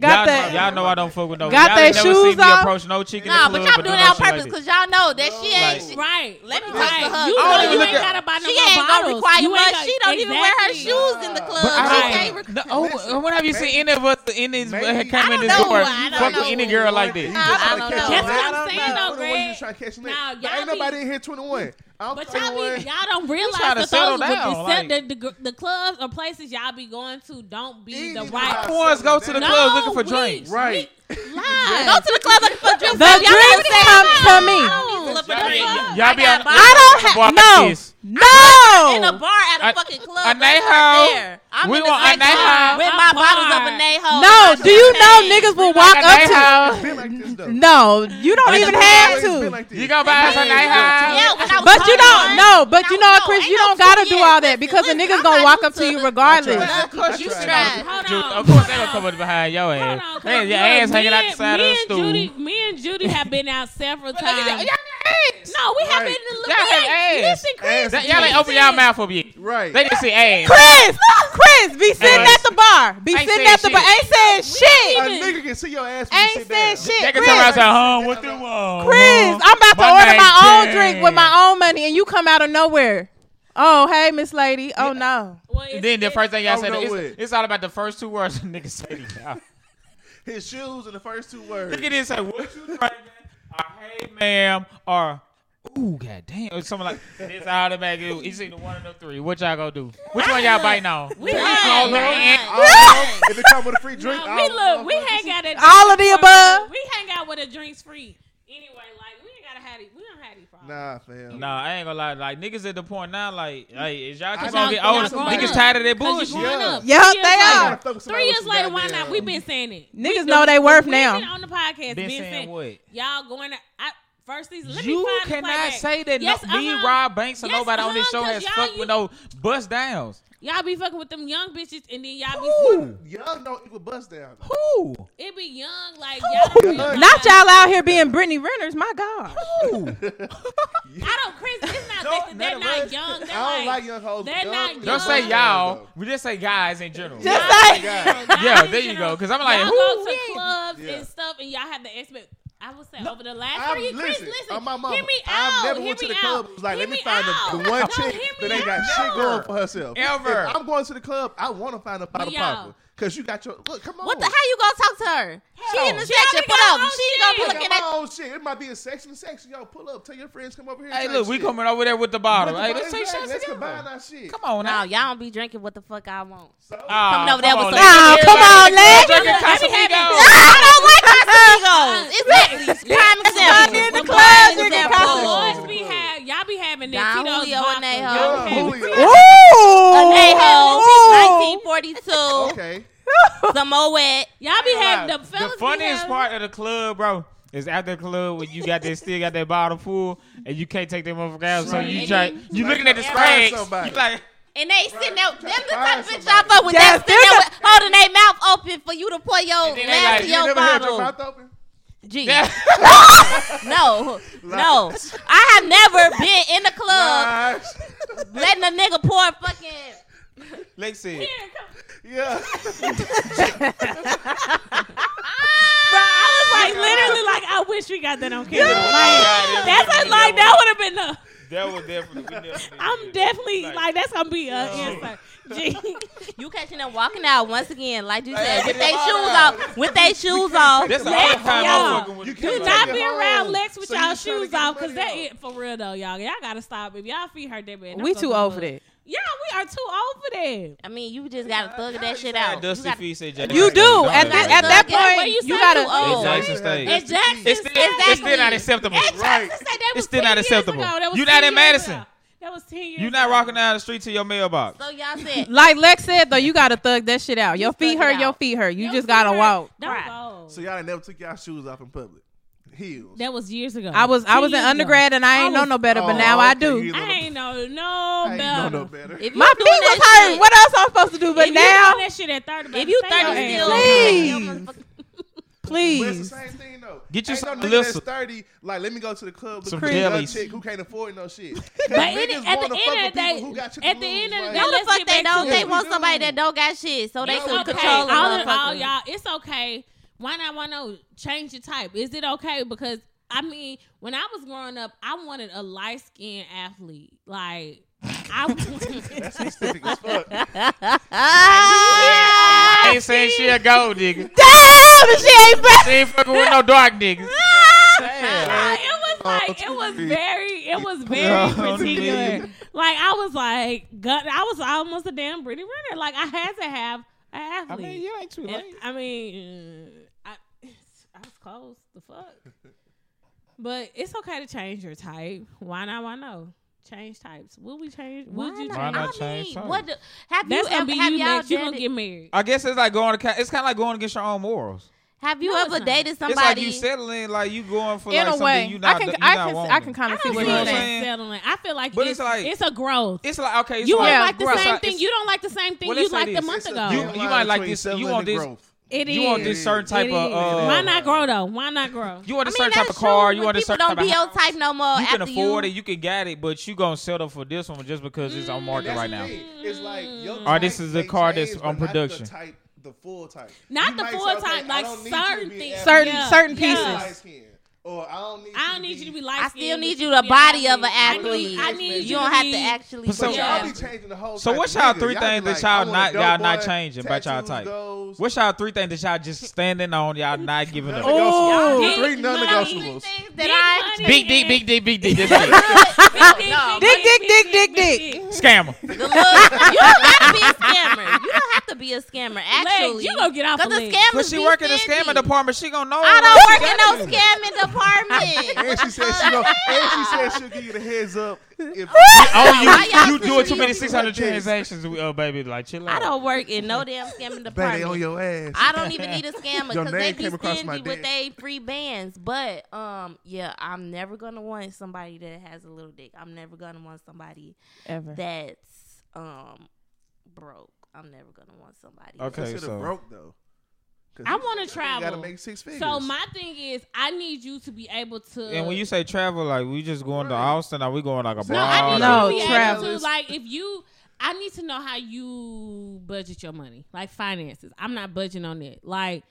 Speaker 3: Got
Speaker 4: y'all,
Speaker 3: that-
Speaker 4: know, y'all know I don't fuck with no.
Speaker 3: Got
Speaker 4: y'all
Speaker 3: they
Speaker 4: ain't never
Speaker 3: shoes
Speaker 4: seen me
Speaker 3: off.
Speaker 4: approach no chick in
Speaker 2: Nah,
Speaker 4: the
Speaker 2: but
Speaker 4: club.
Speaker 2: y'all
Speaker 4: or
Speaker 2: doing it
Speaker 4: no
Speaker 2: on
Speaker 4: shit like
Speaker 2: purpose
Speaker 4: that.
Speaker 2: because y'all know that she ain't.
Speaker 4: Like-
Speaker 2: she-
Speaker 1: Right. Let
Speaker 2: me
Speaker 5: talk to
Speaker 1: You
Speaker 2: her. I
Speaker 4: don't
Speaker 1: know
Speaker 4: even
Speaker 1: you
Speaker 4: look
Speaker 1: ain't
Speaker 4: at-
Speaker 1: gotta buy no
Speaker 2: She
Speaker 1: more
Speaker 2: ain't gonna
Speaker 1: bottles.
Speaker 2: require
Speaker 1: You ain't
Speaker 2: much.
Speaker 1: got-
Speaker 2: She don't even wear her
Speaker 1: Exactly.
Speaker 2: shoes in the club.
Speaker 4: But
Speaker 2: She
Speaker 4: I
Speaker 2: can't
Speaker 4: don't,
Speaker 2: requ-
Speaker 4: no, oh,
Speaker 5: Listen,
Speaker 4: when have you
Speaker 5: maybe-
Speaker 4: seen any of us in this
Speaker 5: maybe-
Speaker 4: uh, come
Speaker 2: I
Speaker 4: in
Speaker 2: don't
Speaker 4: this
Speaker 2: know.
Speaker 4: door
Speaker 2: I don't
Speaker 4: fuck with
Speaker 2: know.
Speaker 4: any girl like
Speaker 5: You
Speaker 4: that?
Speaker 2: I- I
Speaker 5: just tryna
Speaker 2: don't
Speaker 5: catch
Speaker 2: know.
Speaker 5: a
Speaker 2: That's
Speaker 1: what
Speaker 5: nigga.
Speaker 1: I'm saying,
Speaker 5: I'm
Speaker 1: though,
Speaker 5: the one you
Speaker 1: Greg.
Speaker 5: tryna catch a nigga.
Speaker 1: Nah,
Speaker 5: There
Speaker 1: y'all
Speaker 5: ain't nobody
Speaker 1: be-
Speaker 5: in here 21. I'm
Speaker 1: But
Speaker 5: 21.
Speaker 1: y'all, be, y'all don't realize
Speaker 4: tryna
Speaker 1: that
Speaker 4: settle
Speaker 1: those with the,
Speaker 4: down,
Speaker 1: set-
Speaker 4: like-
Speaker 1: the, the, the clubs or places y'all be going to don't be
Speaker 5: Easy
Speaker 1: the
Speaker 5: to
Speaker 1: right.
Speaker 5: buy.
Speaker 4: Ones go to the
Speaker 5: No,
Speaker 4: club looking for
Speaker 1: we-
Speaker 4: drinks.
Speaker 5: right.
Speaker 1: Lies.
Speaker 2: Go to the club looking for drinks.
Speaker 3: The
Speaker 2: Y'all
Speaker 3: drinks
Speaker 2: better say
Speaker 3: come to
Speaker 2: that.
Speaker 3: me.
Speaker 2: I don't need to look for
Speaker 4: Y'all be-
Speaker 2: drinks.
Speaker 4: y'all be
Speaker 2: I
Speaker 4: on-
Speaker 2: got bottles.
Speaker 3: I
Speaker 4: Walk
Speaker 3: don't have
Speaker 4: like
Speaker 3: no.
Speaker 4: this.
Speaker 2: in a
Speaker 3: No.
Speaker 2: bar at a
Speaker 4: I-
Speaker 2: fucking club.
Speaker 4: Anejo.
Speaker 2: That's not fair. I'm
Speaker 4: We
Speaker 2: in the
Speaker 4: want
Speaker 2: same
Speaker 4: Anejo.
Speaker 2: club with my
Speaker 1: I'm
Speaker 2: bottles of
Speaker 1: hard.
Speaker 2: Anejo.
Speaker 3: No. Do you know niggas will walk up to?
Speaker 5: It's been like this, though.
Speaker 3: No, you don't
Speaker 5: It's
Speaker 3: even
Speaker 5: always
Speaker 3: have
Speaker 5: been
Speaker 3: to.
Speaker 5: like this.
Speaker 4: You gonna buy us a
Speaker 5: Hey,
Speaker 4: night high?
Speaker 2: Yeah, when I was
Speaker 3: But you
Speaker 2: 21.
Speaker 3: don't know. But you
Speaker 2: No,
Speaker 3: know, what,
Speaker 2: no,
Speaker 3: Chris,
Speaker 2: ain't
Speaker 3: you
Speaker 2: no
Speaker 3: don't gotta do
Speaker 2: 20
Speaker 3: all that
Speaker 2: years.
Speaker 3: because the
Speaker 2: Listen,
Speaker 3: niggas
Speaker 2: I'm
Speaker 3: gonna
Speaker 2: not
Speaker 3: walk up
Speaker 2: used
Speaker 3: to
Speaker 2: to
Speaker 3: you
Speaker 2: the-
Speaker 3: regardless.
Speaker 5: I
Speaker 2: Of course you
Speaker 5: tried.
Speaker 2: tried.
Speaker 1: Hold
Speaker 4: Ju-
Speaker 1: on.
Speaker 4: Of course they
Speaker 1: hold
Speaker 4: gonna
Speaker 1: on.
Speaker 4: come up behind your
Speaker 1: Hold
Speaker 4: ass.
Speaker 1: on, 'cause
Speaker 4: Hey, your
Speaker 1: look,
Speaker 4: ass hanging out
Speaker 1: me
Speaker 4: the
Speaker 1: and-
Speaker 4: side of the stool.
Speaker 1: Me and Judy, me and Judy have been out several
Speaker 2: Look at
Speaker 1: times.
Speaker 2: y'all-
Speaker 1: No, we have
Speaker 5: Right.
Speaker 1: been in the
Speaker 4: Y'all have
Speaker 1: Hey,
Speaker 4: ass.
Speaker 1: Listen,
Speaker 5: Ass
Speaker 1: Chris.
Speaker 4: That- y'all ain't open y'all mouth for me.
Speaker 5: Right.
Speaker 4: They just see ass.
Speaker 3: Chris, Chris, be sitting
Speaker 4: Hey.
Speaker 3: at the bar. Be
Speaker 4: Ain't
Speaker 3: sitting
Speaker 4: saying
Speaker 3: at the bar.
Speaker 4: shit.
Speaker 3: Ain't saying
Speaker 5: a
Speaker 3: shit.
Speaker 5: nigga can see your ass when you
Speaker 3: Ain't
Speaker 5: sit down.
Speaker 3: saying shit.
Speaker 4: They can
Speaker 3: Chris,
Speaker 4: turn around and say,
Speaker 3: Chris,
Speaker 4: huh, what the wall?
Speaker 3: I'm about to order my own drink with my own money, and you come out of nowhere. Oh, hey, Miss Lady. Oh no.
Speaker 1: Well, it's-
Speaker 4: Then the
Speaker 1: it's-
Speaker 4: first thing y'all
Speaker 5: Oh,
Speaker 4: said,
Speaker 5: no
Speaker 4: it's,
Speaker 5: way.
Speaker 4: it's all about the first two words (laughs) the nigga say to y'all.
Speaker 5: His shoes in the first two words.
Speaker 4: Nigga didn't say, what you drinking? Or, hey, ma'am. Or, ooh, goddamn. Or something like, it's automatic. It's either one of the three. What y'all gonna do? Which one y'all biting on?
Speaker 1: We
Speaker 4: Oh,
Speaker 1: hang,
Speaker 4: man.
Speaker 5: All of them. if it come with a free drink,
Speaker 1: no,
Speaker 5: all
Speaker 1: we
Speaker 5: of
Speaker 1: look,
Speaker 5: them.
Speaker 1: we hang out at
Speaker 3: All of the above.
Speaker 1: We hang out with a drinks free. Anyway, like we ain't gotta have it. We don't have these problems.
Speaker 5: Nah, fam.
Speaker 4: No, I ain't gonna lie. Like niggas at the point now, like, hey, is y'all
Speaker 5: I
Speaker 4: just
Speaker 5: know
Speaker 4: gonna get
Speaker 5: y'all
Speaker 4: older?
Speaker 5: growing
Speaker 4: Niggas
Speaker 5: up.
Speaker 4: tired of that
Speaker 1: Cause
Speaker 4: bullshit.
Speaker 1: you growing up.
Speaker 3: Yeah.
Speaker 1: Three years
Speaker 3: Yup, (laughs) they
Speaker 1: later-
Speaker 5: I
Speaker 3: are.
Speaker 5: gotta fuck with somebody
Speaker 1: Three
Speaker 5: with
Speaker 1: years
Speaker 5: some
Speaker 1: later, why
Speaker 5: goddamn-
Speaker 1: not? We been saying it. We
Speaker 3: Niggas
Speaker 1: do-
Speaker 3: know they worth
Speaker 1: we
Speaker 3: now.
Speaker 1: Been on the podcast,
Speaker 4: Been
Speaker 1: been
Speaker 4: saying
Speaker 1: saying
Speaker 4: what?
Speaker 1: y'all going. To, I first these. Let me
Speaker 4: You
Speaker 1: find the
Speaker 4: cannot
Speaker 1: playback.
Speaker 4: say that
Speaker 1: Yes,
Speaker 4: no, me,
Speaker 1: uh-huh.
Speaker 4: Rob Banks, or
Speaker 1: Yes,
Speaker 4: nobody on this
Speaker 1: uh-huh,
Speaker 4: show
Speaker 1: 'cause
Speaker 4: has
Speaker 1: y'all
Speaker 4: fucked
Speaker 1: you-
Speaker 4: with no bust downs.
Speaker 1: Y'all be fucking with them young bitches, and then y'all be.
Speaker 5: Y'all know it would bust down.
Speaker 4: Who?
Speaker 1: It be young, like y'all. Don't realize-
Speaker 3: Not y'all out here being Brittany Renners. My God.
Speaker 1: I don't, Chris. It's not not. They, they're
Speaker 5: none of
Speaker 1: not
Speaker 5: us.
Speaker 1: young. They're
Speaker 5: I
Speaker 1: like,
Speaker 5: don't like young hoes.
Speaker 1: they're
Speaker 5: Young-
Speaker 1: not
Speaker 5: young
Speaker 1: young.
Speaker 4: Don't say
Speaker 5: hoes,
Speaker 4: y'all.
Speaker 5: though.
Speaker 4: We just say guys in general.
Speaker 3: Just-
Speaker 1: like,
Speaker 5: (laughs) Yeah.
Speaker 4: Yeah, there you go. Because I'm like,
Speaker 1: y'all
Speaker 4: who?
Speaker 1: go to clubs
Speaker 5: Yeah.
Speaker 1: and stuff, and y'all have the expect. I would say over the last
Speaker 5: I'm-
Speaker 1: three years, Chris,
Speaker 5: listen,
Speaker 1: listen,
Speaker 5: I'm my mama.
Speaker 1: hear me out.
Speaker 5: I've never
Speaker 1: hear
Speaker 5: went
Speaker 1: me
Speaker 5: to the club.
Speaker 1: out.
Speaker 5: It was like,
Speaker 1: Hear
Speaker 5: let me
Speaker 1: me
Speaker 5: find
Speaker 1: out.
Speaker 5: the, the one
Speaker 1: No,
Speaker 5: chick
Speaker 1: hear me
Speaker 5: that ain't got
Speaker 1: out.
Speaker 5: shit going for herself.
Speaker 4: Ever.
Speaker 5: If I'm going to the club. I want to find a bottle
Speaker 1: y'all-
Speaker 5: popper because you got your look. Come on.
Speaker 2: What the? How you gonna talk to her? She in the
Speaker 1: She
Speaker 2: section.
Speaker 1: only
Speaker 2: Pull
Speaker 1: got
Speaker 2: up.
Speaker 1: her own
Speaker 2: She
Speaker 1: shit.
Speaker 2: gonna be
Speaker 5: Look,
Speaker 2: looking
Speaker 5: my
Speaker 2: at.
Speaker 5: own shit. It might be a section to section. Y'all pull up. Tell your friends come over here.
Speaker 4: Hey,
Speaker 5: and
Speaker 4: look, we coming over there with the bottle. Hey, let's take
Speaker 5: say
Speaker 4: shots
Speaker 5: Let's combine
Speaker 4: together.
Speaker 5: our shit.
Speaker 4: Come on
Speaker 2: No,
Speaker 4: now.
Speaker 2: y'all don't be drinking what the fuck I want.
Speaker 5: So, uh,
Speaker 4: Coming
Speaker 2: over there with some-
Speaker 3: Nah, come on, Lex.
Speaker 2: (laughs) I don't like Casamigos. It's that prime
Speaker 3: Bobby
Speaker 2: example.
Speaker 3: in the
Speaker 2: Them
Speaker 3: club,
Speaker 2: boys is
Speaker 3: you can
Speaker 2: that
Speaker 3: come.
Speaker 2: bull.
Speaker 1: Boys be have y'all be having
Speaker 2: Don
Speaker 1: that Tito's
Speaker 2: Julio
Speaker 1: vodka.
Speaker 2: and they
Speaker 1: Y'all
Speaker 5: hoes.
Speaker 1: be having Tito's.
Speaker 5: Julio.
Speaker 3: Ooh.
Speaker 2: Hey, ho, 1942,
Speaker 5: okay.
Speaker 2: some Moet.
Speaker 1: Y'all
Speaker 5: Oh,
Speaker 1: be having
Speaker 4: The
Speaker 1: the fellas. be
Speaker 4: funniest
Speaker 1: having-
Speaker 4: part of the club, bro, is after the club when you got that still got that bottle full and you can't take that motherfucker out. So you
Speaker 1: Right.
Speaker 4: try, you looking at the
Speaker 5: Find
Speaker 4: spreads.
Speaker 5: somebody.
Speaker 4: You like, (laughs)
Speaker 2: And they sitting there, them the type
Speaker 5: Find
Speaker 2: of bitch y'all
Speaker 5: somebody.
Speaker 2: fuck with.
Speaker 3: Yes,
Speaker 2: Yes, they sitting there with, holding their mouth open for you to pour your
Speaker 4: And then they
Speaker 2: glass
Speaker 4: like,
Speaker 2: to
Speaker 4: you
Speaker 2: your
Speaker 4: never heard your
Speaker 5: Your
Speaker 2: bottle.
Speaker 5: mouth open. (laughs)
Speaker 2: Gee,
Speaker 4: (laughs) yeah.
Speaker 2: no, no. I have never been in the club
Speaker 5: Nice.
Speaker 2: letting a nigga pour a fucking.
Speaker 4: Lex said,
Speaker 5: yeah.
Speaker 1: Like literally, like I wish we got that on camera.
Speaker 4: Yeah.
Speaker 1: Like that's a, like that would have been the.
Speaker 4: that was definitely. we never did
Speaker 1: I'm
Speaker 4: that.
Speaker 1: definitely like that's gonna be an answer.
Speaker 5: (laughs)
Speaker 1: Gee.
Speaker 2: You catching them walking out once again, like you said,
Speaker 4: get
Speaker 2: with
Speaker 4: them
Speaker 2: their shoes
Speaker 4: all out.
Speaker 2: off, with their
Speaker 4: (laughs)
Speaker 2: shoes off.
Speaker 4: That's the
Speaker 1: Lex,
Speaker 4: only time
Speaker 1: y'all.
Speaker 4: I'm fucking with
Speaker 5: You
Speaker 4: the club.
Speaker 5: can't
Speaker 1: Do
Speaker 5: Like
Speaker 1: not
Speaker 5: at
Speaker 1: be
Speaker 5: home.
Speaker 1: around Lex with
Speaker 5: So you
Speaker 1: y'all
Speaker 5: just trying to
Speaker 1: shoes
Speaker 5: get
Speaker 1: off
Speaker 5: money
Speaker 1: because that
Speaker 5: off.
Speaker 1: it for real though, y'all. Y'all gotta stop. If y'all feet hurt that bad,
Speaker 3: We too old for that.
Speaker 1: Yeah, we are too old for that.
Speaker 2: I mean, you just gotta thug that shit
Speaker 4: Yeah,
Speaker 2: out. You
Speaker 4: Dusty
Speaker 2: gotta-
Speaker 4: feet said, Jack.
Speaker 3: You do.
Speaker 2: that-
Speaker 3: At, thi-
Speaker 2: that-
Speaker 3: at that
Speaker 2: Yeah,
Speaker 1: but
Speaker 3: point,
Speaker 1: you
Speaker 3: you
Speaker 1: said
Speaker 3: gotta.
Speaker 1: too old.
Speaker 4: It's nice and stay.
Speaker 2: And Jackson
Speaker 4: It's
Speaker 2: said
Speaker 4: still, it's still not
Speaker 2: exactly.
Speaker 4: acceptable.
Speaker 2: And
Speaker 5: Right.
Speaker 2: Jackson said that
Speaker 4: It's
Speaker 2: was
Speaker 4: still not
Speaker 2: 10 years
Speaker 4: acceptable.
Speaker 2: ago.
Speaker 1: No, that was
Speaker 4: You not
Speaker 1: 10
Speaker 4: in
Speaker 1: years
Speaker 4: Madison.
Speaker 1: ago. That was ten years.
Speaker 4: You not
Speaker 1: ago.
Speaker 4: walking down the street to your mailbox.
Speaker 2: So y'all said
Speaker 3: Like Lex said, though, you gotta thug that shit out. Your
Speaker 2: You
Speaker 3: feet
Speaker 2: thug it
Speaker 3: hurt. Your
Speaker 2: out.
Speaker 3: feet hurt. You
Speaker 1: Your
Speaker 3: just
Speaker 1: feet
Speaker 3: gotta
Speaker 1: hurt.
Speaker 3: walk.
Speaker 1: Don't
Speaker 2: Right.
Speaker 1: go.
Speaker 5: So y'all ain't never took y'all shoes off in public. Heels.
Speaker 1: that was years ago.
Speaker 3: I was I
Speaker 1: Ten
Speaker 3: was in
Speaker 1: years ago.
Speaker 3: undergrad and I ain't
Speaker 1: I
Speaker 3: know
Speaker 1: was-
Speaker 3: no better, but
Speaker 5: Oh,
Speaker 3: now I
Speaker 5: okay, you
Speaker 3: do.
Speaker 5: know
Speaker 1: I
Speaker 5: the-
Speaker 1: ain't know no
Speaker 5: I
Speaker 1: better.
Speaker 5: ain't know no better.
Speaker 2: if you
Speaker 3: My feet
Speaker 2: doing that
Speaker 3: was hurt.
Speaker 2: shit-
Speaker 3: What else I'm supposed to do? But
Speaker 1: if you
Speaker 3: now,
Speaker 1: do that shit at thirty,
Speaker 2: If you
Speaker 1: stay your
Speaker 2: thirty
Speaker 1: ass.
Speaker 2: still,
Speaker 3: Please.
Speaker 5: But it's
Speaker 3: please.
Speaker 5: the same thing though.
Speaker 4: Get you
Speaker 5: Ain't
Speaker 4: some
Speaker 5: no nigga
Speaker 4: listen.
Speaker 5: that's thirty. Like, let me go to the club with
Speaker 4: Some
Speaker 5: some young
Speaker 4: jellies.
Speaker 5: chick who can't afford
Speaker 1: (laughs)
Speaker 5: no shit. but
Speaker 1: But it- at the end of the day, at the end of the day,
Speaker 2: No, the
Speaker 1: Let's
Speaker 2: fuck
Speaker 1: get
Speaker 2: they
Speaker 1: back
Speaker 2: don't.
Speaker 1: to
Speaker 2: They
Speaker 1: it.
Speaker 2: want somebody that don't got shit, so they
Speaker 1: It's
Speaker 2: can
Speaker 1: okay.
Speaker 2: control the
Speaker 1: all, in all
Speaker 2: motherfucker.
Speaker 1: y'all. It's okay. Why not? Why not change your type? Is it okay? Because I mean, when I was growing up, I wanted a light skinned athlete. Like I, (laughs)
Speaker 5: That's specific as fuck.
Speaker 2: Ah!
Speaker 4: I ain't saying she a gold nigga.
Speaker 2: Damn, she ain't back.
Speaker 4: She ain't fucking with no dark niggas.
Speaker 1: Nah, it was like it was very, it
Speaker 4: (laughs)
Speaker 1: was very
Speaker 4: Oh,
Speaker 1: particular.
Speaker 4: man.
Speaker 1: Like I was like, gut, I was almost a damn Brittany Renner. Like I had to have an
Speaker 4: I
Speaker 1: athlete.
Speaker 4: mean, you ain't too
Speaker 1: And,
Speaker 4: late.
Speaker 1: I mean, I, I was close. The
Speaker 4: (laughs)
Speaker 1: fuck. But it's okay to change your type. Why not? Why no? Change types. Will we change? Would you change?
Speaker 4: Why not
Speaker 2: I
Speaker 4: change
Speaker 2: mean,
Speaker 4: type?
Speaker 2: what? Do, have
Speaker 1: That's
Speaker 2: you
Speaker 1: gonna
Speaker 2: ever
Speaker 1: be
Speaker 2: have
Speaker 1: you
Speaker 2: y'all
Speaker 1: next. You gonna
Speaker 2: dated-
Speaker 1: get married.
Speaker 4: I guess it's like going to. It's kind of like going against your own morals.
Speaker 2: Have you
Speaker 1: No, it's
Speaker 2: ever
Speaker 1: not.
Speaker 2: dated somebody?
Speaker 4: It's like you settling, like you going for
Speaker 3: In
Speaker 4: like
Speaker 3: a
Speaker 4: something
Speaker 3: way,
Speaker 4: you
Speaker 3: I
Speaker 4: not.
Speaker 3: can
Speaker 4: you
Speaker 3: I
Speaker 4: not
Speaker 3: can
Speaker 4: wanting.
Speaker 3: I can kind
Speaker 1: I
Speaker 3: of
Speaker 1: don't
Speaker 3: see
Speaker 1: see
Speaker 3: what
Speaker 4: you know
Speaker 3: you're
Speaker 1: that
Speaker 4: what I'm
Speaker 3: saying.
Speaker 4: saying?
Speaker 1: settling. I feel like
Speaker 4: But
Speaker 1: it's,
Speaker 4: it's like-
Speaker 1: it's a growth.
Speaker 4: It's like okay, it's
Speaker 1: you
Speaker 4: like,
Speaker 1: don't
Speaker 3: Yeah,
Speaker 1: like the
Speaker 4: growth.
Speaker 1: same
Speaker 4: It's-
Speaker 1: thing. You don't like the same thing
Speaker 4: Well,
Speaker 1: you
Speaker 4: let's say
Speaker 1: liked a
Speaker 4: this.
Speaker 1: month
Speaker 5: It's a
Speaker 1: ago.
Speaker 4: You-
Speaker 5: damn
Speaker 4: you
Speaker 5: line
Speaker 4: might like
Speaker 5: between
Speaker 4: this- you
Speaker 5: settling
Speaker 4: want
Speaker 5: and
Speaker 4: this-
Speaker 5: growth.
Speaker 1: It is.
Speaker 4: you want this certain type
Speaker 1: It
Speaker 4: of.
Speaker 1: is.
Speaker 4: Uh,
Speaker 1: Why not grow though? Why not grow?
Speaker 4: You
Speaker 2: I
Speaker 4: want a
Speaker 2: mean,
Speaker 4: certain
Speaker 2: that's
Speaker 4: type of
Speaker 2: true
Speaker 4: car. You
Speaker 2: when
Speaker 4: want a
Speaker 2: people
Speaker 4: certain
Speaker 2: don't
Speaker 4: type
Speaker 2: be
Speaker 4: of
Speaker 2: your
Speaker 4: house.
Speaker 2: type no more.
Speaker 4: You can
Speaker 2: after
Speaker 4: afford
Speaker 2: you.
Speaker 4: it. You can get it, but you gonna settle for this one just because it's on market
Speaker 5: That's
Speaker 4: right
Speaker 5: the
Speaker 4: now.
Speaker 5: thing. It's like your
Speaker 1: Mm.
Speaker 4: Or this
Speaker 5: type
Speaker 4: is the
Speaker 5: may
Speaker 4: car that's
Speaker 5: change,
Speaker 4: on
Speaker 5: but not
Speaker 4: production.
Speaker 5: The, type, the full type.
Speaker 1: Not
Speaker 5: You
Speaker 1: the
Speaker 5: might say,
Speaker 1: full
Speaker 5: okay,
Speaker 1: type,
Speaker 5: I
Speaker 1: like
Speaker 5: don't need you to
Speaker 1: certain
Speaker 5: be
Speaker 1: things.
Speaker 5: athletic.
Speaker 3: Certain-
Speaker 1: Yeah.
Speaker 3: certain
Speaker 1: Yeah.
Speaker 3: pieces.
Speaker 5: light skin. Or I don't need.
Speaker 1: I don't need you to be light.
Speaker 2: I still
Speaker 1: skinned,
Speaker 2: need
Speaker 1: but
Speaker 2: you
Speaker 1: should
Speaker 2: the
Speaker 1: be
Speaker 2: body of an
Speaker 1: athlete.
Speaker 2: athlete.
Speaker 1: I need
Speaker 2: You
Speaker 1: you
Speaker 2: don't
Speaker 1: to
Speaker 2: have
Speaker 1: be-
Speaker 2: to actually. um,
Speaker 4: But so
Speaker 5: But
Speaker 2: put
Speaker 5: y'all
Speaker 2: your-
Speaker 5: be changing the whole.
Speaker 4: So
Speaker 5: type
Speaker 4: what's
Speaker 5: of
Speaker 4: y'all
Speaker 5: nigga.
Speaker 4: three
Speaker 5: Y'all
Speaker 4: things
Speaker 5: be
Speaker 4: that
Speaker 5: like,
Speaker 4: y'all
Speaker 5: I want a
Speaker 4: not-
Speaker 5: dope
Speaker 4: y'all not
Speaker 5: boy,
Speaker 4: changing about y'all
Speaker 5: tattoos,
Speaker 4: type?
Speaker 5: goals.
Speaker 4: What's y'all three things that y'all just standing on? Y'all not giving up.
Speaker 3: Oh,
Speaker 1: Big
Speaker 5: three
Speaker 1: money.
Speaker 5: non-negotiables.
Speaker 2: Things
Speaker 1: Big
Speaker 2: that
Speaker 1: money
Speaker 4: Big dick,
Speaker 1: and-
Speaker 4: big dick, big dick. That's it.
Speaker 2: Ah, No.
Speaker 3: Dick, dick, dick, dick, dick.
Speaker 4: Scammer.
Speaker 2: I.
Speaker 1: (laughs)
Speaker 2: The look, you don't have to be a scammer. You don't have to be a scammer.
Speaker 1: (laughs)
Speaker 2: Actually,
Speaker 1: Leg, you gonna get off
Speaker 2: Cause
Speaker 1: the
Speaker 2: the
Speaker 1: leg.
Speaker 2: scammers
Speaker 4: But she
Speaker 2: be
Speaker 4: work in the
Speaker 2: stingy.
Speaker 4: scamming department. She gonna know.
Speaker 2: I
Speaker 4: what she
Speaker 2: don't
Speaker 4: got
Speaker 2: work in
Speaker 4: you.
Speaker 2: no scamming department.
Speaker 5: (laughs) And she said she gonna, and she said she'll give you the heads up
Speaker 1: (laughs)
Speaker 5: if
Speaker 2: Why
Speaker 4: (laughs) Oh,
Speaker 2: y'all
Speaker 4: you you doing too
Speaker 2: sitting
Speaker 4: many
Speaker 5: here
Speaker 4: six hundred
Speaker 5: like this?
Speaker 4: transactions, uh, baby. Like chill out.
Speaker 2: I don't work in no damn scamming
Speaker 5: baby on
Speaker 2: department.
Speaker 5: your ass.
Speaker 2: I don't even need a scammer
Speaker 5: (laughs) Your
Speaker 2: because they
Speaker 5: name
Speaker 2: be
Speaker 5: came across
Speaker 2: stingy
Speaker 5: my
Speaker 2: with
Speaker 5: desk.
Speaker 2: they free bands. But um, yeah, I'm never gonna want somebody that has a little dick. I'm never gonna want somebody
Speaker 3: Ever.
Speaker 2: that's um broke. I'm never gonna want somebody.
Speaker 4: Okay,
Speaker 5: Consider
Speaker 4: so
Speaker 5: broke though. 'Cause
Speaker 1: I
Speaker 5: you-
Speaker 1: wanna
Speaker 5: you Gotta
Speaker 1: travel.
Speaker 5: make six figures.
Speaker 1: So my thing is, I need you to be able to.
Speaker 4: And when you say travel, like we just going to
Speaker 5: Right.
Speaker 4: Austin, are we going like
Speaker 1: no, I
Speaker 4: abroad?
Speaker 1: need
Speaker 3: No,
Speaker 1: you to be
Speaker 3: travel.
Speaker 1: able to like if you. I need to know how you budget your money, like finances. I'm not budging on it. Like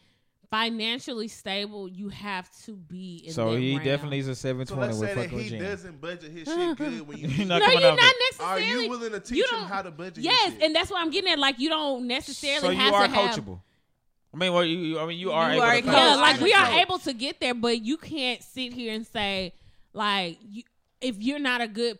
Speaker 1: financially stable, you have to be. In
Speaker 4: So
Speaker 1: that
Speaker 4: he
Speaker 1: realm.
Speaker 4: definitely is a seven
Speaker 5: so
Speaker 4: twenty
Speaker 5: let's say
Speaker 4: with
Speaker 5: that
Speaker 4: fucking
Speaker 5: he
Speaker 4: Regina.
Speaker 5: doesn't budget
Speaker 1: (laughs)
Speaker 5: his shit good when
Speaker 4: (laughs)
Speaker 5: you.
Speaker 4: You're not
Speaker 1: No,
Speaker 4: coming
Speaker 1: you're
Speaker 4: out
Speaker 1: not
Speaker 4: of it.
Speaker 5: Are
Speaker 1: necessarily.
Speaker 5: you willing to teach
Speaker 1: don't-
Speaker 5: him how to budget? your
Speaker 1: Yes,
Speaker 5: shit?
Speaker 1: and that's what I'm getting at. Like you don't necessarily
Speaker 4: So you
Speaker 1: have
Speaker 4: are
Speaker 1: to have.
Speaker 4: coachable. I mean, well, you, I mean, you are
Speaker 3: You
Speaker 4: able
Speaker 3: are
Speaker 4: to
Speaker 3: a
Speaker 4: coach.
Speaker 3: coach.
Speaker 1: Yeah, like
Speaker 5: I'm
Speaker 1: we
Speaker 5: a
Speaker 1: are
Speaker 5: coach.
Speaker 1: able to get there, but you can't sit here and say like you, if you're not a good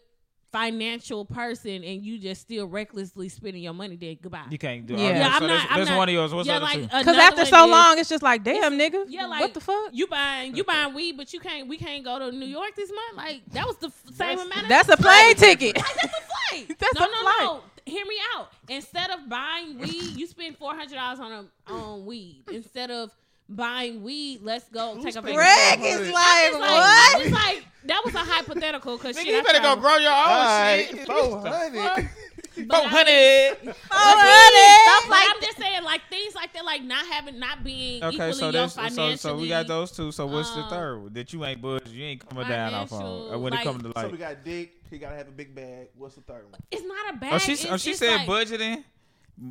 Speaker 1: financial person and you just still recklessly spending your money, then goodbye.
Speaker 6: You can't do.
Speaker 3: Yeah.
Speaker 6: Yeah,
Speaker 3: Yeah,
Speaker 1: I'm
Speaker 6: so
Speaker 1: not-
Speaker 6: that's,
Speaker 1: I'm
Speaker 6: that's
Speaker 1: not-
Speaker 6: one of yours. What's
Speaker 1: yeah,
Speaker 6: the other
Speaker 1: like
Speaker 6: two?
Speaker 3: Because
Speaker 1: another
Speaker 3: after
Speaker 1: one
Speaker 3: so
Speaker 1: is-
Speaker 3: long, it's just like, damn, nigga.
Speaker 1: Yeah, like
Speaker 3: what the fuck?
Speaker 1: You buying you buying weed, but you can't. We can't go to New York this month. Like that was the f- same amount. Of
Speaker 3: That's a plane ticket. (laughs)
Speaker 1: flight.
Speaker 3: that's
Speaker 1: no,
Speaker 3: a
Speaker 1: no,
Speaker 3: flight.
Speaker 1: no. Hear me out. Instead of buying weed, you spend four hundred dollars on a, on weed. Instead of buying weed, let's go
Speaker 5: Who
Speaker 1: take a
Speaker 5: spent
Speaker 1: vacation.
Speaker 3: Greg is
Speaker 5: It's
Speaker 3: like,
Speaker 1: It's like,
Speaker 3: what?
Speaker 1: It's like that was a hypothetical because
Speaker 6: Nigga,
Speaker 1: shit.
Speaker 6: you
Speaker 1: I
Speaker 6: better go
Speaker 1: travel.
Speaker 6: grow your own shit.
Speaker 5: Alright,
Speaker 4: (laughs)
Speaker 5: 400.
Speaker 1: But I-
Speaker 3: Oh,
Speaker 1: But I'm just saying, like things like that, like not having, not being
Speaker 6: Okay,
Speaker 1: e-, equally
Speaker 6: so
Speaker 1: your
Speaker 6: that's
Speaker 1: financially.
Speaker 6: so so we got those two. So what's the
Speaker 1: um,
Speaker 6: third one that you ain't budge? You ain't coming down off on uh, when it
Speaker 1: financial,
Speaker 6: comes to
Speaker 5: So we
Speaker 6: like.
Speaker 5: got dick. He gotta have a big bag. What's the third one?
Speaker 1: It's not a bad.
Speaker 6: Oh, she
Speaker 1: it's
Speaker 6: oh, she
Speaker 1: just
Speaker 6: said
Speaker 1: like,
Speaker 6: budgeting,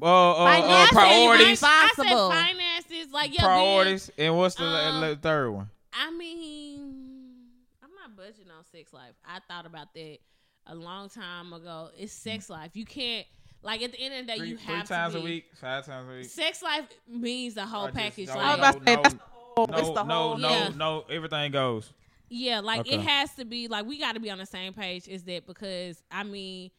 Speaker 6: uh, uh, uh,
Speaker 2: Financial
Speaker 6: priorities,
Speaker 2: advice.
Speaker 1: I said
Speaker 2: Responsible.
Speaker 1: finances, like yeah, being-
Speaker 6: priorities, and what's the
Speaker 1: Um,
Speaker 6: la- la- third one?
Speaker 1: I mean, I'm not budging on sex life. I thought about that a long time ago. It's sex life. You can't like at the end of the day,
Speaker 6: Mm. Three,
Speaker 1: you
Speaker 6: three
Speaker 1: have
Speaker 6: times
Speaker 1: to
Speaker 6: a
Speaker 1: be-
Speaker 6: week, five times a week.
Speaker 1: Sex life means the whole
Speaker 6: I just
Speaker 1: package.
Speaker 6: don't
Speaker 3: I was
Speaker 1: Like,
Speaker 3: about to say,
Speaker 6: No,
Speaker 3: that's the whole. it's
Speaker 6: No,
Speaker 3: the
Speaker 6: no,
Speaker 3: whole.
Speaker 6: no,
Speaker 1: Yeah.
Speaker 6: no. Everything goes.
Speaker 1: yeah, like
Speaker 6: Okay.
Speaker 1: it has to be like we got to be on the same page. Is that because I mean.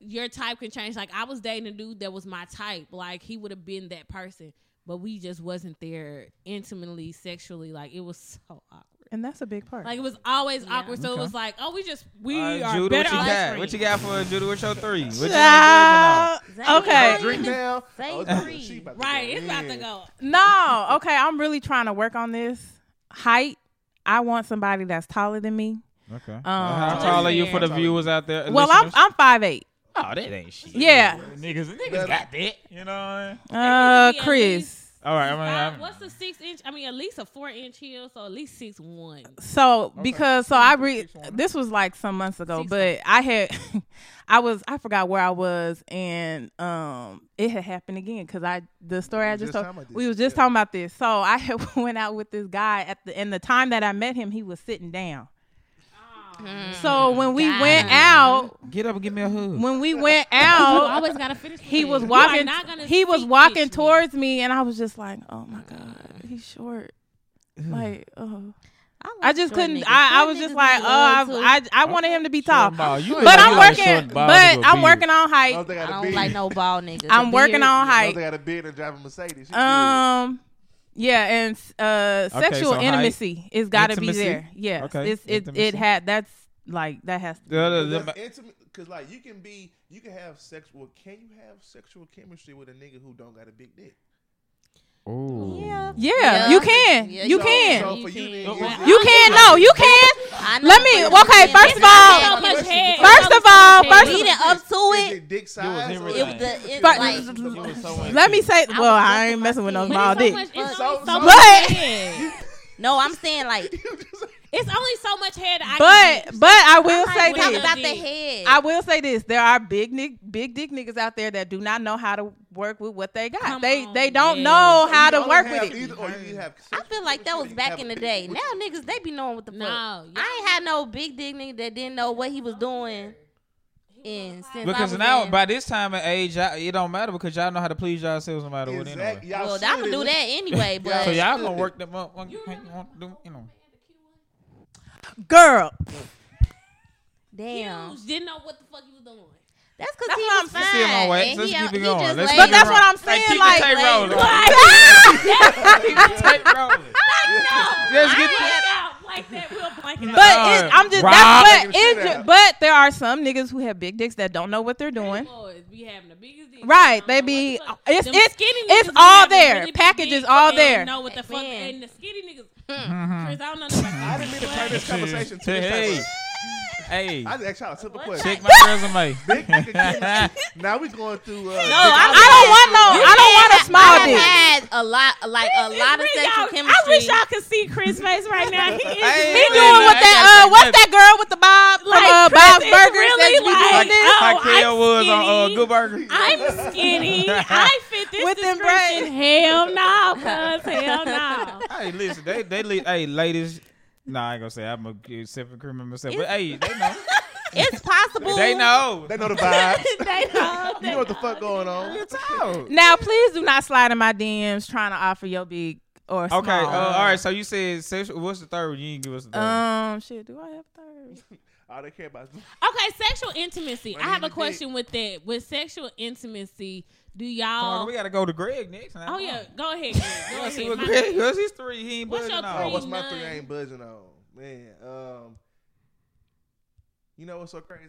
Speaker 1: Your type can change. Like I was dating a dude that was my type. Like he would have been that person, but we just wasn't there intimately, sexually. Like it was (laughs) so awkward.
Speaker 3: And that's a big part. (laughs)
Speaker 1: Like it was always
Speaker 2: Yeah.
Speaker 1: awkward. So
Speaker 6: Okay.
Speaker 1: it was like, oh, we just we
Speaker 6: All right,
Speaker 1: are
Speaker 6: Judah,
Speaker 1: better
Speaker 6: Uh, what you
Speaker 1: off
Speaker 6: got?
Speaker 1: friends.
Speaker 6: What you got for Judah? What's your three? What you ain't budging on?
Speaker 3: Child. Okay.
Speaker 2: Hey.
Speaker 5: Drink now.
Speaker 2: Say
Speaker 5: Oh, it's about to-
Speaker 2: three.
Speaker 5: she about to
Speaker 1: Right,
Speaker 5: go
Speaker 1: it's about to
Speaker 5: in.
Speaker 1: go.
Speaker 3: No, okay. I'm really trying to work on this height. I want somebody that's taller than me.
Speaker 6: Okay.
Speaker 3: Um,
Speaker 6: How tall are you for the
Speaker 5: How tall are
Speaker 6: viewers out there?
Speaker 3: Well, I'm I'm five eight.
Speaker 6: Oh, that ain't shit.
Speaker 3: Yeah.
Speaker 6: Niggas, niggas got that. You know. what I mean?
Speaker 1: It
Speaker 3: Uh,
Speaker 1: could be at
Speaker 3: Chris.
Speaker 6: All right.
Speaker 1: Five-
Speaker 6: I'm, I'm,
Speaker 1: what's the six inch? I mean, at least a four inch heel, so at least six one.
Speaker 3: So because so I
Speaker 6: Six
Speaker 3: re
Speaker 6: one.
Speaker 3: this was like some months ago,
Speaker 1: Six
Speaker 3: but I had (laughs) I was I forgot where I was and um it had happened again because I the story I
Speaker 5: was
Speaker 3: just
Speaker 5: just
Speaker 3: told
Speaker 5: talking about
Speaker 3: we
Speaker 5: this,
Speaker 3: was just
Speaker 5: yeah.
Speaker 3: talking about this. So I had (laughs) went out with this guy at the and the time that I met him he was sitting down.
Speaker 1: Oh.
Speaker 3: So when we went out,
Speaker 4: Get up and give me a hug.
Speaker 3: when we went
Speaker 1: Mm, (laughs) You
Speaker 3: out,
Speaker 1: always gotta finish.
Speaker 3: he
Speaker 1: with
Speaker 3: was
Speaker 1: it. You are
Speaker 3: walking
Speaker 1: not gonna
Speaker 3: he was
Speaker 1: sneak
Speaker 3: walking
Speaker 1: bitch me.
Speaker 3: towards me and i was just like oh my god he's short like oh i
Speaker 2: short
Speaker 3: just couldn't
Speaker 2: niggas.
Speaker 3: I, I
Speaker 2: Short
Speaker 3: was just
Speaker 2: niggas
Speaker 3: like
Speaker 2: be
Speaker 3: oh
Speaker 2: loyal, too.
Speaker 3: i i, I wanted him to be tall but
Speaker 6: you
Speaker 3: i'm working but i'm working on
Speaker 5: I don't
Speaker 3: height
Speaker 5: think I
Speaker 2: I
Speaker 5: had a
Speaker 2: don't
Speaker 5: beard.
Speaker 2: like no bald niggas.
Speaker 3: i'm
Speaker 2: A
Speaker 3: working
Speaker 2: beard-
Speaker 3: on
Speaker 5: I don't
Speaker 3: height
Speaker 5: think I had a beard and drive a Mercedes. She
Speaker 3: um yeah and uh
Speaker 6: Okay,
Speaker 3: sexual
Speaker 6: so height.
Speaker 3: inmacy it's got to be
Speaker 6: Intimacy?
Speaker 3: there yes
Speaker 6: Okay,
Speaker 3: it's it it
Speaker 6: intimacy.
Speaker 3: had that's like that has to
Speaker 5: because like you can be, you can have sexual. Can you have sexual chemistry with a nigga who don't got a big dick?
Speaker 2: Yeah.
Speaker 3: yeah,
Speaker 2: Yeah.
Speaker 3: you can
Speaker 2: Yeah,
Speaker 3: you
Speaker 2: so-
Speaker 3: can
Speaker 5: So for you,
Speaker 1: You
Speaker 5: then,
Speaker 1: can.
Speaker 5: is
Speaker 3: you
Speaker 5: it-
Speaker 3: can no you can
Speaker 2: I know
Speaker 3: Let me-
Speaker 2: what you're
Speaker 3: okay,
Speaker 2: saying.
Speaker 3: first of
Speaker 2: It's
Speaker 1: all-
Speaker 2: not so much
Speaker 1: First of all-
Speaker 2: head. It's not so much
Speaker 3: first of-
Speaker 2: leading up
Speaker 5: is
Speaker 2: to it.
Speaker 5: it dick size?
Speaker 6: It
Speaker 5: or
Speaker 6: was
Speaker 5: is
Speaker 2: It,
Speaker 5: it-
Speaker 2: the, it
Speaker 5: (laughs)
Speaker 3: But-
Speaker 2: like,
Speaker 3: let me say
Speaker 2: I
Speaker 3: well
Speaker 2: was
Speaker 3: i
Speaker 2: looking
Speaker 3: ain't messing with no
Speaker 2: at my
Speaker 3: small
Speaker 1: But it's
Speaker 3: dick
Speaker 1: so much- it's
Speaker 5: So-
Speaker 1: only so
Speaker 5: so-
Speaker 1: much
Speaker 3: But-
Speaker 1: head.
Speaker 2: no, I'm saying
Speaker 3: (laughs)
Speaker 2: like
Speaker 5: (laughs) You just-
Speaker 1: It's only so much head. I can
Speaker 3: But
Speaker 1: get.
Speaker 3: but I will
Speaker 1: like
Speaker 3: say
Speaker 1: when
Speaker 2: talk
Speaker 1: I'm
Speaker 3: this.
Speaker 2: about the
Speaker 1: Dick.
Speaker 2: head.
Speaker 3: I will say this. There are big nick, big dick niggas out there that do not know how to work with what they got.
Speaker 1: Come
Speaker 3: they
Speaker 1: on,
Speaker 3: they don't
Speaker 1: yeah.
Speaker 3: know
Speaker 5: you
Speaker 3: how to
Speaker 5: only
Speaker 3: work
Speaker 5: have
Speaker 3: with it.
Speaker 5: either- or you have
Speaker 2: I
Speaker 5: sexual
Speaker 2: feel like that
Speaker 5: chemistry
Speaker 2: was
Speaker 5: or you
Speaker 2: back
Speaker 5: have
Speaker 2: in
Speaker 5: a
Speaker 2: the
Speaker 5: big
Speaker 2: day.
Speaker 5: dick.
Speaker 2: Now niggas, they be knowing what the fuck.
Speaker 1: No,
Speaker 2: I
Speaker 1: y'all-
Speaker 2: ain't had no big dick nigga that didn't know what he was doing. And since I
Speaker 6: Because
Speaker 2: was
Speaker 6: now,
Speaker 2: in-
Speaker 6: by this time and age, I, it don't matter because y'all know how to please yourselves no matter what
Speaker 5: Exact-
Speaker 6: anyway.
Speaker 5: y'all
Speaker 2: well,
Speaker 5: should
Speaker 2: I'm gonna
Speaker 5: have-
Speaker 2: do that anyway. But
Speaker 6: So y'all
Speaker 5: Understood
Speaker 6: gonna
Speaker 5: it.
Speaker 6: work them up. You want to do, you know.
Speaker 3: Girl,
Speaker 2: damn,
Speaker 1: Huge didn't know what the fuck you was
Speaker 3: (laughs)
Speaker 1: doing.
Speaker 2: that's because
Speaker 3: That's
Speaker 2: he
Speaker 3: what
Speaker 2: was fine.
Speaker 3: I'm
Speaker 6: saying. Still gonna wait.
Speaker 2: and
Speaker 6: Let's
Speaker 2: he
Speaker 6: keep
Speaker 2: out-
Speaker 6: it
Speaker 2: he
Speaker 6: going.
Speaker 2: just
Speaker 6: Let's
Speaker 2: laid
Speaker 6: keep
Speaker 3: but
Speaker 6: it
Speaker 3: that's
Speaker 2: back.
Speaker 3: what I'm
Speaker 6: Hey,
Speaker 3: saying.
Speaker 6: keep
Speaker 3: Like,
Speaker 6: the tape rolling. keep the tape
Speaker 3: (laughs)
Speaker 6: rolling. Let's get the-
Speaker 1: Get out like that. We'll blank it out.
Speaker 3: but it, I'm just that's
Speaker 5: Rob.
Speaker 3: but it's, but there are some niggas who have big dicks that don't know what they're doing.
Speaker 1: Boys be having the biggest dick. I
Speaker 3: Right,
Speaker 1: don't
Speaker 3: they
Speaker 1: know
Speaker 3: be-
Speaker 1: what the fuck-
Speaker 3: it's-
Speaker 1: Them
Speaker 3: it's-
Speaker 1: skinny
Speaker 3: it's
Speaker 1: niggas be
Speaker 3: all
Speaker 1: having
Speaker 3: there.
Speaker 1: really big
Speaker 3: Package is
Speaker 1: dicks
Speaker 3: all
Speaker 1: and
Speaker 3: there. Hmm.
Speaker 1: Know what the fuck?
Speaker 2: Man.
Speaker 3: Mm-hmm.
Speaker 1: And the skinny niggas. Chris, I don't know. nothing about
Speaker 6: (laughs)
Speaker 5: I didn't mean to turn this conversation to this
Speaker 6: Hey.
Speaker 5: type
Speaker 4: Hey,
Speaker 5: I just asked y'all a simple
Speaker 2: What
Speaker 5: question.
Speaker 4: check my resume.
Speaker 5: (laughs)
Speaker 6: (laughs)
Speaker 5: Big nigga Gucci.
Speaker 3: Oh,
Speaker 5: Now we going through. Uh, no,
Speaker 3: I don't want no. I don't want a small
Speaker 2: I
Speaker 3: dick. (laughs)
Speaker 2: had a lot, like a
Speaker 1: It's
Speaker 2: lot of
Speaker 1: real,
Speaker 2: sexual
Speaker 1: y'all.
Speaker 2: chemistry.
Speaker 1: I wish y'all could see Chris' face right now.
Speaker 3: (laughs)
Speaker 1: He is
Speaker 4: Hey,
Speaker 3: He
Speaker 1: just-
Speaker 3: doing
Speaker 4: Wait,
Speaker 3: what
Speaker 4: I got
Speaker 3: that? Uh,
Speaker 4: something
Speaker 3: what's
Speaker 4: better.
Speaker 3: that girl with the Bob from
Speaker 1: Like, (laughs)
Speaker 3: uh,
Speaker 1: Chris
Speaker 3: Bob's
Speaker 1: is
Speaker 3: Burgers?
Speaker 1: really
Speaker 3: that we
Speaker 1: like-
Speaker 3: doing this?
Speaker 1: Oh,
Speaker 4: Like Kale
Speaker 1: I'm
Speaker 4: was on uh,
Speaker 1: skinny.
Speaker 4: Good Burger.
Speaker 1: I'm
Speaker 3: (laughs)
Speaker 1: skinny. I fit this
Speaker 3: With them
Speaker 1: description. Hell no, cuz. Hell
Speaker 3: (laughs)
Speaker 1: no.
Speaker 4: Hey, listen, they they lead, hey ladies. Nah, I ain't gonna say I'm a good separate criminal myself, but hey, they know.
Speaker 2: It's possible.
Speaker 4: they know.
Speaker 5: They know the vibes.
Speaker 1: They
Speaker 3: (laughs)
Speaker 1: know.
Speaker 5: you know what the fuck going on.
Speaker 4: (laughs) It's out.
Speaker 3: Now, please do not slide in my DMs trying to offer your big or small.
Speaker 4: Okay, uh, all right. So you said sexual. What's the third one? You didn't give us the third. one.
Speaker 3: Um, shit. Do I have third?
Speaker 5: All they care about is
Speaker 1: Okay, sexual intimacy.
Speaker 5: What
Speaker 1: I
Speaker 5: do
Speaker 1: have
Speaker 5: you
Speaker 1: a
Speaker 5: think?
Speaker 1: question with that. With sexual intimacy, do
Speaker 4: Come on,
Speaker 1: y'all?
Speaker 4: we gotta go to Greg next.
Speaker 1: Oh yeah, go
Speaker 5: (laughs)
Speaker 1: ahead. Greg. Go
Speaker 4: Let's see
Speaker 1: ahead.
Speaker 4: what
Speaker 1: My-
Speaker 4: Greg. Cause he's three. He ain't
Speaker 1: What's
Speaker 4: budging
Speaker 1: your
Speaker 5: Oh,
Speaker 1: three?
Speaker 4: off.
Speaker 5: what's my three
Speaker 1: none.
Speaker 5: I ain't buzzing on? Man, um, you know what's so crazy?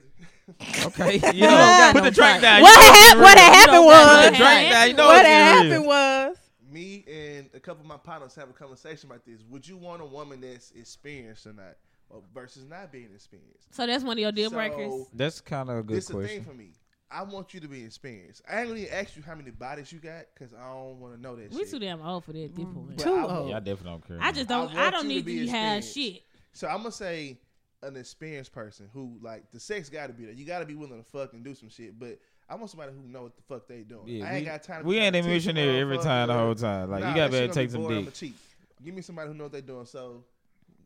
Speaker 4: (laughs)
Speaker 5: (laughs)
Speaker 4: Okay,
Speaker 3: got
Speaker 4: yeah. Put
Speaker 3: no
Speaker 4: the drink
Speaker 3: time.
Speaker 4: down.
Speaker 3: What
Speaker 4: You know
Speaker 3: happened? What
Speaker 4: it's
Speaker 3: happened
Speaker 4: real. Put the
Speaker 3: was.
Speaker 1: happened?
Speaker 4: drink down. You know
Speaker 3: What
Speaker 4: it's real.
Speaker 3: happened was.
Speaker 5: Me and a couple of my partners have a conversation about this. Would you want a woman that's experienced or not, or versus not being experienced?
Speaker 1: So that's one of your deal
Speaker 5: So,
Speaker 1: breakers.
Speaker 4: That's kind of a good
Speaker 5: this is the thing
Speaker 4: question.
Speaker 5: for me. I want you to be experienced. I ain't gonna even ask you how many bodies you got because I don't want to know that.
Speaker 1: We
Speaker 5: shit.
Speaker 1: too damn old for that at this point.
Speaker 5: But
Speaker 3: Too
Speaker 5: I
Speaker 3: old.
Speaker 5: want-
Speaker 3: Yeah, I
Speaker 4: definitely don't care.
Speaker 1: I just
Speaker 5: I
Speaker 1: don't.
Speaker 5: want
Speaker 1: I,
Speaker 5: you
Speaker 1: don't
Speaker 5: to
Speaker 1: need
Speaker 5: be
Speaker 1: you to have
Speaker 5: experienced.
Speaker 1: shit.
Speaker 5: So I'm gonna say an experienced person who like the sex got to be there. You got to be willing to fuck and do some shit. But I want somebody who know what the fuck they doing.
Speaker 4: Yeah,
Speaker 5: I ain't
Speaker 4: we-
Speaker 5: got time. To
Speaker 4: we
Speaker 5: be
Speaker 4: ain't
Speaker 5: trying
Speaker 4: a
Speaker 5: to teach
Speaker 4: missionary
Speaker 5: you
Speaker 4: every
Speaker 5: motherfucker.
Speaker 4: time the whole time. Like
Speaker 5: Nah,
Speaker 4: you gotta be
Speaker 5: that shit
Speaker 4: able to
Speaker 5: gonna
Speaker 4: take some
Speaker 5: boring. I'ma
Speaker 4: dick.
Speaker 5: cheat. Give me somebody who knows what they doing. So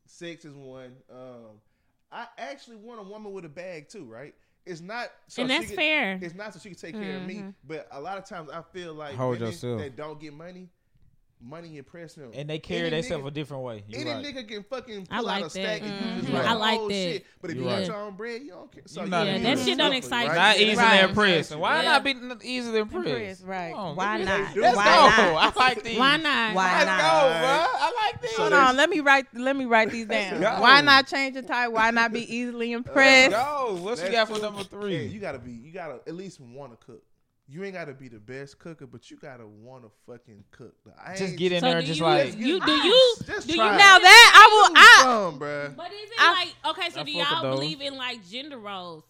Speaker 5: sex is one. Um, I actually want a woman with a bag too, right? It's not. So
Speaker 1: and
Speaker 5: she
Speaker 1: that's
Speaker 5: can-
Speaker 1: fair. Mm-hmm.
Speaker 5: It's not so she can take care of me. But a lot of times I feel like
Speaker 4: Hold
Speaker 5: women
Speaker 4: yourself.
Speaker 5: that don't get money, money impress them.
Speaker 4: And they carry
Speaker 5: Any
Speaker 4: themselves
Speaker 5: nigga-
Speaker 4: a different way. You
Speaker 5: Any
Speaker 4: right.
Speaker 5: nigga can fucking
Speaker 1: I
Speaker 5: pull
Speaker 1: like
Speaker 5: out a
Speaker 1: that.
Speaker 5: stack and you
Speaker 1: Mhm.
Speaker 5: just like,
Speaker 1: I like
Speaker 5: oh,
Speaker 1: that.
Speaker 5: shit. But if
Speaker 4: You
Speaker 5: you
Speaker 1: right.
Speaker 5: got your own bread, you don't care. So
Speaker 4: You
Speaker 5: you
Speaker 4: not
Speaker 5: gotta
Speaker 4: even
Speaker 5: be
Speaker 4: that
Speaker 5: a
Speaker 4: shit
Speaker 1: don't
Speaker 5: stripper,
Speaker 1: excite
Speaker 5: right?
Speaker 1: me.
Speaker 4: Not
Speaker 1: Right.
Speaker 4: easily
Speaker 3: Right.
Speaker 4: impressed. And Why
Speaker 1: Yeah.
Speaker 4: not be n- easily impressed?
Speaker 3: Impressed, right.
Speaker 4: Come on,
Speaker 3: Why
Speaker 4: let's-
Speaker 3: not?
Speaker 4: Let's
Speaker 3: Why
Speaker 4: go.
Speaker 3: not?
Speaker 4: I like these.
Speaker 1: Why not?
Speaker 3: Why
Speaker 4: Let's
Speaker 3: not?
Speaker 4: go, bro. I like these.
Speaker 5: So
Speaker 3: Hold
Speaker 5: there's-
Speaker 3: on, let me write. Let me write these down.
Speaker 4: Go.
Speaker 3: Why not change the type? Why not be easily impressed?
Speaker 4: Yo, what you
Speaker 5: That's
Speaker 4: got for
Speaker 5: two.
Speaker 4: number three?
Speaker 5: Yeah, you gotta be. You gotta at least want to cook. You ain't gotta be the best cooker, but you gotta want to fucking cook. I
Speaker 4: just
Speaker 5: ain't-
Speaker 4: get in
Speaker 1: So
Speaker 4: there
Speaker 1: do
Speaker 4: and just
Speaker 1: you-
Speaker 4: like
Speaker 1: you do
Speaker 5: Just-
Speaker 1: you
Speaker 5: just
Speaker 1: do you
Speaker 5: try it.
Speaker 3: Now that I will, I
Speaker 5: Some, bruh.
Speaker 1: But is it
Speaker 3: I-
Speaker 1: like okay? So
Speaker 4: I
Speaker 1: do
Speaker 4: fuck with
Speaker 1: y'all
Speaker 4: those.
Speaker 1: believe in like gender roles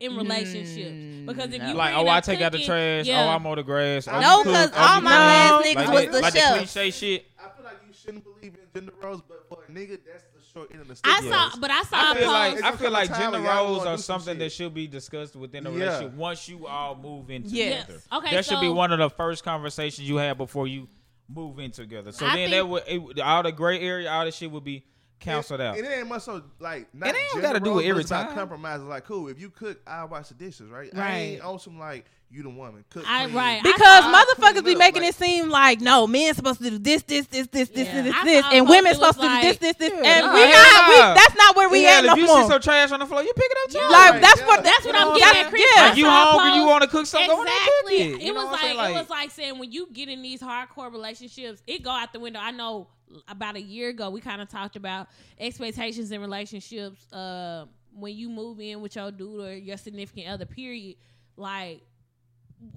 Speaker 1: in relationships? Because if you
Speaker 4: like,
Speaker 1: bringing
Speaker 4: oh, I
Speaker 1: up
Speaker 4: take out the
Speaker 1: cooking-
Speaker 4: trash.
Speaker 1: yeah.
Speaker 4: Oh, I'm on the grass. Oh,
Speaker 2: no,
Speaker 4: you
Speaker 2: because
Speaker 4: cook. Oh,
Speaker 2: all
Speaker 4: you
Speaker 2: my
Speaker 4: clean.
Speaker 2: last
Speaker 3: No.
Speaker 2: niggas
Speaker 4: like
Speaker 2: was
Speaker 4: the,
Speaker 2: the
Speaker 4: like
Speaker 2: chef.
Speaker 4: the cliche shit.
Speaker 5: I feel like you shouldn't believe in gender roles, but for a nigga, that's the short end of the stick.
Speaker 1: I
Speaker 5: Yes.
Speaker 1: saw, but I saw
Speaker 4: I
Speaker 1: a
Speaker 4: feel
Speaker 1: post.
Speaker 4: like I
Speaker 5: It's
Speaker 4: feel
Speaker 5: gonna
Speaker 4: like
Speaker 5: come a time
Speaker 4: gender
Speaker 5: when y'all
Speaker 4: roles
Speaker 5: gonna
Speaker 4: are
Speaker 5: do some
Speaker 4: something
Speaker 5: shit.
Speaker 4: that should be discussed within a
Speaker 5: Yeah.
Speaker 4: relationship once you all move in
Speaker 3: Yes.
Speaker 4: together.
Speaker 1: Okay,
Speaker 4: that should be
Speaker 1: so-
Speaker 4: one of the first conversations you have before you move in together. So
Speaker 1: I
Speaker 4: then
Speaker 1: think-
Speaker 4: that would it, would- all the gray area, all the shit would be canceled out.
Speaker 5: And it ain't much so like not
Speaker 4: It ain't
Speaker 5: gender
Speaker 4: gotta do it
Speaker 5: roles, but
Speaker 4: every
Speaker 5: it's about
Speaker 4: time.
Speaker 5: Compromising, like cool. If you cook, I wash the dishes, right? I ain't on some like you the woman cook.
Speaker 1: I-
Speaker 5: clean.
Speaker 1: right. I-
Speaker 3: Because
Speaker 5: I clean
Speaker 3: motherfuckers be
Speaker 5: up,
Speaker 3: making
Speaker 5: like-
Speaker 3: it seem like no men supposed to do this, this, this, this, this,
Speaker 1: Yeah.
Speaker 3: and this,
Speaker 1: I
Speaker 3: this,
Speaker 1: saw a
Speaker 3: and
Speaker 1: post
Speaker 3: women
Speaker 1: that
Speaker 3: supposed
Speaker 1: was
Speaker 3: to do this,
Speaker 1: like-
Speaker 3: this, this,
Speaker 4: Yeah,
Speaker 3: and
Speaker 4: nah,
Speaker 3: we
Speaker 4: hell
Speaker 3: not. We
Speaker 4: nah.
Speaker 3: that's not where we
Speaker 4: Hell,
Speaker 3: at no
Speaker 4: if you see
Speaker 3: more.
Speaker 4: some trash on the floor, you pick it up. too.
Speaker 3: Like that's
Speaker 5: Yeah.
Speaker 3: what
Speaker 1: That's what I'm
Speaker 3: that's-
Speaker 1: getting at, Chris.
Speaker 3: Yeah.
Speaker 1: I
Speaker 4: Are you
Speaker 1: saw
Speaker 4: hungry? You
Speaker 1: posts-
Speaker 4: want to cook something? Go in there and cook
Speaker 1: Exactly.
Speaker 4: You
Speaker 1: It
Speaker 4: know
Speaker 1: was
Speaker 4: what I'm
Speaker 1: like,
Speaker 4: saying?
Speaker 1: it was like saying when you get in these hardcore relationships, it go out the window. I know about a year ago we kind of talked about expectations in relationships. Uh, when you move in with your dude or your significant other, period, like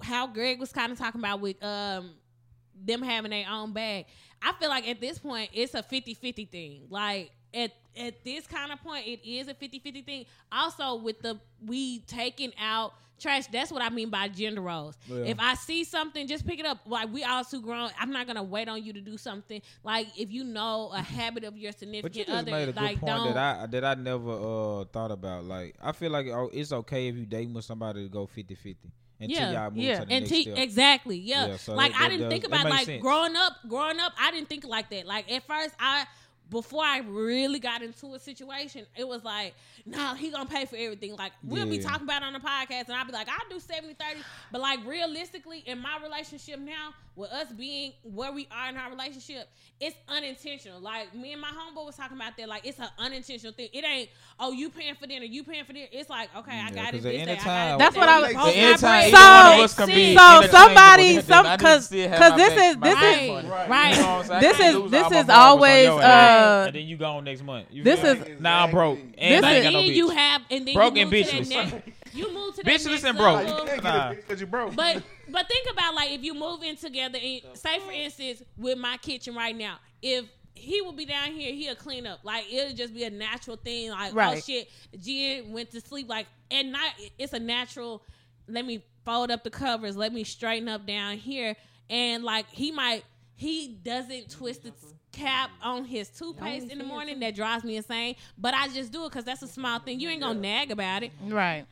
Speaker 1: how Greg was kind of talking about with um them having their own bag. I feel like at this point it's a 50-50 thing. Like at at this kind of point it is a 50-50 thing. Also with the we taking out trash, that's what I mean by gender roles.
Speaker 4: Yeah.
Speaker 1: If I see something, just pick it up. Like we all too grown. I'm not gonna wait on you to do something. Like if you know a habit of your significant
Speaker 4: But you just
Speaker 1: other,
Speaker 4: made a good
Speaker 1: like
Speaker 4: point
Speaker 1: don't
Speaker 4: that I that I never uh thought about. Like I feel like oh, it's okay if you dating with somebody to go 50-50 until
Speaker 1: Yeah,
Speaker 4: y'all move
Speaker 3: yeah.
Speaker 4: to the
Speaker 1: and
Speaker 4: next
Speaker 1: te-
Speaker 4: step.
Speaker 1: exactly yeah,
Speaker 4: Yeah, so
Speaker 1: like
Speaker 4: that-
Speaker 1: i
Speaker 4: that
Speaker 1: didn't
Speaker 4: does-
Speaker 1: think
Speaker 4: that
Speaker 1: about
Speaker 4: makes
Speaker 1: like
Speaker 4: sense.
Speaker 1: growing up growing up i didn't think like that like at first i before i really got into a situation it was like no he gonna pay for everything like we'll be
Speaker 4: Yeah.
Speaker 1: talking about it on the podcast and i'll be like i'll do 70 30 but like realistically in my relationship now with us being where we are in our relationship it's unintentional like me and my homeboy was talking about that like it's an unintentional thing it ain't oh you paying for dinner you paying for dinner it's like okay i
Speaker 4: Yeah,
Speaker 1: got
Speaker 4: 'cause
Speaker 1: it
Speaker 4: at
Speaker 1: this
Speaker 4: any
Speaker 1: day, I got
Speaker 4: time-
Speaker 1: it
Speaker 3: That's
Speaker 1: that
Speaker 3: what I
Speaker 1: day.
Speaker 3: was-
Speaker 1: Both
Speaker 4: At any
Speaker 1: my
Speaker 4: time,
Speaker 1: breaks
Speaker 4: either one of
Speaker 1: make
Speaker 4: us can be
Speaker 1: sense.
Speaker 3: So
Speaker 4: interchangeable.
Speaker 3: somebody,
Speaker 4: Then
Speaker 3: some
Speaker 4: I need to
Speaker 3: because
Speaker 4: still have
Speaker 3: because
Speaker 4: my
Speaker 3: this
Speaker 4: back-
Speaker 3: is
Speaker 4: my
Speaker 3: this
Speaker 4: back
Speaker 3: is
Speaker 1: Right.
Speaker 4: for it.
Speaker 1: Right.
Speaker 4: You know what I'm saying?
Speaker 3: This
Speaker 4: I
Speaker 3: is-
Speaker 4: lose
Speaker 3: this
Speaker 4: all my
Speaker 3: is
Speaker 4: motherfuckers on
Speaker 3: always,
Speaker 4: your ass,
Speaker 3: uh,
Speaker 4: and then you gone next month. You
Speaker 3: this
Speaker 4: feel
Speaker 3: is-
Speaker 4: me? nah, I'm broke. And
Speaker 5: This
Speaker 1: But
Speaker 4: I ain't
Speaker 1: then
Speaker 4: got no bitch.
Speaker 1: you have, and then
Speaker 4: Broke
Speaker 1: you
Speaker 4: and
Speaker 1: move to that
Speaker 4: bitchless.
Speaker 1: next- You move to that
Speaker 4: Bitchless
Speaker 1: next
Speaker 4: and broke.
Speaker 1: level.
Speaker 4: Nah.
Speaker 5: because you broke.
Speaker 1: (laughs) But but think about like if you move in together and say for instance with my kitchen right now, if he will be down here. He'll clean up. Like it'll just be a natural thing. Like oh
Speaker 3: Right.
Speaker 1: shit, Jen went to sleep. Like at night, it's a natural. Let me fold up the covers. Let me straighten up down here. And like he might, he doesn't twist the cap on his toothpaste in the morning. That drives me insane. But I just do it because that's a small thing. You ain't gonna nag about it.
Speaker 3: Right.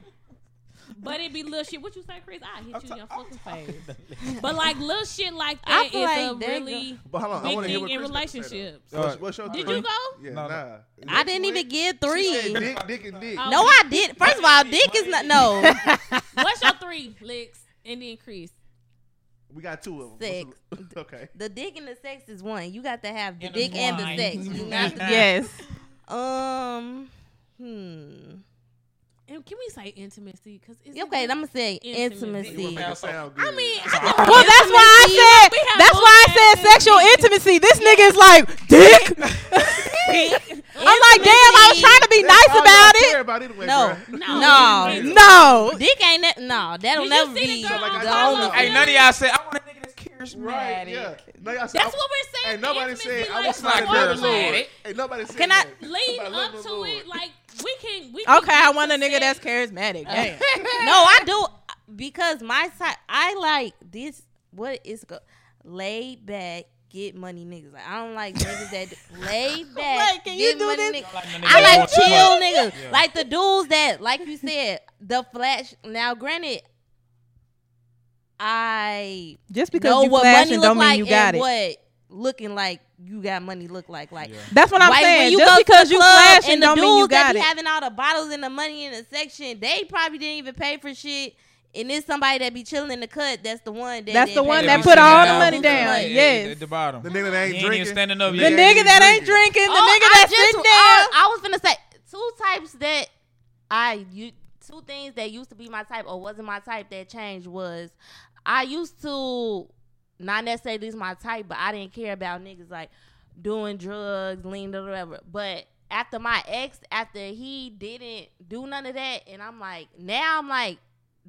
Speaker 1: But it be little shit. What you say, Chris? I hit you in your fucking face. But like little shit like
Speaker 2: I
Speaker 1: that is
Speaker 2: feel like
Speaker 1: a
Speaker 2: they
Speaker 1: really
Speaker 5: (laughs) But hold on, I
Speaker 1: big
Speaker 5: want to hear
Speaker 1: thing
Speaker 5: what
Speaker 1: in
Speaker 5: Chris got to say, though.
Speaker 1: relationships.
Speaker 5: What's, what's your
Speaker 1: Did
Speaker 5: three?
Speaker 1: you
Speaker 3: (laughs)
Speaker 1: go?
Speaker 5: Yeah,
Speaker 7: No, no.
Speaker 5: nah.
Speaker 2: I didn't even give
Speaker 5: She
Speaker 2: three.
Speaker 5: said Dick, dick, and dick.
Speaker 1: Oh.
Speaker 2: No, I did. First of all, dick is not. No,
Speaker 1: What's your three licks and then Chris?
Speaker 5: We got two of them.
Speaker 2: Six.
Speaker 5: What's the- (laughs) okay.
Speaker 2: the dick and the sex is one. You got to have the dick and the sex. You
Speaker 3: (laughs)
Speaker 2: not the,
Speaker 3: Yes.
Speaker 2: Um. Hmm.
Speaker 1: And can we say intimacy? Because
Speaker 2: Okay, I'm gonna say
Speaker 1: Intimacy.
Speaker 5: You wanna
Speaker 2: intimacy.
Speaker 5: make it sound
Speaker 1: I
Speaker 5: good.
Speaker 1: mean, I
Speaker 3: Well, that's why I
Speaker 1: We
Speaker 3: said.
Speaker 1: have
Speaker 3: That's
Speaker 1: both
Speaker 3: why I said
Speaker 1: had
Speaker 3: sexual intimacy. This nigga is like dick. (laughs) I'm like, damn. I was trying to be
Speaker 5: That's
Speaker 3: nice
Speaker 5: all
Speaker 3: about
Speaker 5: y'all
Speaker 3: it.
Speaker 5: care about anyway,
Speaker 2: No.
Speaker 5: bruh.
Speaker 1: No.
Speaker 2: No.
Speaker 3: No.
Speaker 2: Dick ain't that. No,
Speaker 1: Did
Speaker 2: that'll
Speaker 1: you
Speaker 2: never
Speaker 1: see the
Speaker 2: be
Speaker 1: girl
Speaker 5: on
Speaker 2: the
Speaker 5: Carlos
Speaker 2: only.
Speaker 5: Hey,
Speaker 4: Hey, none of y'all said I want a nigga that's charismatic.
Speaker 5: Right, yeah. No, y'all said,
Speaker 1: That's what we're saying.
Speaker 5: Ain't nobody
Speaker 1: intimacy,
Speaker 5: said I
Speaker 1: like,
Speaker 5: was not
Speaker 1: forward,
Speaker 5: good
Speaker 1: like,
Speaker 5: Lord. Ain't nobody said
Speaker 2: Can I-
Speaker 5: that.
Speaker 1: Lead
Speaker 5: Somebody
Speaker 1: up
Speaker 5: love the
Speaker 1: to
Speaker 5: Lord.
Speaker 1: it, like we can. We
Speaker 3: Okay,
Speaker 1: can
Speaker 3: I want a nigga
Speaker 1: say-
Speaker 3: that's charismatic. Damn.
Speaker 2: no, I do because my side. I like this. What is go- laid back? Get money niggas. Like, I don't like niggas that do-
Speaker 3: (laughs)
Speaker 2: laid back.
Speaker 3: Wait, can you
Speaker 2: get
Speaker 3: do
Speaker 2: money
Speaker 3: this?
Speaker 2: niggas.
Speaker 4: Like,
Speaker 2: I like chill
Speaker 4: chill.
Speaker 2: niggas, like the dudes that, like you said, the flash. Now, granted, I
Speaker 3: Just
Speaker 2: know
Speaker 3: because you
Speaker 2: what money
Speaker 3: flashing
Speaker 2: look
Speaker 3: don't mean
Speaker 2: like
Speaker 3: you got
Speaker 2: and
Speaker 3: it.
Speaker 2: what looking like you got money look like. Like
Speaker 3: That's what I'm
Speaker 2: like,
Speaker 3: saying. Just
Speaker 2: to the
Speaker 3: because you
Speaker 2: club
Speaker 3: flashing don't mean you
Speaker 2: that
Speaker 3: got
Speaker 2: be
Speaker 3: it.
Speaker 2: having all the bottles and the money in the section, they probably didn't even pay for shit. And it's somebody that be chilling in the cut. That's the one that
Speaker 3: That's the
Speaker 2: didn't pay
Speaker 3: one
Speaker 2: for
Speaker 3: that
Speaker 2: shit.
Speaker 3: put all the
Speaker 2: Yeah.
Speaker 3: money down.
Speaker 2: Yeah.
Speaker 3: Yes.
Speaker 4: At the bottom.
Speaker 5: The nigga that
Speaker 4: He
Speaker 5: ain't
Speaker 4: ain't even
Speaker 5: drinking.
Speaker 4: standing up
Speaker 5: The
Speaker 3: The
Speaker 4: Yeah,
Speaker 5: nigga
Speaker 3: nigga that ain't
Speaker 5: drinking.
Speaker 3: drinking, the
Speaker 2: Oh,
Speaker 3: nigga
Speaker 2: I
Speaker 3: that's
Speaker 2: just-
Speaker 3: sitting there.
Speaker 2: I, I was gonna say two types that I you two things that used to be my type or wasn't my type that changed was I used to not necessarily this my type, but I didn't care about niggas like doing drugs, lean or whatever. But after my ex, after he didn't do none of that, and I'm like, now I'm like,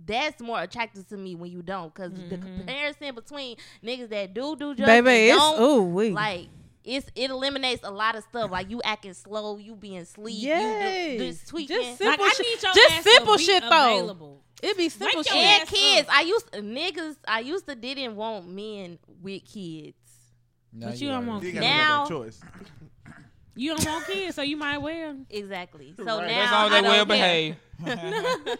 Speaker 2: that's more attractive to me when you don't, because the
Speaker 1: Mhm.
Speaker 2: comparison between niggas that do do drugs, and
Speaker 3: Mm-hmm. Baby, it's
Speaker 2: uh, don't,
Speaker 3: ooh wee.
Speaker 2: like it's it eliminates a lot of stuff. Like you acting slow, you being sleep, you
Speaker 3: Yes.
Speaker 2: do, this tweaking.
Speaker 1: (laughs)
Speaker 3: Just
Speaker 1: Like
Speaker 3: simple
Speaker 1: I
Speaker 3: shit.
Speaker 1: need your
Speaker 3: Just
Speaker 1: ass
Speaker 3: simple
Speaker 1: to be
Speaker 3: shit, though.
Speaker 1: available.
Speaker 3: It be simple
Speaker 1: Wake your
Speaker 3: shit. um,
Speaker 1: ass
Speaker 2: and kids,
Speaker 1: up.
Speaker 2: I used niggas. I used to didn't want men with kids.
Speaker 4: Now
Speaker 1: But you don't
Speaker 4: are.
Speaker 1: want
Speaker 5: You ain't
Speaker 1: kids.
Speaker 5: got
Speaker 2: Now-
Speaker 5: no choice.
Speaker 1: You don't want kids, so you might well.
Speaker 2: Exactly. So
Speaker 5: Right.
Speaker 2: now
Speaker 4: That's all they
Speaker 2: I don't
Speaker 4: well
Speaker 2: care.
Speaker 4: behave. That's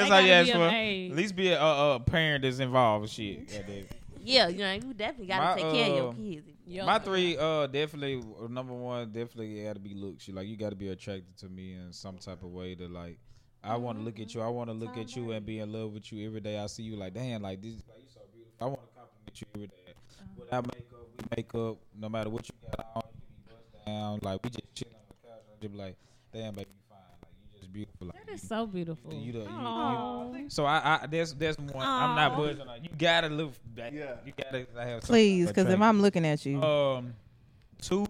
Speaker 4: all
Speaker 1: gotta
Speaker 4: you ask
Speaker 1: be of
Speaker 4: for.
Speaker 1: age.
Speaker 4: At least be a, a, a parent that's involved. and Shit. Goddamn.
Speaker 2: (laughs) yeah, you know you definitely gotta
Speaker 4: My,
Speaker 2: take care of your
Speaker 4: uh,
Speaker 2: kids.
Speaker 4: My three, uh, definitely uh, number one, definitely got to be looks. You like, you got to be attracted to me in some type of way to like. I want to look at you. I want to look at you and be in love with you every day. I see you like, damn, like this, like you so beautiful. I want to compliment you every day.
Speaker 1: Uh-huh.
Speaker 4: Without makeup, we make up. No matter what you got on, you be bust down. Like we just chilling on the couch. I just be like, damn, baby, you fine. Like you just beautiful. Like,
Speaker 1: That is so beautiful.
Speaker 4: You the- you- you-
Speaker 1: Aw.
Speaker 4: so I, I that's that's one. I'm
Speaker 1: Aw.
Speaker 4: not budging. on. You gotta look. That,
Speaker 5: Yeah.
Speaker 4: You gotta have. some
Speaker 3: Please, because if
Speaker 4: attraction.
Speaker 3: I'm looking at you,
Speaker 4: Um, two.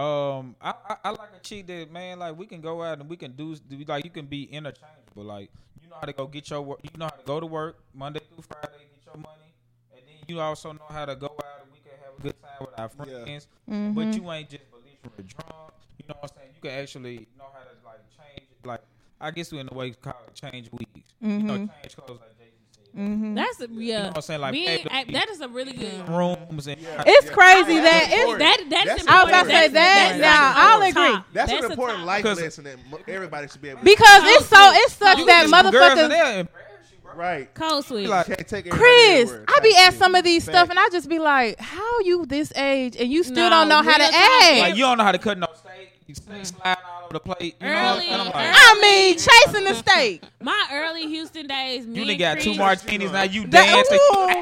Speaker 4: Um, I, I, I like a chick that man like we can go out and we can do do- like you can be interchangeable. Like you know how to go get your work. You know how to go to work Monday through Friday, get your money, and then you also know how to go out and we can have a good time with our
Speaker 5: Yeah.
Speaker 4: friends.
Speaker 3: Mhm.
Speaker 4: But you ain't just believe from a drum. You know what I'm saying? You can actually know how to like change. Like I guess we in the way called change weeks. You know,
Speaker 3: Mhm.
Speaker 4: change clothes like Jay Z said.
Speaker 3: Mhm.
Speaker 1: That's a, yeah.
Speaker 4: Mm-hmm. You know what I'm saying? Like
Speaker 1: Being
Speaker 4: baby,
Speaker 1: act- that is a really good.
Speaker 4: rooms and
Speaker 5: Yeah.
Speaker 3: Mm. it's crazy
Speaker 5: Yeah.
Speaker 3: that
Speaker 5: Yeah.
Speaker 3: it's.
Speaker 5: Important.
Speaker 1: That that's, important.
Speaker 5: That's important. I was about to say
Speaker 1: That's-
Speaker 5: that.
Speaker 1: that's
Speaker 3: Now,
Speaker 1: like
Speaker 3: I'll
Speaker 1: a top.
Speaker 5: That's,
Speaker 1: a
Speaker 5: an important
Speaker 1: top.
Speaker 5: life
Speaker 4: Because-
Speaker 5: lesson that mo- everybody should be able to
Speaker 3: Because it's so it's such
Speaker 1: You
Speaker 3: that
Speaker 1: can-
Speaker 4: Girls in
Speaker 3: motherfuckers.
Speaker 4: there embarrass you, bro.
Speaker 5: Right.
Speaker 1: Cold switch.
Speaker 4: Like,
Speaker 5: Can't take
Speaker 3: Chris, I be at some of these stuff and I just be like, "How you this age and you still
Speaker 1: No,
Speaker 3: don't know how to
Speaker 1: real talk,
Speaker 3: act?"
Speaker 4: Like you don't know how to cut no steak. You steak sliding all over the plate. You know what I'm
Speaker 1: Early,
Speaker 4: saying? I'm
Speaker 1: early.
Speaker 4: like,
Speaker 3: I mean, chasing the steak.
Speaker 1: my early Houston days. Me
Speaker 4: you done
Speaker 1: and
Speaker 4: got two
Speaker 1: Chris-
Speaker 4: martinis now. You
Speaker 3: That,
Speaker 4: dancing. (laughs)
Speaker 3: ooh, wait,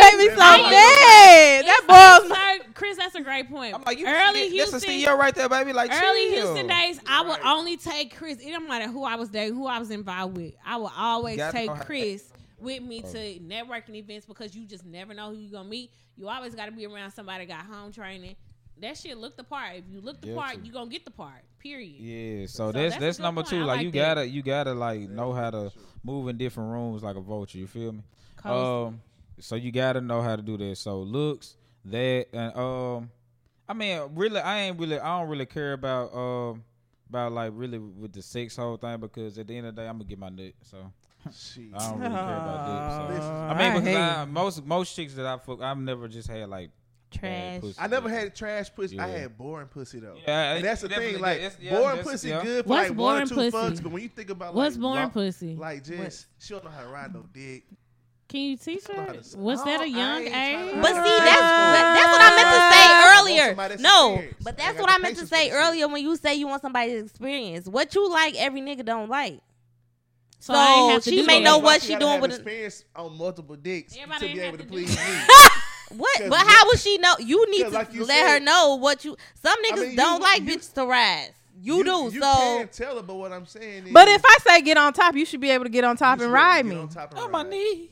Speaker 3: that made me so
Speaker 5: I-
Speaker 3: mad.
Speaker 1: It's
Speaker 3: That
Speaker 1: (laughs)
Speaker 3: boy's
Speaker 1: like, sir, Chris, that's a great point.
Speaker 4: I'm like, you
Speaker 1: early
Speaker 4: that's
Speaker 1: Houston,
Speaker 4: a CEO right there, baby. Like
Speaker 1: early
Speaker 4: chill.
Speaker 1: Houston days, I would
Speaker 5: Right.
Speaker 1: only take Chris. It don't matter who I was dating, who I was involved with. I would always
Speaker 4: Gotta
Speaker 1: take
Speaker 4: know how to
Speaker 1: Chris with me to networking events because you just never know who you're gonna meet. You always got to be around somebody that got home training. That shit look the part. If you look the part,
Speaker 4: Guilty.
Speaker 1: you gonna get the part. Period.
Speaker 4: Yeah, so,
Speaker 1: that's
Speaker 4: that's
Speaker 1: a
Speaker 4: that's,
Speaker 1: good
Speaker 4: number
Speaker 1: point. I
Speaker 4: two. Like,
Speaker 1: like
Speaker 4: you
Speaker 1: that.
Speaker 4: gotta you gotta like know how to move in different rooms like a vulture. You feel me?
Speaker 1: Cold.
Speaker 4: Um, so you gotta know how to do that. So looks that and um, I mean, really, I ain't really, I don't really care about, um, about like really with the sex whole thing because at the end of the day, I'm gonna get my nut. So
Speaker 5: Shit.
Speaker 4: I don't really care about dick. So.
Speaker 5: (laughs) Listen,
Speaker 4: I mean, because
Speaker 3: hate
Speaker 4: I, most most chicks that I fuck, I've never just had like
Speaker 2: Trash.
Speaker 4: bad pussy.
Speaker 5: I never had trash pussy. I
Speaker 4: Yeah.
Speaker 5: had boring pussy though.
Speaker 4: Yeah,
Speaker 5: and that's
Speaker 4: it
Speaker 5: the thing.
Speaker 4: definitely-
Speaker 5: Like
Speaker 4: it's- yeah,
Speaker 5: boring
Speaker 4: that's-
Speaker 5: pussy,
Speaker 4: yeah.
Speaker 5: good for
Speaker 1: What's
Speaker 5: like one or
Speaker 1: boring
Speaker 5: two
Speaker 1: pussy?
Speaker 5: fucks. But when you think about
Speaker 1: What's
Speaker 5: like,
Speaker 1: boring
Speaker 5: lo-
Speaker 1: pussy?
Speaker 5: like just
Speaker 3: What?
Speaker 5: she don't know how to ride no dick.
Speaker 1: Can you teach
Speaker 5: Like,
Speaker 1: her? Was that
Speaker 5: no,
Speaker 1: a young
Speaker 5: Oh, I ain't
Speaker 1: age?
Speaker 5: tryna-
Speaker 2: But see, that's but that's what I
Speaker 5: I want
Speaker 2: meant
Speaker 5: somebody
Speaker 2: to say earlier.
Speaker 5: that's
Speaker 2: No,
Speaker 5: experienced.
Speaker 2: but
Speaker 5: I
Speaker 2: that's
Speaker 5: got
Speaker 2: what
Speaker 5: the
Speaker 2: I meant to
Speaker 5: patience
Speaker 2: say
Speaker 5: for this shit.
Speaker 2: earlier when you say you want somebody's experience. What you like, every nigga don't like.
Speaker 1: so I ain't
Speaker 2: So
Speaker 1: have to
Speaker 2: she
Speaker 1: do
Speaker 2: may
Speaker 1: that.
Speaker 2: know
Speaker 5: Why
Speaker 2: what
Speaker 5: you
Speaker 2: she
Speaker 5: gotta
Speaker 2: doing
Speaker 5: have
Speaker 2: with it?
Speaker 5: experience on multiple dicks
Speaker 1: Everybody
Speaker 5: to be
Speaker 1: ain't
Speaker 5: able to
Speaker 1: have to
Speaker 5: please
Speaker 1: do
Speaker 5: me.
Speaker 2: What?
Speaker 5: 'Cause
Speaker 2: But
Speaker 5: look-
Speaker 2: how would she know? You need to
Speaker 5: 'Cause like you
Speaker 2: let her
Speaker 5: said-
Speaker 2: know what you. Some niggas
Speaker 5: mean,
Speaker 2: don't
Speaker 5: you-
Speaker 2: like
Speaker 5: you-
Speaker 2: bitches to rise. (laughs) You, do.
Speaker 5: You
Speaker 2: so
Speaker 5: can't tell her, but what I'm saying is,
Speaker 3: But if I say get on top, you should be able to get on
Speaker 5: you
Speaker 3: top
Speaker 5: should be
Speaker 3: and
Speaker 5: able to
Speaker 3: ride
Speaker 5: get
Speaker 3: me.
Speaker 5: on top and
Speaker 4: on my
Speaker 5: ride.
Speaker 4: knees.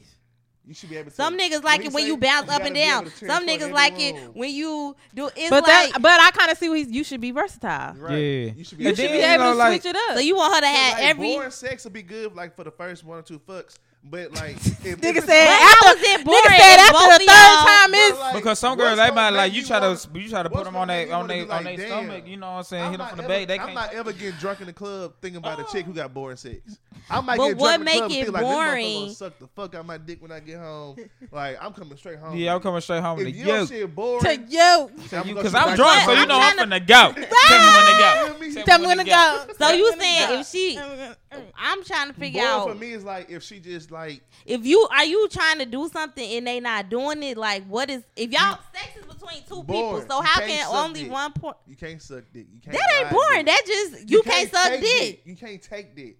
Speaker 5: You should be able to.
Speaker 2: some niggas like
Speaker 5: he
Speaker 2: it when
Speaker 5: say,
Speaker 2: you bounce up
Speaker 5: gotta
Speaker 2: and
Speaker 5: be able
Speaker 2: down.
Speaker 5: to tear
Speaker 2: Some
Speaker 5: this
Speaker 2: niggas
Speaker 5: fuck
Speaker 2: like
Speaker 5: every
Speaker 2: it
Speaker 5: room.
Speaker 2: when you do. It's
Speaker 3: But
Speaker 2: like
Speaker 3: that, but I kind of see what he's. You should be versatile.
Speaker 5: Right.
Speaker 4: Yeah.
Speaker 5: You should be
Speaker 4: You should
Speaker 5: able to.
Speaker 3: You
Speaker 4: be
Speaker 3: should be able
Speaker 4: know,
Speaker 3: to
Speaker 4: like-
Speaker 3: switch it up.
Speaker 2: so you want her to have
Speaker 5: like,
Speaker 2: every.
Speaker 5: boring sex would be good, like for the first one or two fucks. But like,
Speaker 2: (laughs)
Speaker 5: if
Speaker 3: Nigga
Speaker 5: if
Speaker 3: said
Speaker 2: But
Speaker 3: after-
Speaker 2: how is it boring?
Speaker 3: Nigga said
Speaker 2: if
Speaker 3: after
Speaker 2: both
Speaker 3: the
Speaker 2: of
Speaker 3: third
Speaker 2: y'all-
Speaker 3: time is
Speaker 5: like,
Speaker 4: because some
Speaker 5: what's
Speaker 4: girls they
Speaker 5: gonna
Speaker 4: might like
Speaker 5: make
Speaker 4: you try
Speaker 5: wanna-
Speaker 4: to you try to put
Speaker 5: what's
Speaker 4: them
Speaker 5: gonna
Speaker 4: on
Speaker 5: make
Speaker 4: their
Speaker 5: you
Speaker 4: on
Speaker 5: wanna
Speaker 4: their
Speaker 5: be
Speaker 4: on
Speaker 5: like,
Speaker 4: their
Speaker 5: damn,
Speaker 4: stomach. You know what I'm saying?
Speaker 5: I'm
Speaker 4: Hit them
Speaker 5: not
Speaker 4: from the
Speaker 5: ever-
Speaker 4: back. They
Speaker 5: I'm
Speaker 4: can't. Oh.
Speaker 5: not ever getting drunk in the club thinking about a chick who got boring sex. I might
Speaker 2: But
Speaker 5: get
Speaker 2: what
Speaker 5: drunk
Speaker 2: make
Speaker 5: in the club and
Speaker 2: it
Speaker 5: feel like this motherfucker
Speaker 2: boring-
Speaker 5: gonna suck the fuck out my dick when I get home.
Speaker 2: (laughs)
Speaker 5: Like I'm coming straight home.
Speaker 4: Yeah, I'm coming straight home with
Speaker 5: If
Speaker 4: the
Speaker 5: you don't
Speaker 4: yoke.
Speaker 5: shit boring,
Speaker 3: to you.
Speaker 4: Because I'm drunk, so
Speaker 2: But
Speaker 4: you
Speaker 2: I'm
Speaker 4: know I'm
Speaker 2: tryna-
Speaker 4: finna go. Tell me when they go.
Speaker 3: Tell me when to go.
Speaker 2: So you
Speaker 3: Tell me when to
Speaker 2: saying
Speaker 3: go.
Speaker 2: if she? I'm trying to figure
Speaker 5: Boring for
Speaker 2: out
Speaker 5: me is like if she just like
Speaker 2: if you are you trying to do something and they not doing it. Like what is if y'all sex is between two people?
Speaker 5: Boring.
Speaker 2: So
Speaker 5: You
Speaker 2: how
Speaker 5: can't
Speaker 2: can
Speaker 5: suck
Speaker 2: only
Speaker 5: dick.
Speaker 2: one point?
Speaker 5: you can't suck dick. You can't
Speaker 2: That ain't
Speaker 5: ride
Speaker 2: boring.
Speaker 5: dick.
Speaker 2: That just you, can't, suck
Speaker 5: take
Speaker 2: dick.
Speaker 5: You can't take dick.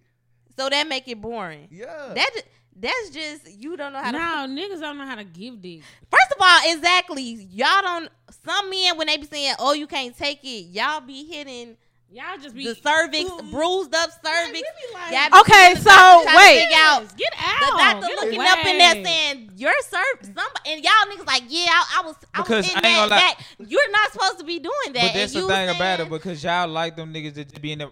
Speaker 2: So that make it boring.
Speaker 5: Yeah.
Speaker 2: That ju- that's just you don't know how to.
Speaker 1: No, niggas don't know how to give dick.
Speaker 2: First of all, exactly. Y'all don't. Some men when they be saying, "Oh, you can't take it," y'all be hitting
Speaker 1: Y'all just be
Speaker 2: the cervix,
Speaker 1: Ooh.
Speaker 2: bruised up
Speaker 1: Like,
Speaker 2: cervix.
Speaker 1: you be like,
Speaker 2: Y'all be
Speaker 3: Okay,
Speaker 2: hitting the
Speaker 3: so
Speaker 2: doctor trying to
Speaker 3: wait.
Speaker 2: figure out-
Speaker 1: Get out.
Speaker 2: The doctor
Speaker 1: Get
Speaker 2: looking
Speaker 1: away.
Speaker 2: up in there saying, "Your cervix." Somebody and y'all niggas like, "Yeah, I, I was, I
Speaker 4: Because
Speaker 2: was
Speaker 4: I
Speaker 2: in
Speaker 4: ain't gonna
Speaker 2: that,
Speaker 4: lie.
Speaker 2: that." You're not supposed to be doing that.
Speaker 4: But
Speaker 2: and
Speaker 4: that's the
Speaker 2: you
Speaker 4: thing about it
Speaker 2: saying-
Speaker 4: because y'all like them niggas that just be in there.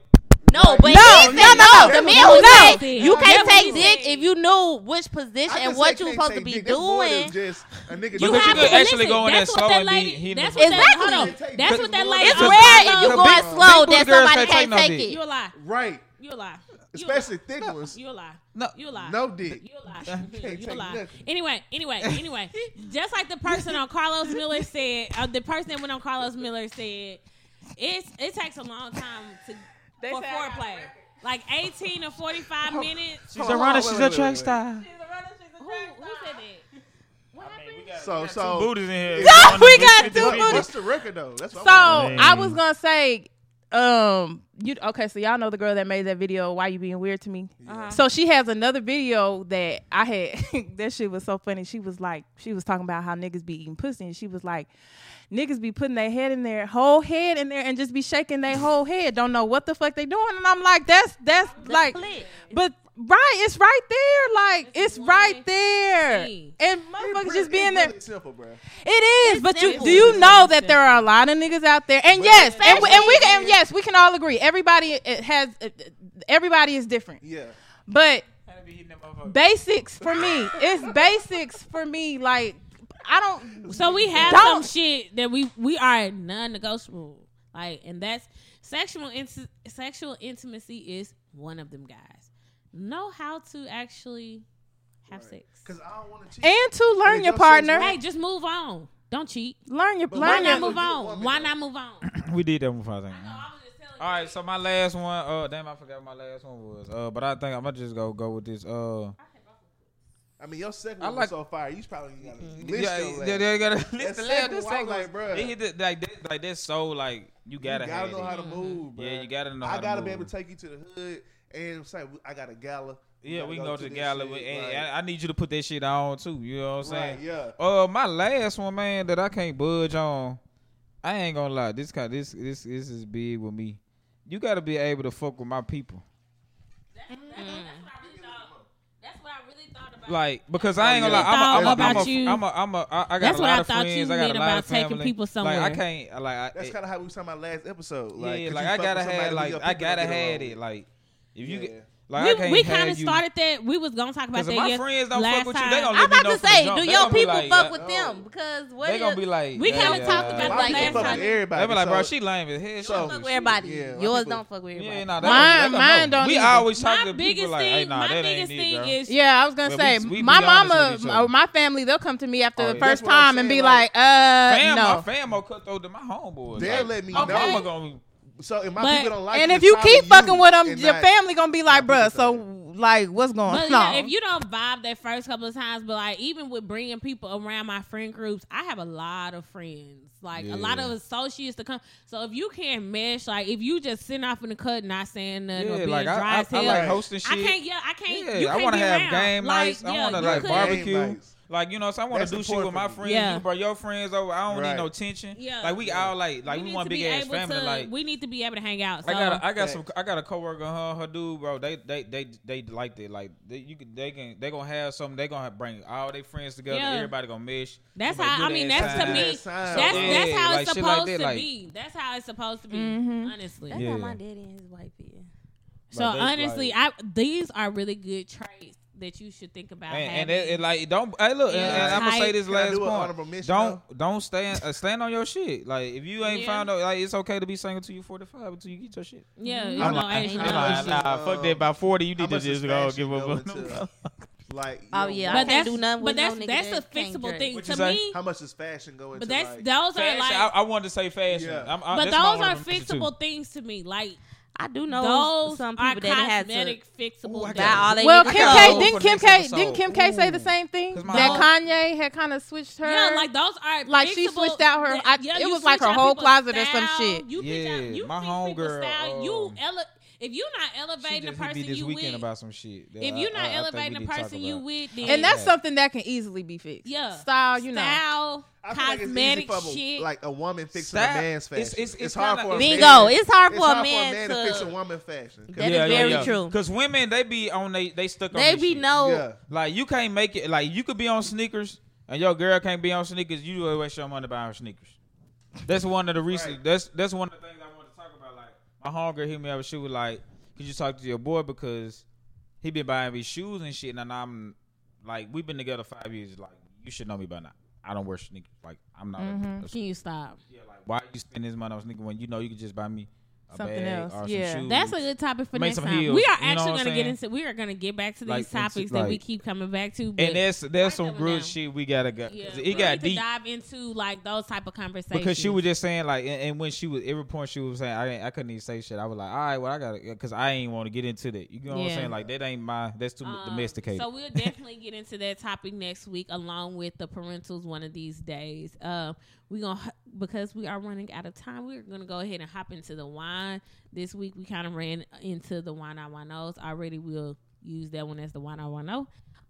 Speaker 2: No, but
Speaker 3: No,
Speaker 2: he
Speaker 3: no,
Speaker 2: said
Speaker 3: no,
Speaker 2: The
Speaker 5: no,
Speaker 2: man who
Speaker 3: no.
Speaker 2: said you
Speaker 1: No,
Speaker 2: can't
Speaker 1: that's
Speaker 2: take
Speaker 1: what he
Speaker 2: dick
Speaker 1: said.
Speaker 2: if you knew which
Speaker 5: I
Speaker 2: position
Speaker 5: just
Speaker 2: and
Speaker 5: said
Speaker 2: what you
Speaker 5: can't
Speaker 2: supposed to
Speaker 5: take
Speaker 2: be
Speaker 5: dick. That's more than
Speaker 2: doing.
Speaker 5: just a nigga
Speaker 4: You
Speaker 5: doing
Speaker 4: have
Speaker 5: it.
Speaker 4: could to- actually go in there
Speaker 1: that's
Speaker 4: slow
Speaker 1: what that
Speaker 4: and be
Speaker 1: lady-
Speaker 4: hitting
Speaker 1: That's
Speaker 4: it.
Speaker 1: what that,
Speaker 2: Exactly.
Speaker 1: hold on. That's what that lady.
Speaker 2: It's
Speaker 1: on
Speaker 2: rare
Speaker 1: Bravo-
Speaker 2: you going
Speaker 4: big-
Speaker 2: slow
Speaker 4: big booty
Speaker 2: that
Speaker 4: girls
Speaker 2: somebody
Speaker 4: can't take
Speaker 2: can't
Speaker 4: no
Speaker 2: take
Speaker 4: dick.
Speaker 1: You
Speaker 2: it.
Speaker 1: a lie.
Speaker 5: Right.
Speaker 1: You a lie. You a lie.
Speaker 5: Especially thick ones.
Speaker 1: You a lie.
Speaker 4: No.
Speaker 1: You a lie.
Speaker 5: No dick.
Speaker 1: You a lie.
Speaker 5: (laughs) can't
Speaker 1: (laughs) You a
Speaker 5: take
Speaker 1: lie.
Speaker 5: nothing.
Speaker 1: Anyway,
Speaker 5: (laughs)
Speaker 1: anyway, anyway. Just like the person on Carlos Miller said, uh, the person that went on Carlos Miller said, it's it takes a long time to for
Speaker 3: said I got
Speaker 1: foreplay. Like eighteen to forty five (laughs) minutes.
Speaker 5: Hold on, hold on, wait, wait, wait, wait.
Speaker 1: Who, who said that?
Speaker 5: So so
Speaker 4: Booties in here.
Speaker 3: No, (laughs) we got two
Speaker 5: What-
Speaker 3: booty.
Speaker 5: What's the record though? That's
Speaker 3: So
Speaker 5: what I'm
Speaker 4: Man.
Speaker 3: I was gonna say, um, you okay? So y'all know the girl that made that video. Why you being weird to me?
Speaker 1: Uh-huh.
Speaker 3: So she has another video that I had. (laughs) that shit was so funny. She was like, she was talking about how niggas be eating pussy, and she was like, niggas be putting their head in their whole head in there and just be shaking their whole head. Don't know what the fuck they doing. And I'm like, that's that's like,
Speaker 2: clit.
Speaker 3: but right, it's right there. Like it's,
Speaker 1: It's one
Speaker 3: right there.
Speaker 1: thing.
Speaker 3: And motherfuckers just be in there.
Speaker 5: Really simple, bro.
Speaker 3: It is, but you
Speaker 1: simple.
Speaker 3: do you
Speaker 1: It's
Speaker 3: know
Speaker 1: really
Speaker 3: that there are a lot of niggas out there, and
Speaker 5: But
Speaker 3: yes,
Speaker 5: it's
Speaker 3: and, we- and we
Speaker 5: fashion.
Speaker 3: can, and yes, we can all agree. Everybody it has, it- everybody is different,
Speaker 5: Yeah.
Speaker 3: but basics for me, it's basics for me. Like I don't,
Speaker 1: So we have
Speaker 3: Don't-
Speaker 1: some shit that we we are non-negotiable. Like, and that's sexual inti- sexual intimacy is one of them guys. Know how to actually have sex.
Speaker 5: Because I don't want to cheat.
Speaker 3: and to learn
Speaker 5: it
Speaker 3: your
Speaker 5: just says
Speaker 3: partner,
Speaker 1: Hey, just move on. Don't cheat.
Speaker 3: learn your
Speaker 5: But
Speaker 1: Why
Speaker 3: learn
Speaker 5: Yeah.
Speaker 1: not
Speaker 3: your.
Speaker 1: move on? Why not move
Speaker 4: (coughs)
Speaker 1: on?
Speaker 4: (clears throat) We did that before, I think. All right, so my last one. Uh, damn, I forgot what my last one was. Uh, but I think I'm gonna just go go with this. Uh,
Speaker 5: I mean, your second
Speaker 4: I
Speaker 5: one
Speaker 4: like-
Speaker 5: was so fire. You probably got to list
Speaker 4: yeah,
Speaker 5: your
Speaker 4: yeah,
Speaker 5: last.
Speaker 4: they gotta (laughs) list the last.
Speaker 5: second
Speaker 4: This
Speaker 5: one,
Speaker 4: second
Speaker 5: like,
Speaker 4: like,
Speaker 5: bruh.
Speaker 4: bro, like that, like that's so like you gotta,
Speaker 5: you
Speaker 4: have
Speaker 5: gotta know
Speaker 4: it.
Speaker 5: how to move, bro.
Speaker 4: Yeah, you gotta know.
Speaker 5: I
Speaker 4: how
Speaker 5: gotta
Speaker 4: to
Speaker 5: be
Speaker 4: move.
Speaker 5: able to take you to the hood and say I got a gala. You
Speaker 4: Yeah,
Speaker 5: gotta
Speaker 4: we can go to the
Speaker 5: this
Speaker 4: gala,
Speaker 5: shit,
Speaker 4: with- and
Speaker 5: like-
Speaker 4: I, I need you to put that shit on too. You know what I'm saying?
Speaker 5: Right, yeah.
Speaker 4: Uh, my last one, man, that I can't budge on. I ain't gonna lie. This kind, this, this, this is big with me. You gotta be able to fuck with my people,
Speaker 1: That's what I really thought about.
Speaker 4: like because I ain't gonna lie.
Speaker 1: Thought
Speaker 4: I'm a, I'm a, I'm a,
Speaker 1: Oh, about you.
Speaker 4: I'm a, I'm a, I, I got
Speaker 1: That's
Speaker 4: a
Speaker 1: what
Speaker 4: lot
Speaker 1: I
Speaker 4: of
Speaker 1: thought
Speaker 4: friends.
Speaker 1: you
Speaker 4: I got
Speaker 1: meant
Speaker 4: a lot
Speaker 1: about
Speaker 4: of
Speaker 1: taking
Speaker 4: family.
Speaker 1: people
Speaker 4: Like
Speaker 1: somewhere.
Speaker 4: I can't, like I,
Speaker 5: That's kind of how we was talking about last episode. Like,
Speaker 4: yeah,
Speaker 5: 'cause
Speaker 4: like I
Speaker 5: you fuck with
Speaker 4: gotta
Speaker 5: somebody
Speaker 4: have
Speaker 5: who
Speaker 4: like
Speaker 5: your
Speaker 4: I
Speaker 5: people
Speaker 4: gotta have
Speaker 5: don't get along
Speaker 4: it
Speaker 5: with.
Speaker 4: like If you
Speaker 5: Yeah.
Speaker 4: get, like, I
Speaker 1: we
Speaker 4: can't
Speaker 1: we
Speaker 4: have
Speaker 1: kind of
Speaker 4: you-
Speaker 1: started that. We was gonna talk about that.
Speaker 4: Cause if my
Speaker 1: yes-
Speaker 4: friends don't
Speaker 1: last
Speaker 4: fuck with you, they
Speaker 1: time.
Speaker 2: I'm
Speaker 4: gonna let me
Speaker 2: about
Speaker 4: know
Speaker 2: to
Speaker 4: from the
Speaker 2: say,
Speaker 4: jump.
Speaker 2: do
Speaker 4: They
Speaker 2: your
Speaker 4: gonna be
Speaker 2: people
Speaker 4: like,
Speaker 2: fuck
Speaker 4: uh,
Speaker 2: with
Speaker 4: oh.
Speaker 2: them? Because what
Speaker 4: They gonna
Speaker 2: if-
Speaker 4: be like,
Speaker 1: We kinda
Speaker 4: yeah.
Speaker 1: talked about
Speaker 5: My
Speaker 1: Like
Speaker 5: people
Speaker 1: last
Speaker 5: fuck with
Speaker 1: time-
Speaker 5: everybody.
Speaker 4: They be like,
Speaker 5: so
Speaker 4: bro, she lame as hell. She
Speaker 5: So-
Speaker 2: Yours fuck
Speaker 4: don't
Speaker 5: Oh,
Speaker 2: with
Speaker 5: shit,
Speaker 2: everybody.
Speaker 5: yeah, my
Speaker 2: Yours
Speaker 5: people-
Speaker 2: don't fuck with everybody.
Speaker 4: Yeah, nah, they
Speaker 3: Mine-
Speaker 4: gonna- they gonna
Speaker 3: mine
Speaker 4: know.
Speaker 3: don't
Speaker 4: We
Speaker 3: either.
Speaker 4: always talk
Speaker 1: My
Speaker 4: to
Speaker 1: biggest
Speaker 4: people like, hey,
Speaker 1: thing,
Speaker 4: nah,
Speaker 1: my
Speaker 4: that ain't
Speaker 1: biggest
Speaker 4: it,
Speaker 1: thing
Speaker 4: girl.
Speaker 1: is
Speaker 3: Yeah, I was gonna
Speaker 4: Well,
Speaker 3: say
Speaker 4: we- we be
Speaker 3: my
Speaker 4: honest
Speaker 3: mama
Speaker 4: with each other.
Speaker 3: or my family. They'll come to me after
Speaker 4: Oh,
Speaker 3: the
Speaker 4: yeah.
Speaker 3: first
Speaker 5: That's what I'm
Speaker 3: time and
Speaker 5: saying,
Speaker 3: be like, "Uh,
Speaker 4: fam,
Speaker 3: no."
Speaker 4: my fam more cutthroat than my homeboys.
Speaker 5: They'll
Speaker 4: like,
Speaker 5: let me
Speaker 4: my
Speaker 5: know.
Speaker 4: mama gonna-
Speaker 5: so if my
Speaker 1: But-
Speaker 5: people don't like
Speaker 3: and
Speaker 5: you,
Speaker 3: if you
Speaker 5: it's
Speaker 3: keep
Speaker 5: probably
Speaker 3: fucking
Speaker 5: you
Speaker 3: with them,
Speaker 5: and
Speaker 3: your
Speaker 5: not-
Speaker 3: family gonna be like,
Speaker 5: people
Speaker 3: "Bruh,
Speaker 5: say
Speaker 3: so like, what's going
Speaker 1: But
Speaker 3: on?"
Speaker 1: yeah, if you don't vibe that first couple of times, but like even with bringing people around my friend groups, I have a lot of friends, like a lot
Speaker 4: Yeah.
Speaker 1: of associates to come. So if you can't mesh, like if you just sitting off in the cut, not saying nothing, or
Speaker 4: Yeah,
Speaker 1: being
Speaker 4: like I,
Speaker 1: dry
Speaker 4: I,
Speaker 1: as
Speaker 4: I
Speaker 1: hell,
Speaker 4: like hosting shit.
Speaker 1: I can't. Yeah, I can't.
Speaker 4: Yeah,
Speaker 1: you can't
Speaker 4: I want
Speaker 1: be
Speaker 4: to have
Speaker 1: around.
Speaker 4: game
Speaker 1: Like,
Speaker 4: nights. I
Speaker 1: yeah,
Speaker 4: want to
Speaker 1: you
Speaker 4: like
Speaker 1: could-
Speaker 4: barbecue.
Speaker 5: Game nights.
Speaker 4: Like you know, so I want
Speaker 5: That's
Speaker 4: to
Speaker 5: the
Speaker 4: do shit
Speaker 5: point
Speaker 4: with
Speaker 5: for
Speaker 4: my
Speaker 5: me.
Speaker 4: friends.
Speaker 1: Yeah.
Speaker 4: You bring your friends over. I don't
Speaker 5: Right.
Speaker 4: need no tension.
Speaker 1: Yeah.
Speaker 4: like we all like like we,
Speaker 1: need
Speaker 4: want
Speaker 1: to
Speaker 4: big
Speaker 1: be
Speaker 4: ass
Speaker 1: able
Speaker 4: family.
Speaker 1: to-
Speaker 4: like
Speaker 1: we need to be able to hang out. So.
Speaker 4: I got a, I got
Speaker 5: Facts.
Speaker 4: some I got a coworker her her dude bro they they they they liked it like they, you can they can they gonna have something they gonna bring all their friends together
Speaker 1: Yeah.
Speaker 4: everybody gonna mesh
Speaker 1: That's
Speaker 4: Everybody
Speaker 1: how I
Speaker 4: do
Speaker 1: mean.
Speaker 4: their
Speaker 1: That's to
Speaker 4: time.
Speaker 1: me.
Speaker 5: Yeah,
Speaker 1: That's
Speaker 5: sign.
Speaker 1: that's how
Speaker 4: Yeah, like
Speaker 1: it's
Speaker 4: shit like
Speaker 1: supposed
Speaker 4: that,
Speaker 1: to
Speaker 4: like-
Speaker 1: be. That's how it's supposed to be.
Speaker 3: Mhm.
Speaker 1: Honestly,
Speaker 2: That's
Speaker 4: Yeah.
Speaker 2: how my daddy and his wife is.
Speaker 1: so
Speaker 4: Like, that's
Speaker 1: honestly,
Speaker 4: like-
Speaker 1: I these are really good traits that you should think about.
Speaker 4: and, and
Speaker 1: having.
Speaker 4: it, it like don't hey look and,
Speaker 1: Yeah.
Speaker 4: I'm gonna say
Speaker 1: Tight.
Speaker 4: this
Speaker 5: Can I
Speaker 4: last
Speaker 5: do an
Speaker 4: point
Speaker 5: honorable mention,
Speaker 4: don't don't stand uh, stand on your shit like if you ain't
Speaker 1: Yeah.
Speaker 4: found out like it's okay to be single till you 45 until you get your shit
Speaker 1: yeah, you
Speaker 5: I'm
Speaker 1: know,
Speaker 5: like-
Speaker 1: age, you
Speaker 5: I'm
Speaker 1: know.
Speaker 5: like-
Speaker 1: shit.
Speaker 5: nah, fuck that.
Speaker 4: By 40, you
Speaker 5: How much is fashion
Speaker 1: (laughs)
Speaker 5: going to- Like, you
Speaker 2: Oh,
Speaker 5: know,
Speaker 2: yeah. I
Speaker 1: but
Speaker 2: can't
Speaker 1: that's
Speaker 2: do nothing
Speaker 1: but
Speaker 2: with no
Speaker 1: that's
Speaker 2: nigga
Speaker 1: that's a
Speaker 2: that can't
Speaker 1: fixable
Speaker 2: drink.
Speaker 1: thing
Speaker 4: What
Speaker 1: to
Speaker 4: you say?
Speaker 1: me.
Speaker 5: How much does fashion go into?
Speaker 1: But that's
Speaker 5: like,
Speaker 1: those are
Speaker 4: Fashion, I,
Speaker 1: like
Speaker 4: I wanted to say fashion.
Speaker 5: Yeah.
Speaker 4: I'm, I,
Speaker 1: but
Speaker 4: that's my
Speaker 1: those are
Speaker 4: honorable mention, too.
Speaker 1: fixable things to me. Like
Speaker 2: I do know
Speaker 1: those
Speaker 2: some
Speaker 1: are
Speaker 2: people that had to
Speaker 1: cosmetic fixable.
Speaker 4: Ooh, I
Speaker 1: things.
Speaker 2: buy all they
Speaker 3: well,
Speaker 2: need
Speaker 3: Kim
Speaker 2: to
Speaker 4: got
Speaker 3: K
Speaker 2: clothes.
Speaker 4: old
Speaker 3: didn't
Speaker 4: for
Speaker 3: Kim
Speaker 4: next
Speaker 3: K
Speaker 4: episode.
Speaker 3: didn't Kim K say the same thing
Speaker 4: 'Cause my
Speaker 3: that
Speaker 1: whole-
Speaker 3: Kanye had kind of switched her.
Speaker 1: Yeah, like those are
Speaker 3: Like, she
Speaker 1: fixable-
Speaker 3: switched out her-
Speaker 1: that-
Speaker 3: I-
Speaker 1: yeah,
Speaker 3: it
Speaker 1: you
Speaker 3: was like
Speaker 1: switch
Speaker 3: her
Speaker 1: out
Speaker 3: whole
Speaker 1: people's
Speaker 3: closet or some
Speaker 1: style.
Speaker 3: shit.
Speaker 1: You pitch
Speaker 4: Yeah,
Speaker 1: out, you
Speaker 4: my
Speaker 1: my homegirl.
Speaker 4: homegirl,
Speaker 1: Style, you
Speaker 4: um,
Speaker 1: ele- if you're not
Speaker 4: She
Speaker 1: elevating the
Speaker 4: just hit
Speaker 1: person
Speaker 4: me this
Speaker 1: you
Speaker 4: weekend
Speaker 1: with,
Speaker 4: about some shit. that
Speaker 1: if
Speaker 4: I-
Speaker 1: you're not
Speaker 4: I- I think we
Speaker 1: elevating
Speaker 4: need
Speaker 1: the
Speaker 4: to talk
Speaker 1: person you
Speaker 4: about.
Speaker 1: with, then
Speaker 3: and that's
Speaker 4: Yeah.
Speaker 3: something that can easily be fixed.
Speaker 1: yeah,
Speaker 3: style, you know.
Speaker 1: style,
Speaker 5: I feel like it's easy
Speaker 1: cosmetic
Speaker 5: for
Speaker 1: shit.
Speaker 5: A, like a woman fixing
Speaker 4: Style-
Speaker 5: a man's fashion.
Speaker 4: it's-
Speaker 5: It's,
Speaker 4: it's- it's
Speaker 5: hard
Speaker 4: kinda-
Speaker 5: for a
Speaker 4: it's-
Speaker 2: Bingo.
Speaker 5: Man,
Speaker 2: It's hard
Speaker 5: it's
Speaker 2: for a
Speaker 5: hard
Speaker 2: man
Speaker 5: to fix a
Speaker 2: to.
Speaker 5: woman fashion. 'Cause
Speaker 2: That is very true.
Speaker 4: Cause women, they be on they they stuck on.
Speaker 2: They
Speaker 4: this
Speaker 2: be
Speaker 4: shit.
Speaker 2: no.
Speaker 5: Yeah.
Speaker 4: like you can't make it. Like you could be on sneakers, and your girl can't be on sneakers. You will waste your money buying her sneakers. That's one of the reasons.
Speaker 5: Right.
Speaker 4: That's that's one of the things I want to talk about. Like my homegirl hit me up. She was like, "Could you talk to your boy because he been buying me shoes and shit?" And I'm like, "We've been together five years. Like you should know me by now. I don't wear sneakers. Like I'm not. a- a
Speaker 1: Mm-hmm. Can you stop?
Speaker 4: Yeah, like why you spending this money on sneakers when you know you could just buy me a
Speaker 3: Something
Speaker 4: bag
Speaker 3: else,
Speaker 4: or some
Speaker 3: yeah.
Speaker 4: shoes?
Speaker 1: That's a good topic for
Speaker 4: Make
Speaker 1: next
Speaker 4: some
Speaker 1: time.
Speaker 4: heels,
Speaker 1: We
Speaker 4: you
Speaker 1: are
Speaker 4: know
Speaker 1: actually
Speaker 4: what
Speaker 1: going
Speaker 4: I'm
Speaker 1: to get
Speaker 4: saying?
Speaker 1: into. We are going to get back to these
Speaker 4: Like, into-
Speaker 1: topics that we
Speaker 4: like-
Speaker 1: keep coming back to. But
Speaker 4: and that's there's
Speaker 1: Write
Speaker 4: some
Speaker 1: that one
Speaker 4: good
Speaker 1: down.
Speaker 4: shit we gotta go.
Speaker 1: yeah, we
Speaker 4: it got
Speaker 1: need to
Speaker 4: deep
Speaker 1: dive into like those type of conversations
Speaker 4: because she was just saying like, and, and when she was every point she was saying, I ain't- I couldn't even say shit. I was like, all right, well I gotta because I ain't want to get into that. You know what
Speaker 1: Yeah.
Speaker 4: I'm saying? Like that ain't my that's too
Speaker 1: Um,
Speaker 4: domesticated.
Speaker 1: So we'll definitely get into that topic next week, along with the parentals one of these days. Uh, we gonna h- because we are running out of time. We're gonna go ahead and hop into the wine this week. We kind of ran into the wine I want knows already. We'll use that one as the wine I want know.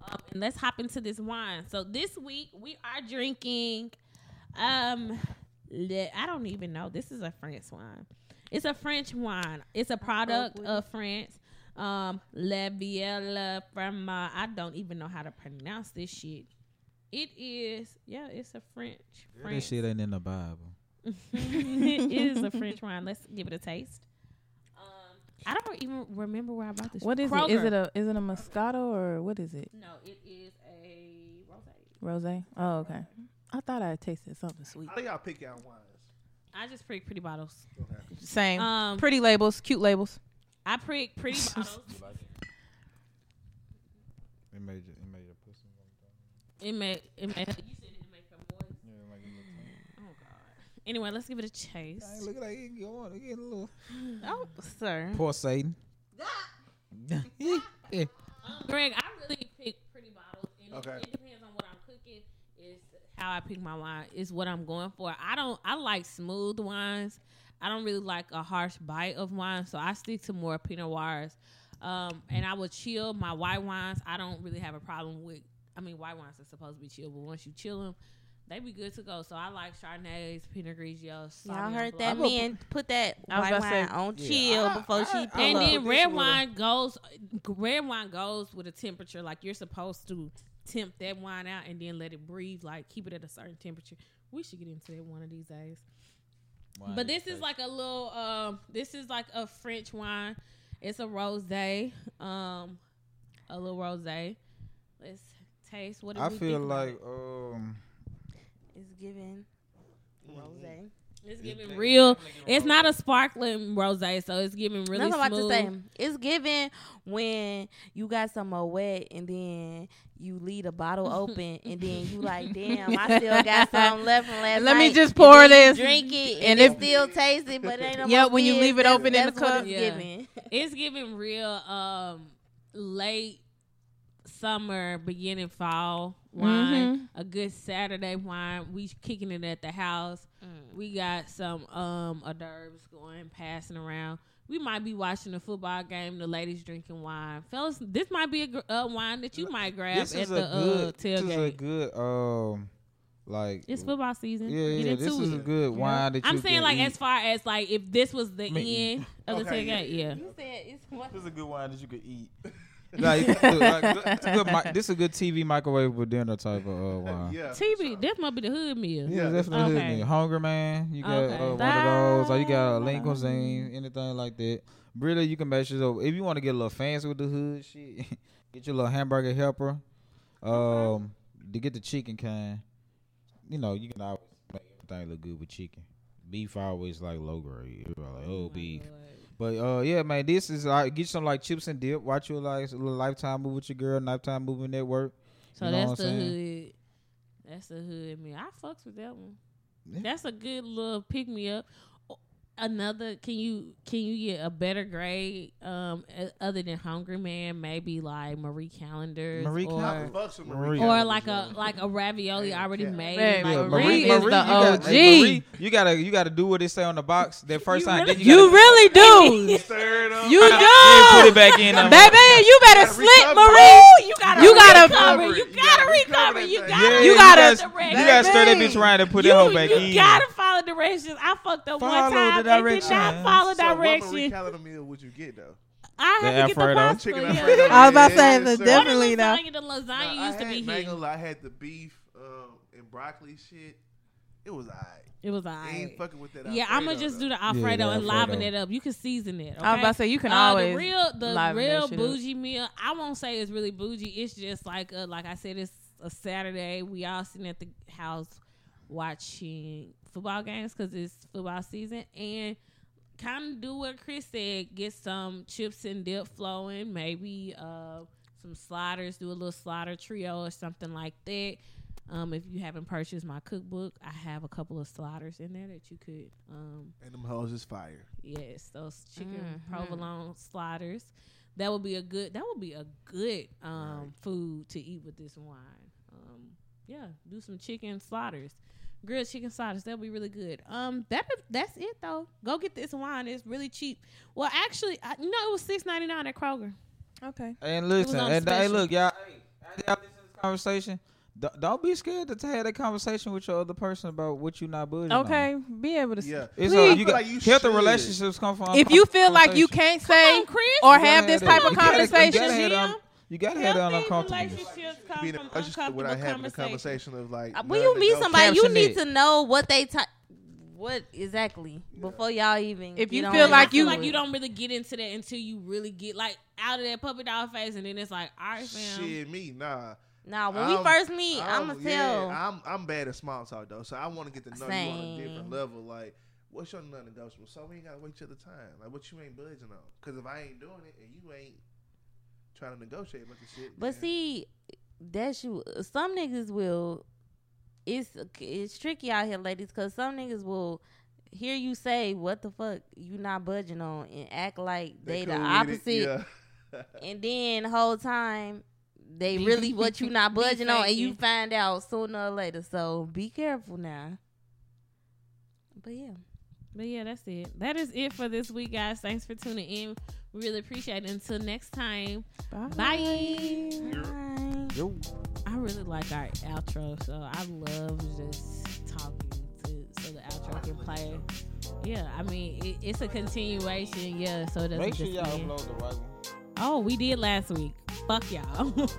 Speaker 1: Um, and let's hop into this wine. So this week we are drinking. Um, le- I don't even know. This is a French wine. It's a French wine. It's a product
Speaker 2: with
Speaker 1: of France. Um, La Vielle from uh, I don't even know how to pronounce this shit. It is yeah, it's a French.
Speaker 4: That
Speaker 1: French.
Speaker 4: shit ain't in the Bible.
Speaker 1: (laughs) it is a French wine. Let's give it a taste. Um, I don't even remember where I bought this.
Speaker 3: What is
Speaker 1: Kroger.
Speaker 3: it? Is it a is it a Moscato or what is it?
Speaker 1: No, it is a rosé.
Speaker 3: Rosé. Oh, okay. I thought I tasted something sweet.
Speaker 5: How do y'all pick y'all wines?
Speaker 1: I just prick pretty bottles.
Speaker 3: Same.
Speaker 1: Um,
Speaker 3: pretty labels, cute labels.
Speaker 1: I prick
Speaker 3: (laughs)
Speaker 1: pretty bottles.
Speaker 4: It made it, it made your pussy.
Speaker 1: It may, it may. You said it may come boys. Oh God. Anyway, let's give it a chase.
Speaker 4: Look like it going, it getting a little.
Speaker 3: Oh, sir.
Speaker 1: (laughs)
Speaker 4: Poor Satan.
Speaker 1: Greg, I really pick pretty bottles, and it-
Speaker 5: Okay.
Speaker 1: it, depends on what I'm cooking. Is how I pick my wine. Is what I'm going for. I don't. I like smooth wines. I don't really like a harsh bite of wine, so I stick to more Pinot Noirs. Um, and I will chill my white wines. I don't really have a problem with. I mean, white wines are supposed to be chilled, but once you chill them, they be good to go. So I like Chardonnays, Pinot Grigios.
Speaker 2: Y'all
Speaker 1: Sauvignon
Speaker 2: heard
Speaker 1: Blanc.
Speaker 2: that man put that
Speaker 3: I was
Speaker 2: white
Speaker 3: about to
Speaker 2: wine
Speaker 3: say-
Speaker 2: on
Speaker 4: Yeah.
Speaker 2: chill before she
Speaker 4: I
Speaker 1: and
Speaker 2: pull
Speaker 1: then
Speaker 2: up.
Speaker 1: red
Speaker 5: one.
Speaker 1: wine goes red wine goes with a temperature like you're supposed to temp that wine out and then let it breathe like keep it at a certain temperature we should get into that one of these days but this is like a little um this is like a french wine It's a rose day. Um, a little rose day. Let's taste. What do
Speaker 4: I
Speaker 1: we
Speaker 4: feel
Speaker 1: think about
Speaker 4: like um
Speaker 2: It's giving
Speaker 5: Mm-hmm.
Speaker 2: rose.
Speaker 1: it? it's giving real. It's not a sparkling rose, so it's giving really
Speaker 2: That's what I'm about
Speaker 1: smooth.
Speaker 2: to say. It's giving when you got some more wet and then you leave the
Speaker 3: (laughs)
Speaker 2: bottle open and then you like, damn, I still got some left from last
Speaker 3: Let me
Speaker 2: night."
Speaker 3: just
Speaker 2: And
Speaker 3: pour
Speaker 2: then you
Speaker 3: this.
Speaker 2: drink it,
Speaker 3: And
Speaker 2: and,
Speaker 3: if-
Speaker 2: it still tastes it, but it ain't no
Speaker 3: (laughs) Yeah,
Speaker 2: more
Speaker 3: when you
Speaker 2: fizz.
Speaker 3: leave it
Speaker 2: That's-
Speaker 3: open in the
Speaker 2: that's what
Speaker 3: cup.
Speaker 2: it's
Speaker 1: Yeah.
Speaker 3: (laughs)
Speaker 2: giving.
Speaker 1: It's giving real um late summer, beginning fall wine. A good Saturday wine. We kicking it at the house.
Speaker 4: Mm.
Speaker 1: We got some um hors d'oeuvres going, passing around. We might be watching the football game. The ladies drinking wine, fellas. This might be a gr- uh, wine that you might grab
Speaker 4: this
Speaker 1: at
Speaker 4: is
Speaker 1: the
Speaker 4: a good
Speaker 1: uh,
Speaker 4: this is a
Speaker 1: tailgate.
Speaker 4: good um like
Speaker 1: It's football season.
Speaker 4: yeah
Speaker 1: Get
Speaker 4: yeah
Speaker 1: into
Speaker 4: this is a
Speaker 1: it.
Speaker 4: good wine that you
Speaker 1: I'm saying
Speaker 4: can
Speaker 1: like
Speaker 4: eat.
Speaker 1: as far as like if this was the
Speaker 4: Me-
Speaker 1: end of the
Speaker 5: Okay, yeah,
Speaker 1: tailgate, yeah.
Speaker 2: You said it's what?
Speaker 4: This is a good wine that you could eat.
Speaker 1: (laughs)
Speaker 4: like, it's a- like, good- it's a good mi- this is a good TV microwave dinner type of uh, wine.
Speaker 5: (laughs) yeah.
Speaker 1: TV, that might be the hood meal.
Speaker 4: Yeah,
Speaker 5: Yeah.
Speaker 4: definitely hit
Speaker 1: Okay.
Speaker 4: me. Hungry man, you got
Speaker 1: Okay.
Speaker 4: uh, one of those. Or you got a lean cuisine, anything like that. Really, you can match it up. If you want to get a little fancy with the hood shit, (laughs) get your little hamburger helper. Um, to get the chicken kind, you know, you can always make everything look good with chicken. Beef always like low grade. Everybody Like, oh, beef. But uh, yeah, man, this is like get you some like chips and dip. Watch your like little lifetime movie with your girl, lifetime movie network.
Speaker 1: So
Speaker 4: You know
Speaker 1: that's
Speaker 4: what
Speaker 1: the
Speaker 4: I'm
Speaker 1: hood. That's the hood meal. I fucks with that one. That's a good little pick me up. Another, can you can you get a better grade um a- other than Hungry Man? Maybe like Marie Callender's
Speaker 4: Marie
Speaker 1: or,
Speaker 5: I fucks with Marie.
Speaker 1: or
Speaker 5: Callender's,
Speaker 1: like a
Speaker 5: though.
Speaker 1: like a ravioli
Speaker 5: Yeah.
Speaker 1: already
Speaker 5: Yeah.
Speaker 1: made.
Speaker 3: Man,
Speaker 1: like,
Speaker 3: yeah,
Speaker 1: wrap
Speaker 3: Marie
Speaker 1: it
Speaker 3: is
Speaker 1: up.
Speaker 3: the
Speaker 4: you gotta-
Speaker 3: OG.
Speaker 4: Marie, you gotta you gotta do what it say on the box that first
Speaker 1: You
Speaker 4: time.
Speaker 1: really-
Speaker 4: then you,
Speaker 3: You
Speaker 4: gotta,
Speaker 5: (laughs)
Speaker 3: really do.
Speaker 5: Stir it up.
Speaker 3: You
Speaker 4: then put
Speaker 3: do.
Speaker 4: it back in. um,
Speaker 3: Baby, you better
Speaker 5: gotta
Speaker 3: slip,
Speaker 5: recover.
Speaker 3: Marie. You
Speaker 1: gotta recover. You
Speaker 3: gotta.
Speaker 5: You
Speaker 1: gotta
Speaker 5: gotta
Speaker 1: recover.
Speaker 5: recover
Speaker 1: You
Speaker 5: that
Speaker 1: gotta.
Speaker 4: yeah,
Speaker 3: you gotta-
Speaker 1: follow
Speaker 4: you
Speaker 1: directions.
Speaker 4: gotta stir that
Speaker 3: Baby.
Speaker 4: bitch around and put
Speaker 1: you,
Speaker 4: it on back
Speaker 1: you
Speaker 4: in.
Speaker 1: gotta follow directions. I fucked up one
Speaker 4: Follow the
Speaker 1: time. They did
Speaker 4: directions.
Speaker 1: not follow
Speaker 4: So
Speaker 5: So what Marie
Speaker 1: directions.
Speaker 5: Calendar meal would you
Speaker 1: (laughs)
Speaker 5: get though?
Speaker 1: I
Speaker 4: The
Speaker 1: had to get the
Speaker 4: Alfredo.
Speaker 1: pasta.
Speaker 5: Chicken
Speaker 1: yeah. (laughs)
Speaker 5: Alfredo.
Speaker 3: I was about to say
Speaker 5: Yeah,
Speaker 3: the
Speaker 5: sir.
Speaker 1: What a
Speaker 3: definitely though.
Speaker 1: lasagna, the lasagna
Speaker 5: Nah, I
Speaker 1: used to
Speaker 5: had
Speaker 1: be here.
Speaker 5: mango, I had the beef um, and broccoli shit. It was alright.
Speaker 1: It was
Speaker 5: I ain't
Speaker 1: alright.
Speaker 5: fucking with that.
Speaker 1: Yeah, I'm gonna just do the Alfredo
Speaker 4: Yeah, the
Speaker 1: and liven
Speaker 4: Alfredo.
Speaker 1: it up. You can season it. Okay?
Speaker 3: I was about to say you can
Speaker 1: Uh,
Speaker 3: always
Speaker 1: the real the
Speaker 3: liven that
Speaker 1: real
Speaker 3: shit up.
Speaker 1: bougie meal. I won't say it's really bougie. It's just like uh like I said, it's a Saturday. We all sitting at the house watching football games because it's football season and. Kind of do what Chris said. Get some chips and dip flowing. Maybe uh, some sliders. Do a little slider trio or something like that. Um, if you haven't purchased my cookbook, I have a couple of sliders in there that you could um,
Speaker 5: And them hoes is fire.
Speaker 1: Yes, those chicken
Speaker 2: Mhm.
Speaker 3: Mm-hmm.
Speaker 1: provolone sliders. That would be a good. That would be a good um, food to eat with this wine. Um, yeah, do some chicken sliders, grilled chicken sliders. That'll be really good. Um, that that's it though. Go get this wine. It's really cheap. Well, actually, I, no, it was six ninety nine at Kroger.
Speaker 3: Okay.
Speaker 4: And
Speaker 1: was
Speaker 4: listen,
Speaker 1: on
Speaker 4: and hey,
Speaker 1: special.
Speaker 4: look, y'all. Hey, y'all listen to this conversation. D- don't be scared to have that conversation with your other person about what you not budging. on.
Speaker 3: Okay. Be able to.
Speaker 5: Yeah.
Speaker 3: s-
Speaker 4: It's
Speaker 3: Please.
Speaker 4: a,
Speaker 5: I
Speaker 4: you
Speaker 5: feel
Speaker 4: got
Speaker 5: like you
Speaker 4: healthy
Speaker 5: should.
Speaker 4: relationships come from.
Speaker 3: If you feel like you can't say
Speaker 1: Come on, Chris.
Speaker 3: or
Speaker 4: You
Speaker 3: have
Speaker 4: gotta
Speaker 3: this
Speaker 4: have
Speaker 3: type of
Speaker 4: that- you gotta-
Speaker 3: conversation,
Speaker 4: You gotta have,
Speaker 1: Jim.
Speaker 4: the- you gotta have that
Speaker 1: Healthy
Speaker 4: uncomfortable.
Speaker 1: relationships come
Speaker 5: Being in
Speaker 1: from
Speaker 5: a relationship
Speaker 1: uncomfortable
Speaker 5: without having a
Speaker 1: conversations.
Speaker 5: conversation of like,
Speaker 2: Uh, When
Speaker 5: none
Speaker 2: you
Speaker 5: to
Speaker 2: meet
Speaker 5: go
Speaker 2: somebody, you
Speaker 4: Caption
Speaker 2: need
Speaker 4: it.
Speaker 2: to know what they t- what exactly before y'all even.
Speaker 3: If you
Speaker 2: get on
Speaker 3: feel
Speaker 2: and
Speaker 3: like
Speaker 2: do
Speaker 1: I
Speaker 3: you-
Speaker 1: feel like
Speaker 2: it.
Speaker 1: you don't really get into that until you really get like out of that puppy dog phase, and then it's like, all right, fam.
Speaker 5: Shit, me nah.
Speaker 2: Nah, when
Speaker 5: I'm-
Speaker 2: we first meet, I'm gonna
Speaker 5: Um, oh, yeah,
Speaker 2: tell.
Speaker 5: I'm I'm bad at small talk though, so I want to get to know you on a
Speaker 2: Same.
Speaker 5: different level. Like, what's your non-negotiable? So we ain't gotta wait till the time. Like, what you ain't budging on? Because if I ain't doing it and you ain't trying to negotiate about the shit,
Speaker 2: But
Speaker 5: then-
Speaker 2: see, that's you. Some niggas will. It's it's tricky out here, ladies, because some niggas will hear you say what the fuck you not budging on and act like they, the
Speaker 5: cool with
Speaker 2: opposite,
Speaker 5: it, (laughs)
Speaker 2: and then whole time they really what you not
Speaker 1: Be
Speaker 2: budging on, and you
Speaker 1: faking.
Speaker 2: find out sooner or later. So be careful now. But yeah,
Speaker 1: But yeah, that's it. That is it for this week, guys. Thanks for tuning in. We really appreciate it. Until next time, bye.
Speaker 2: Bye.
Speaker 1: I really like our outro, so I love just talking to so the outro can play. Yeah, I mean it, it's a continuation. Yeah, so it doesn't
Speaker 4: Make sure
Speaker 1: just
Speaker 4: y'all
Speaker 1: end.
Speaker 4: upload the right one.
Speaker 1: Oh, we did last week. Fuck y'all. (laughs)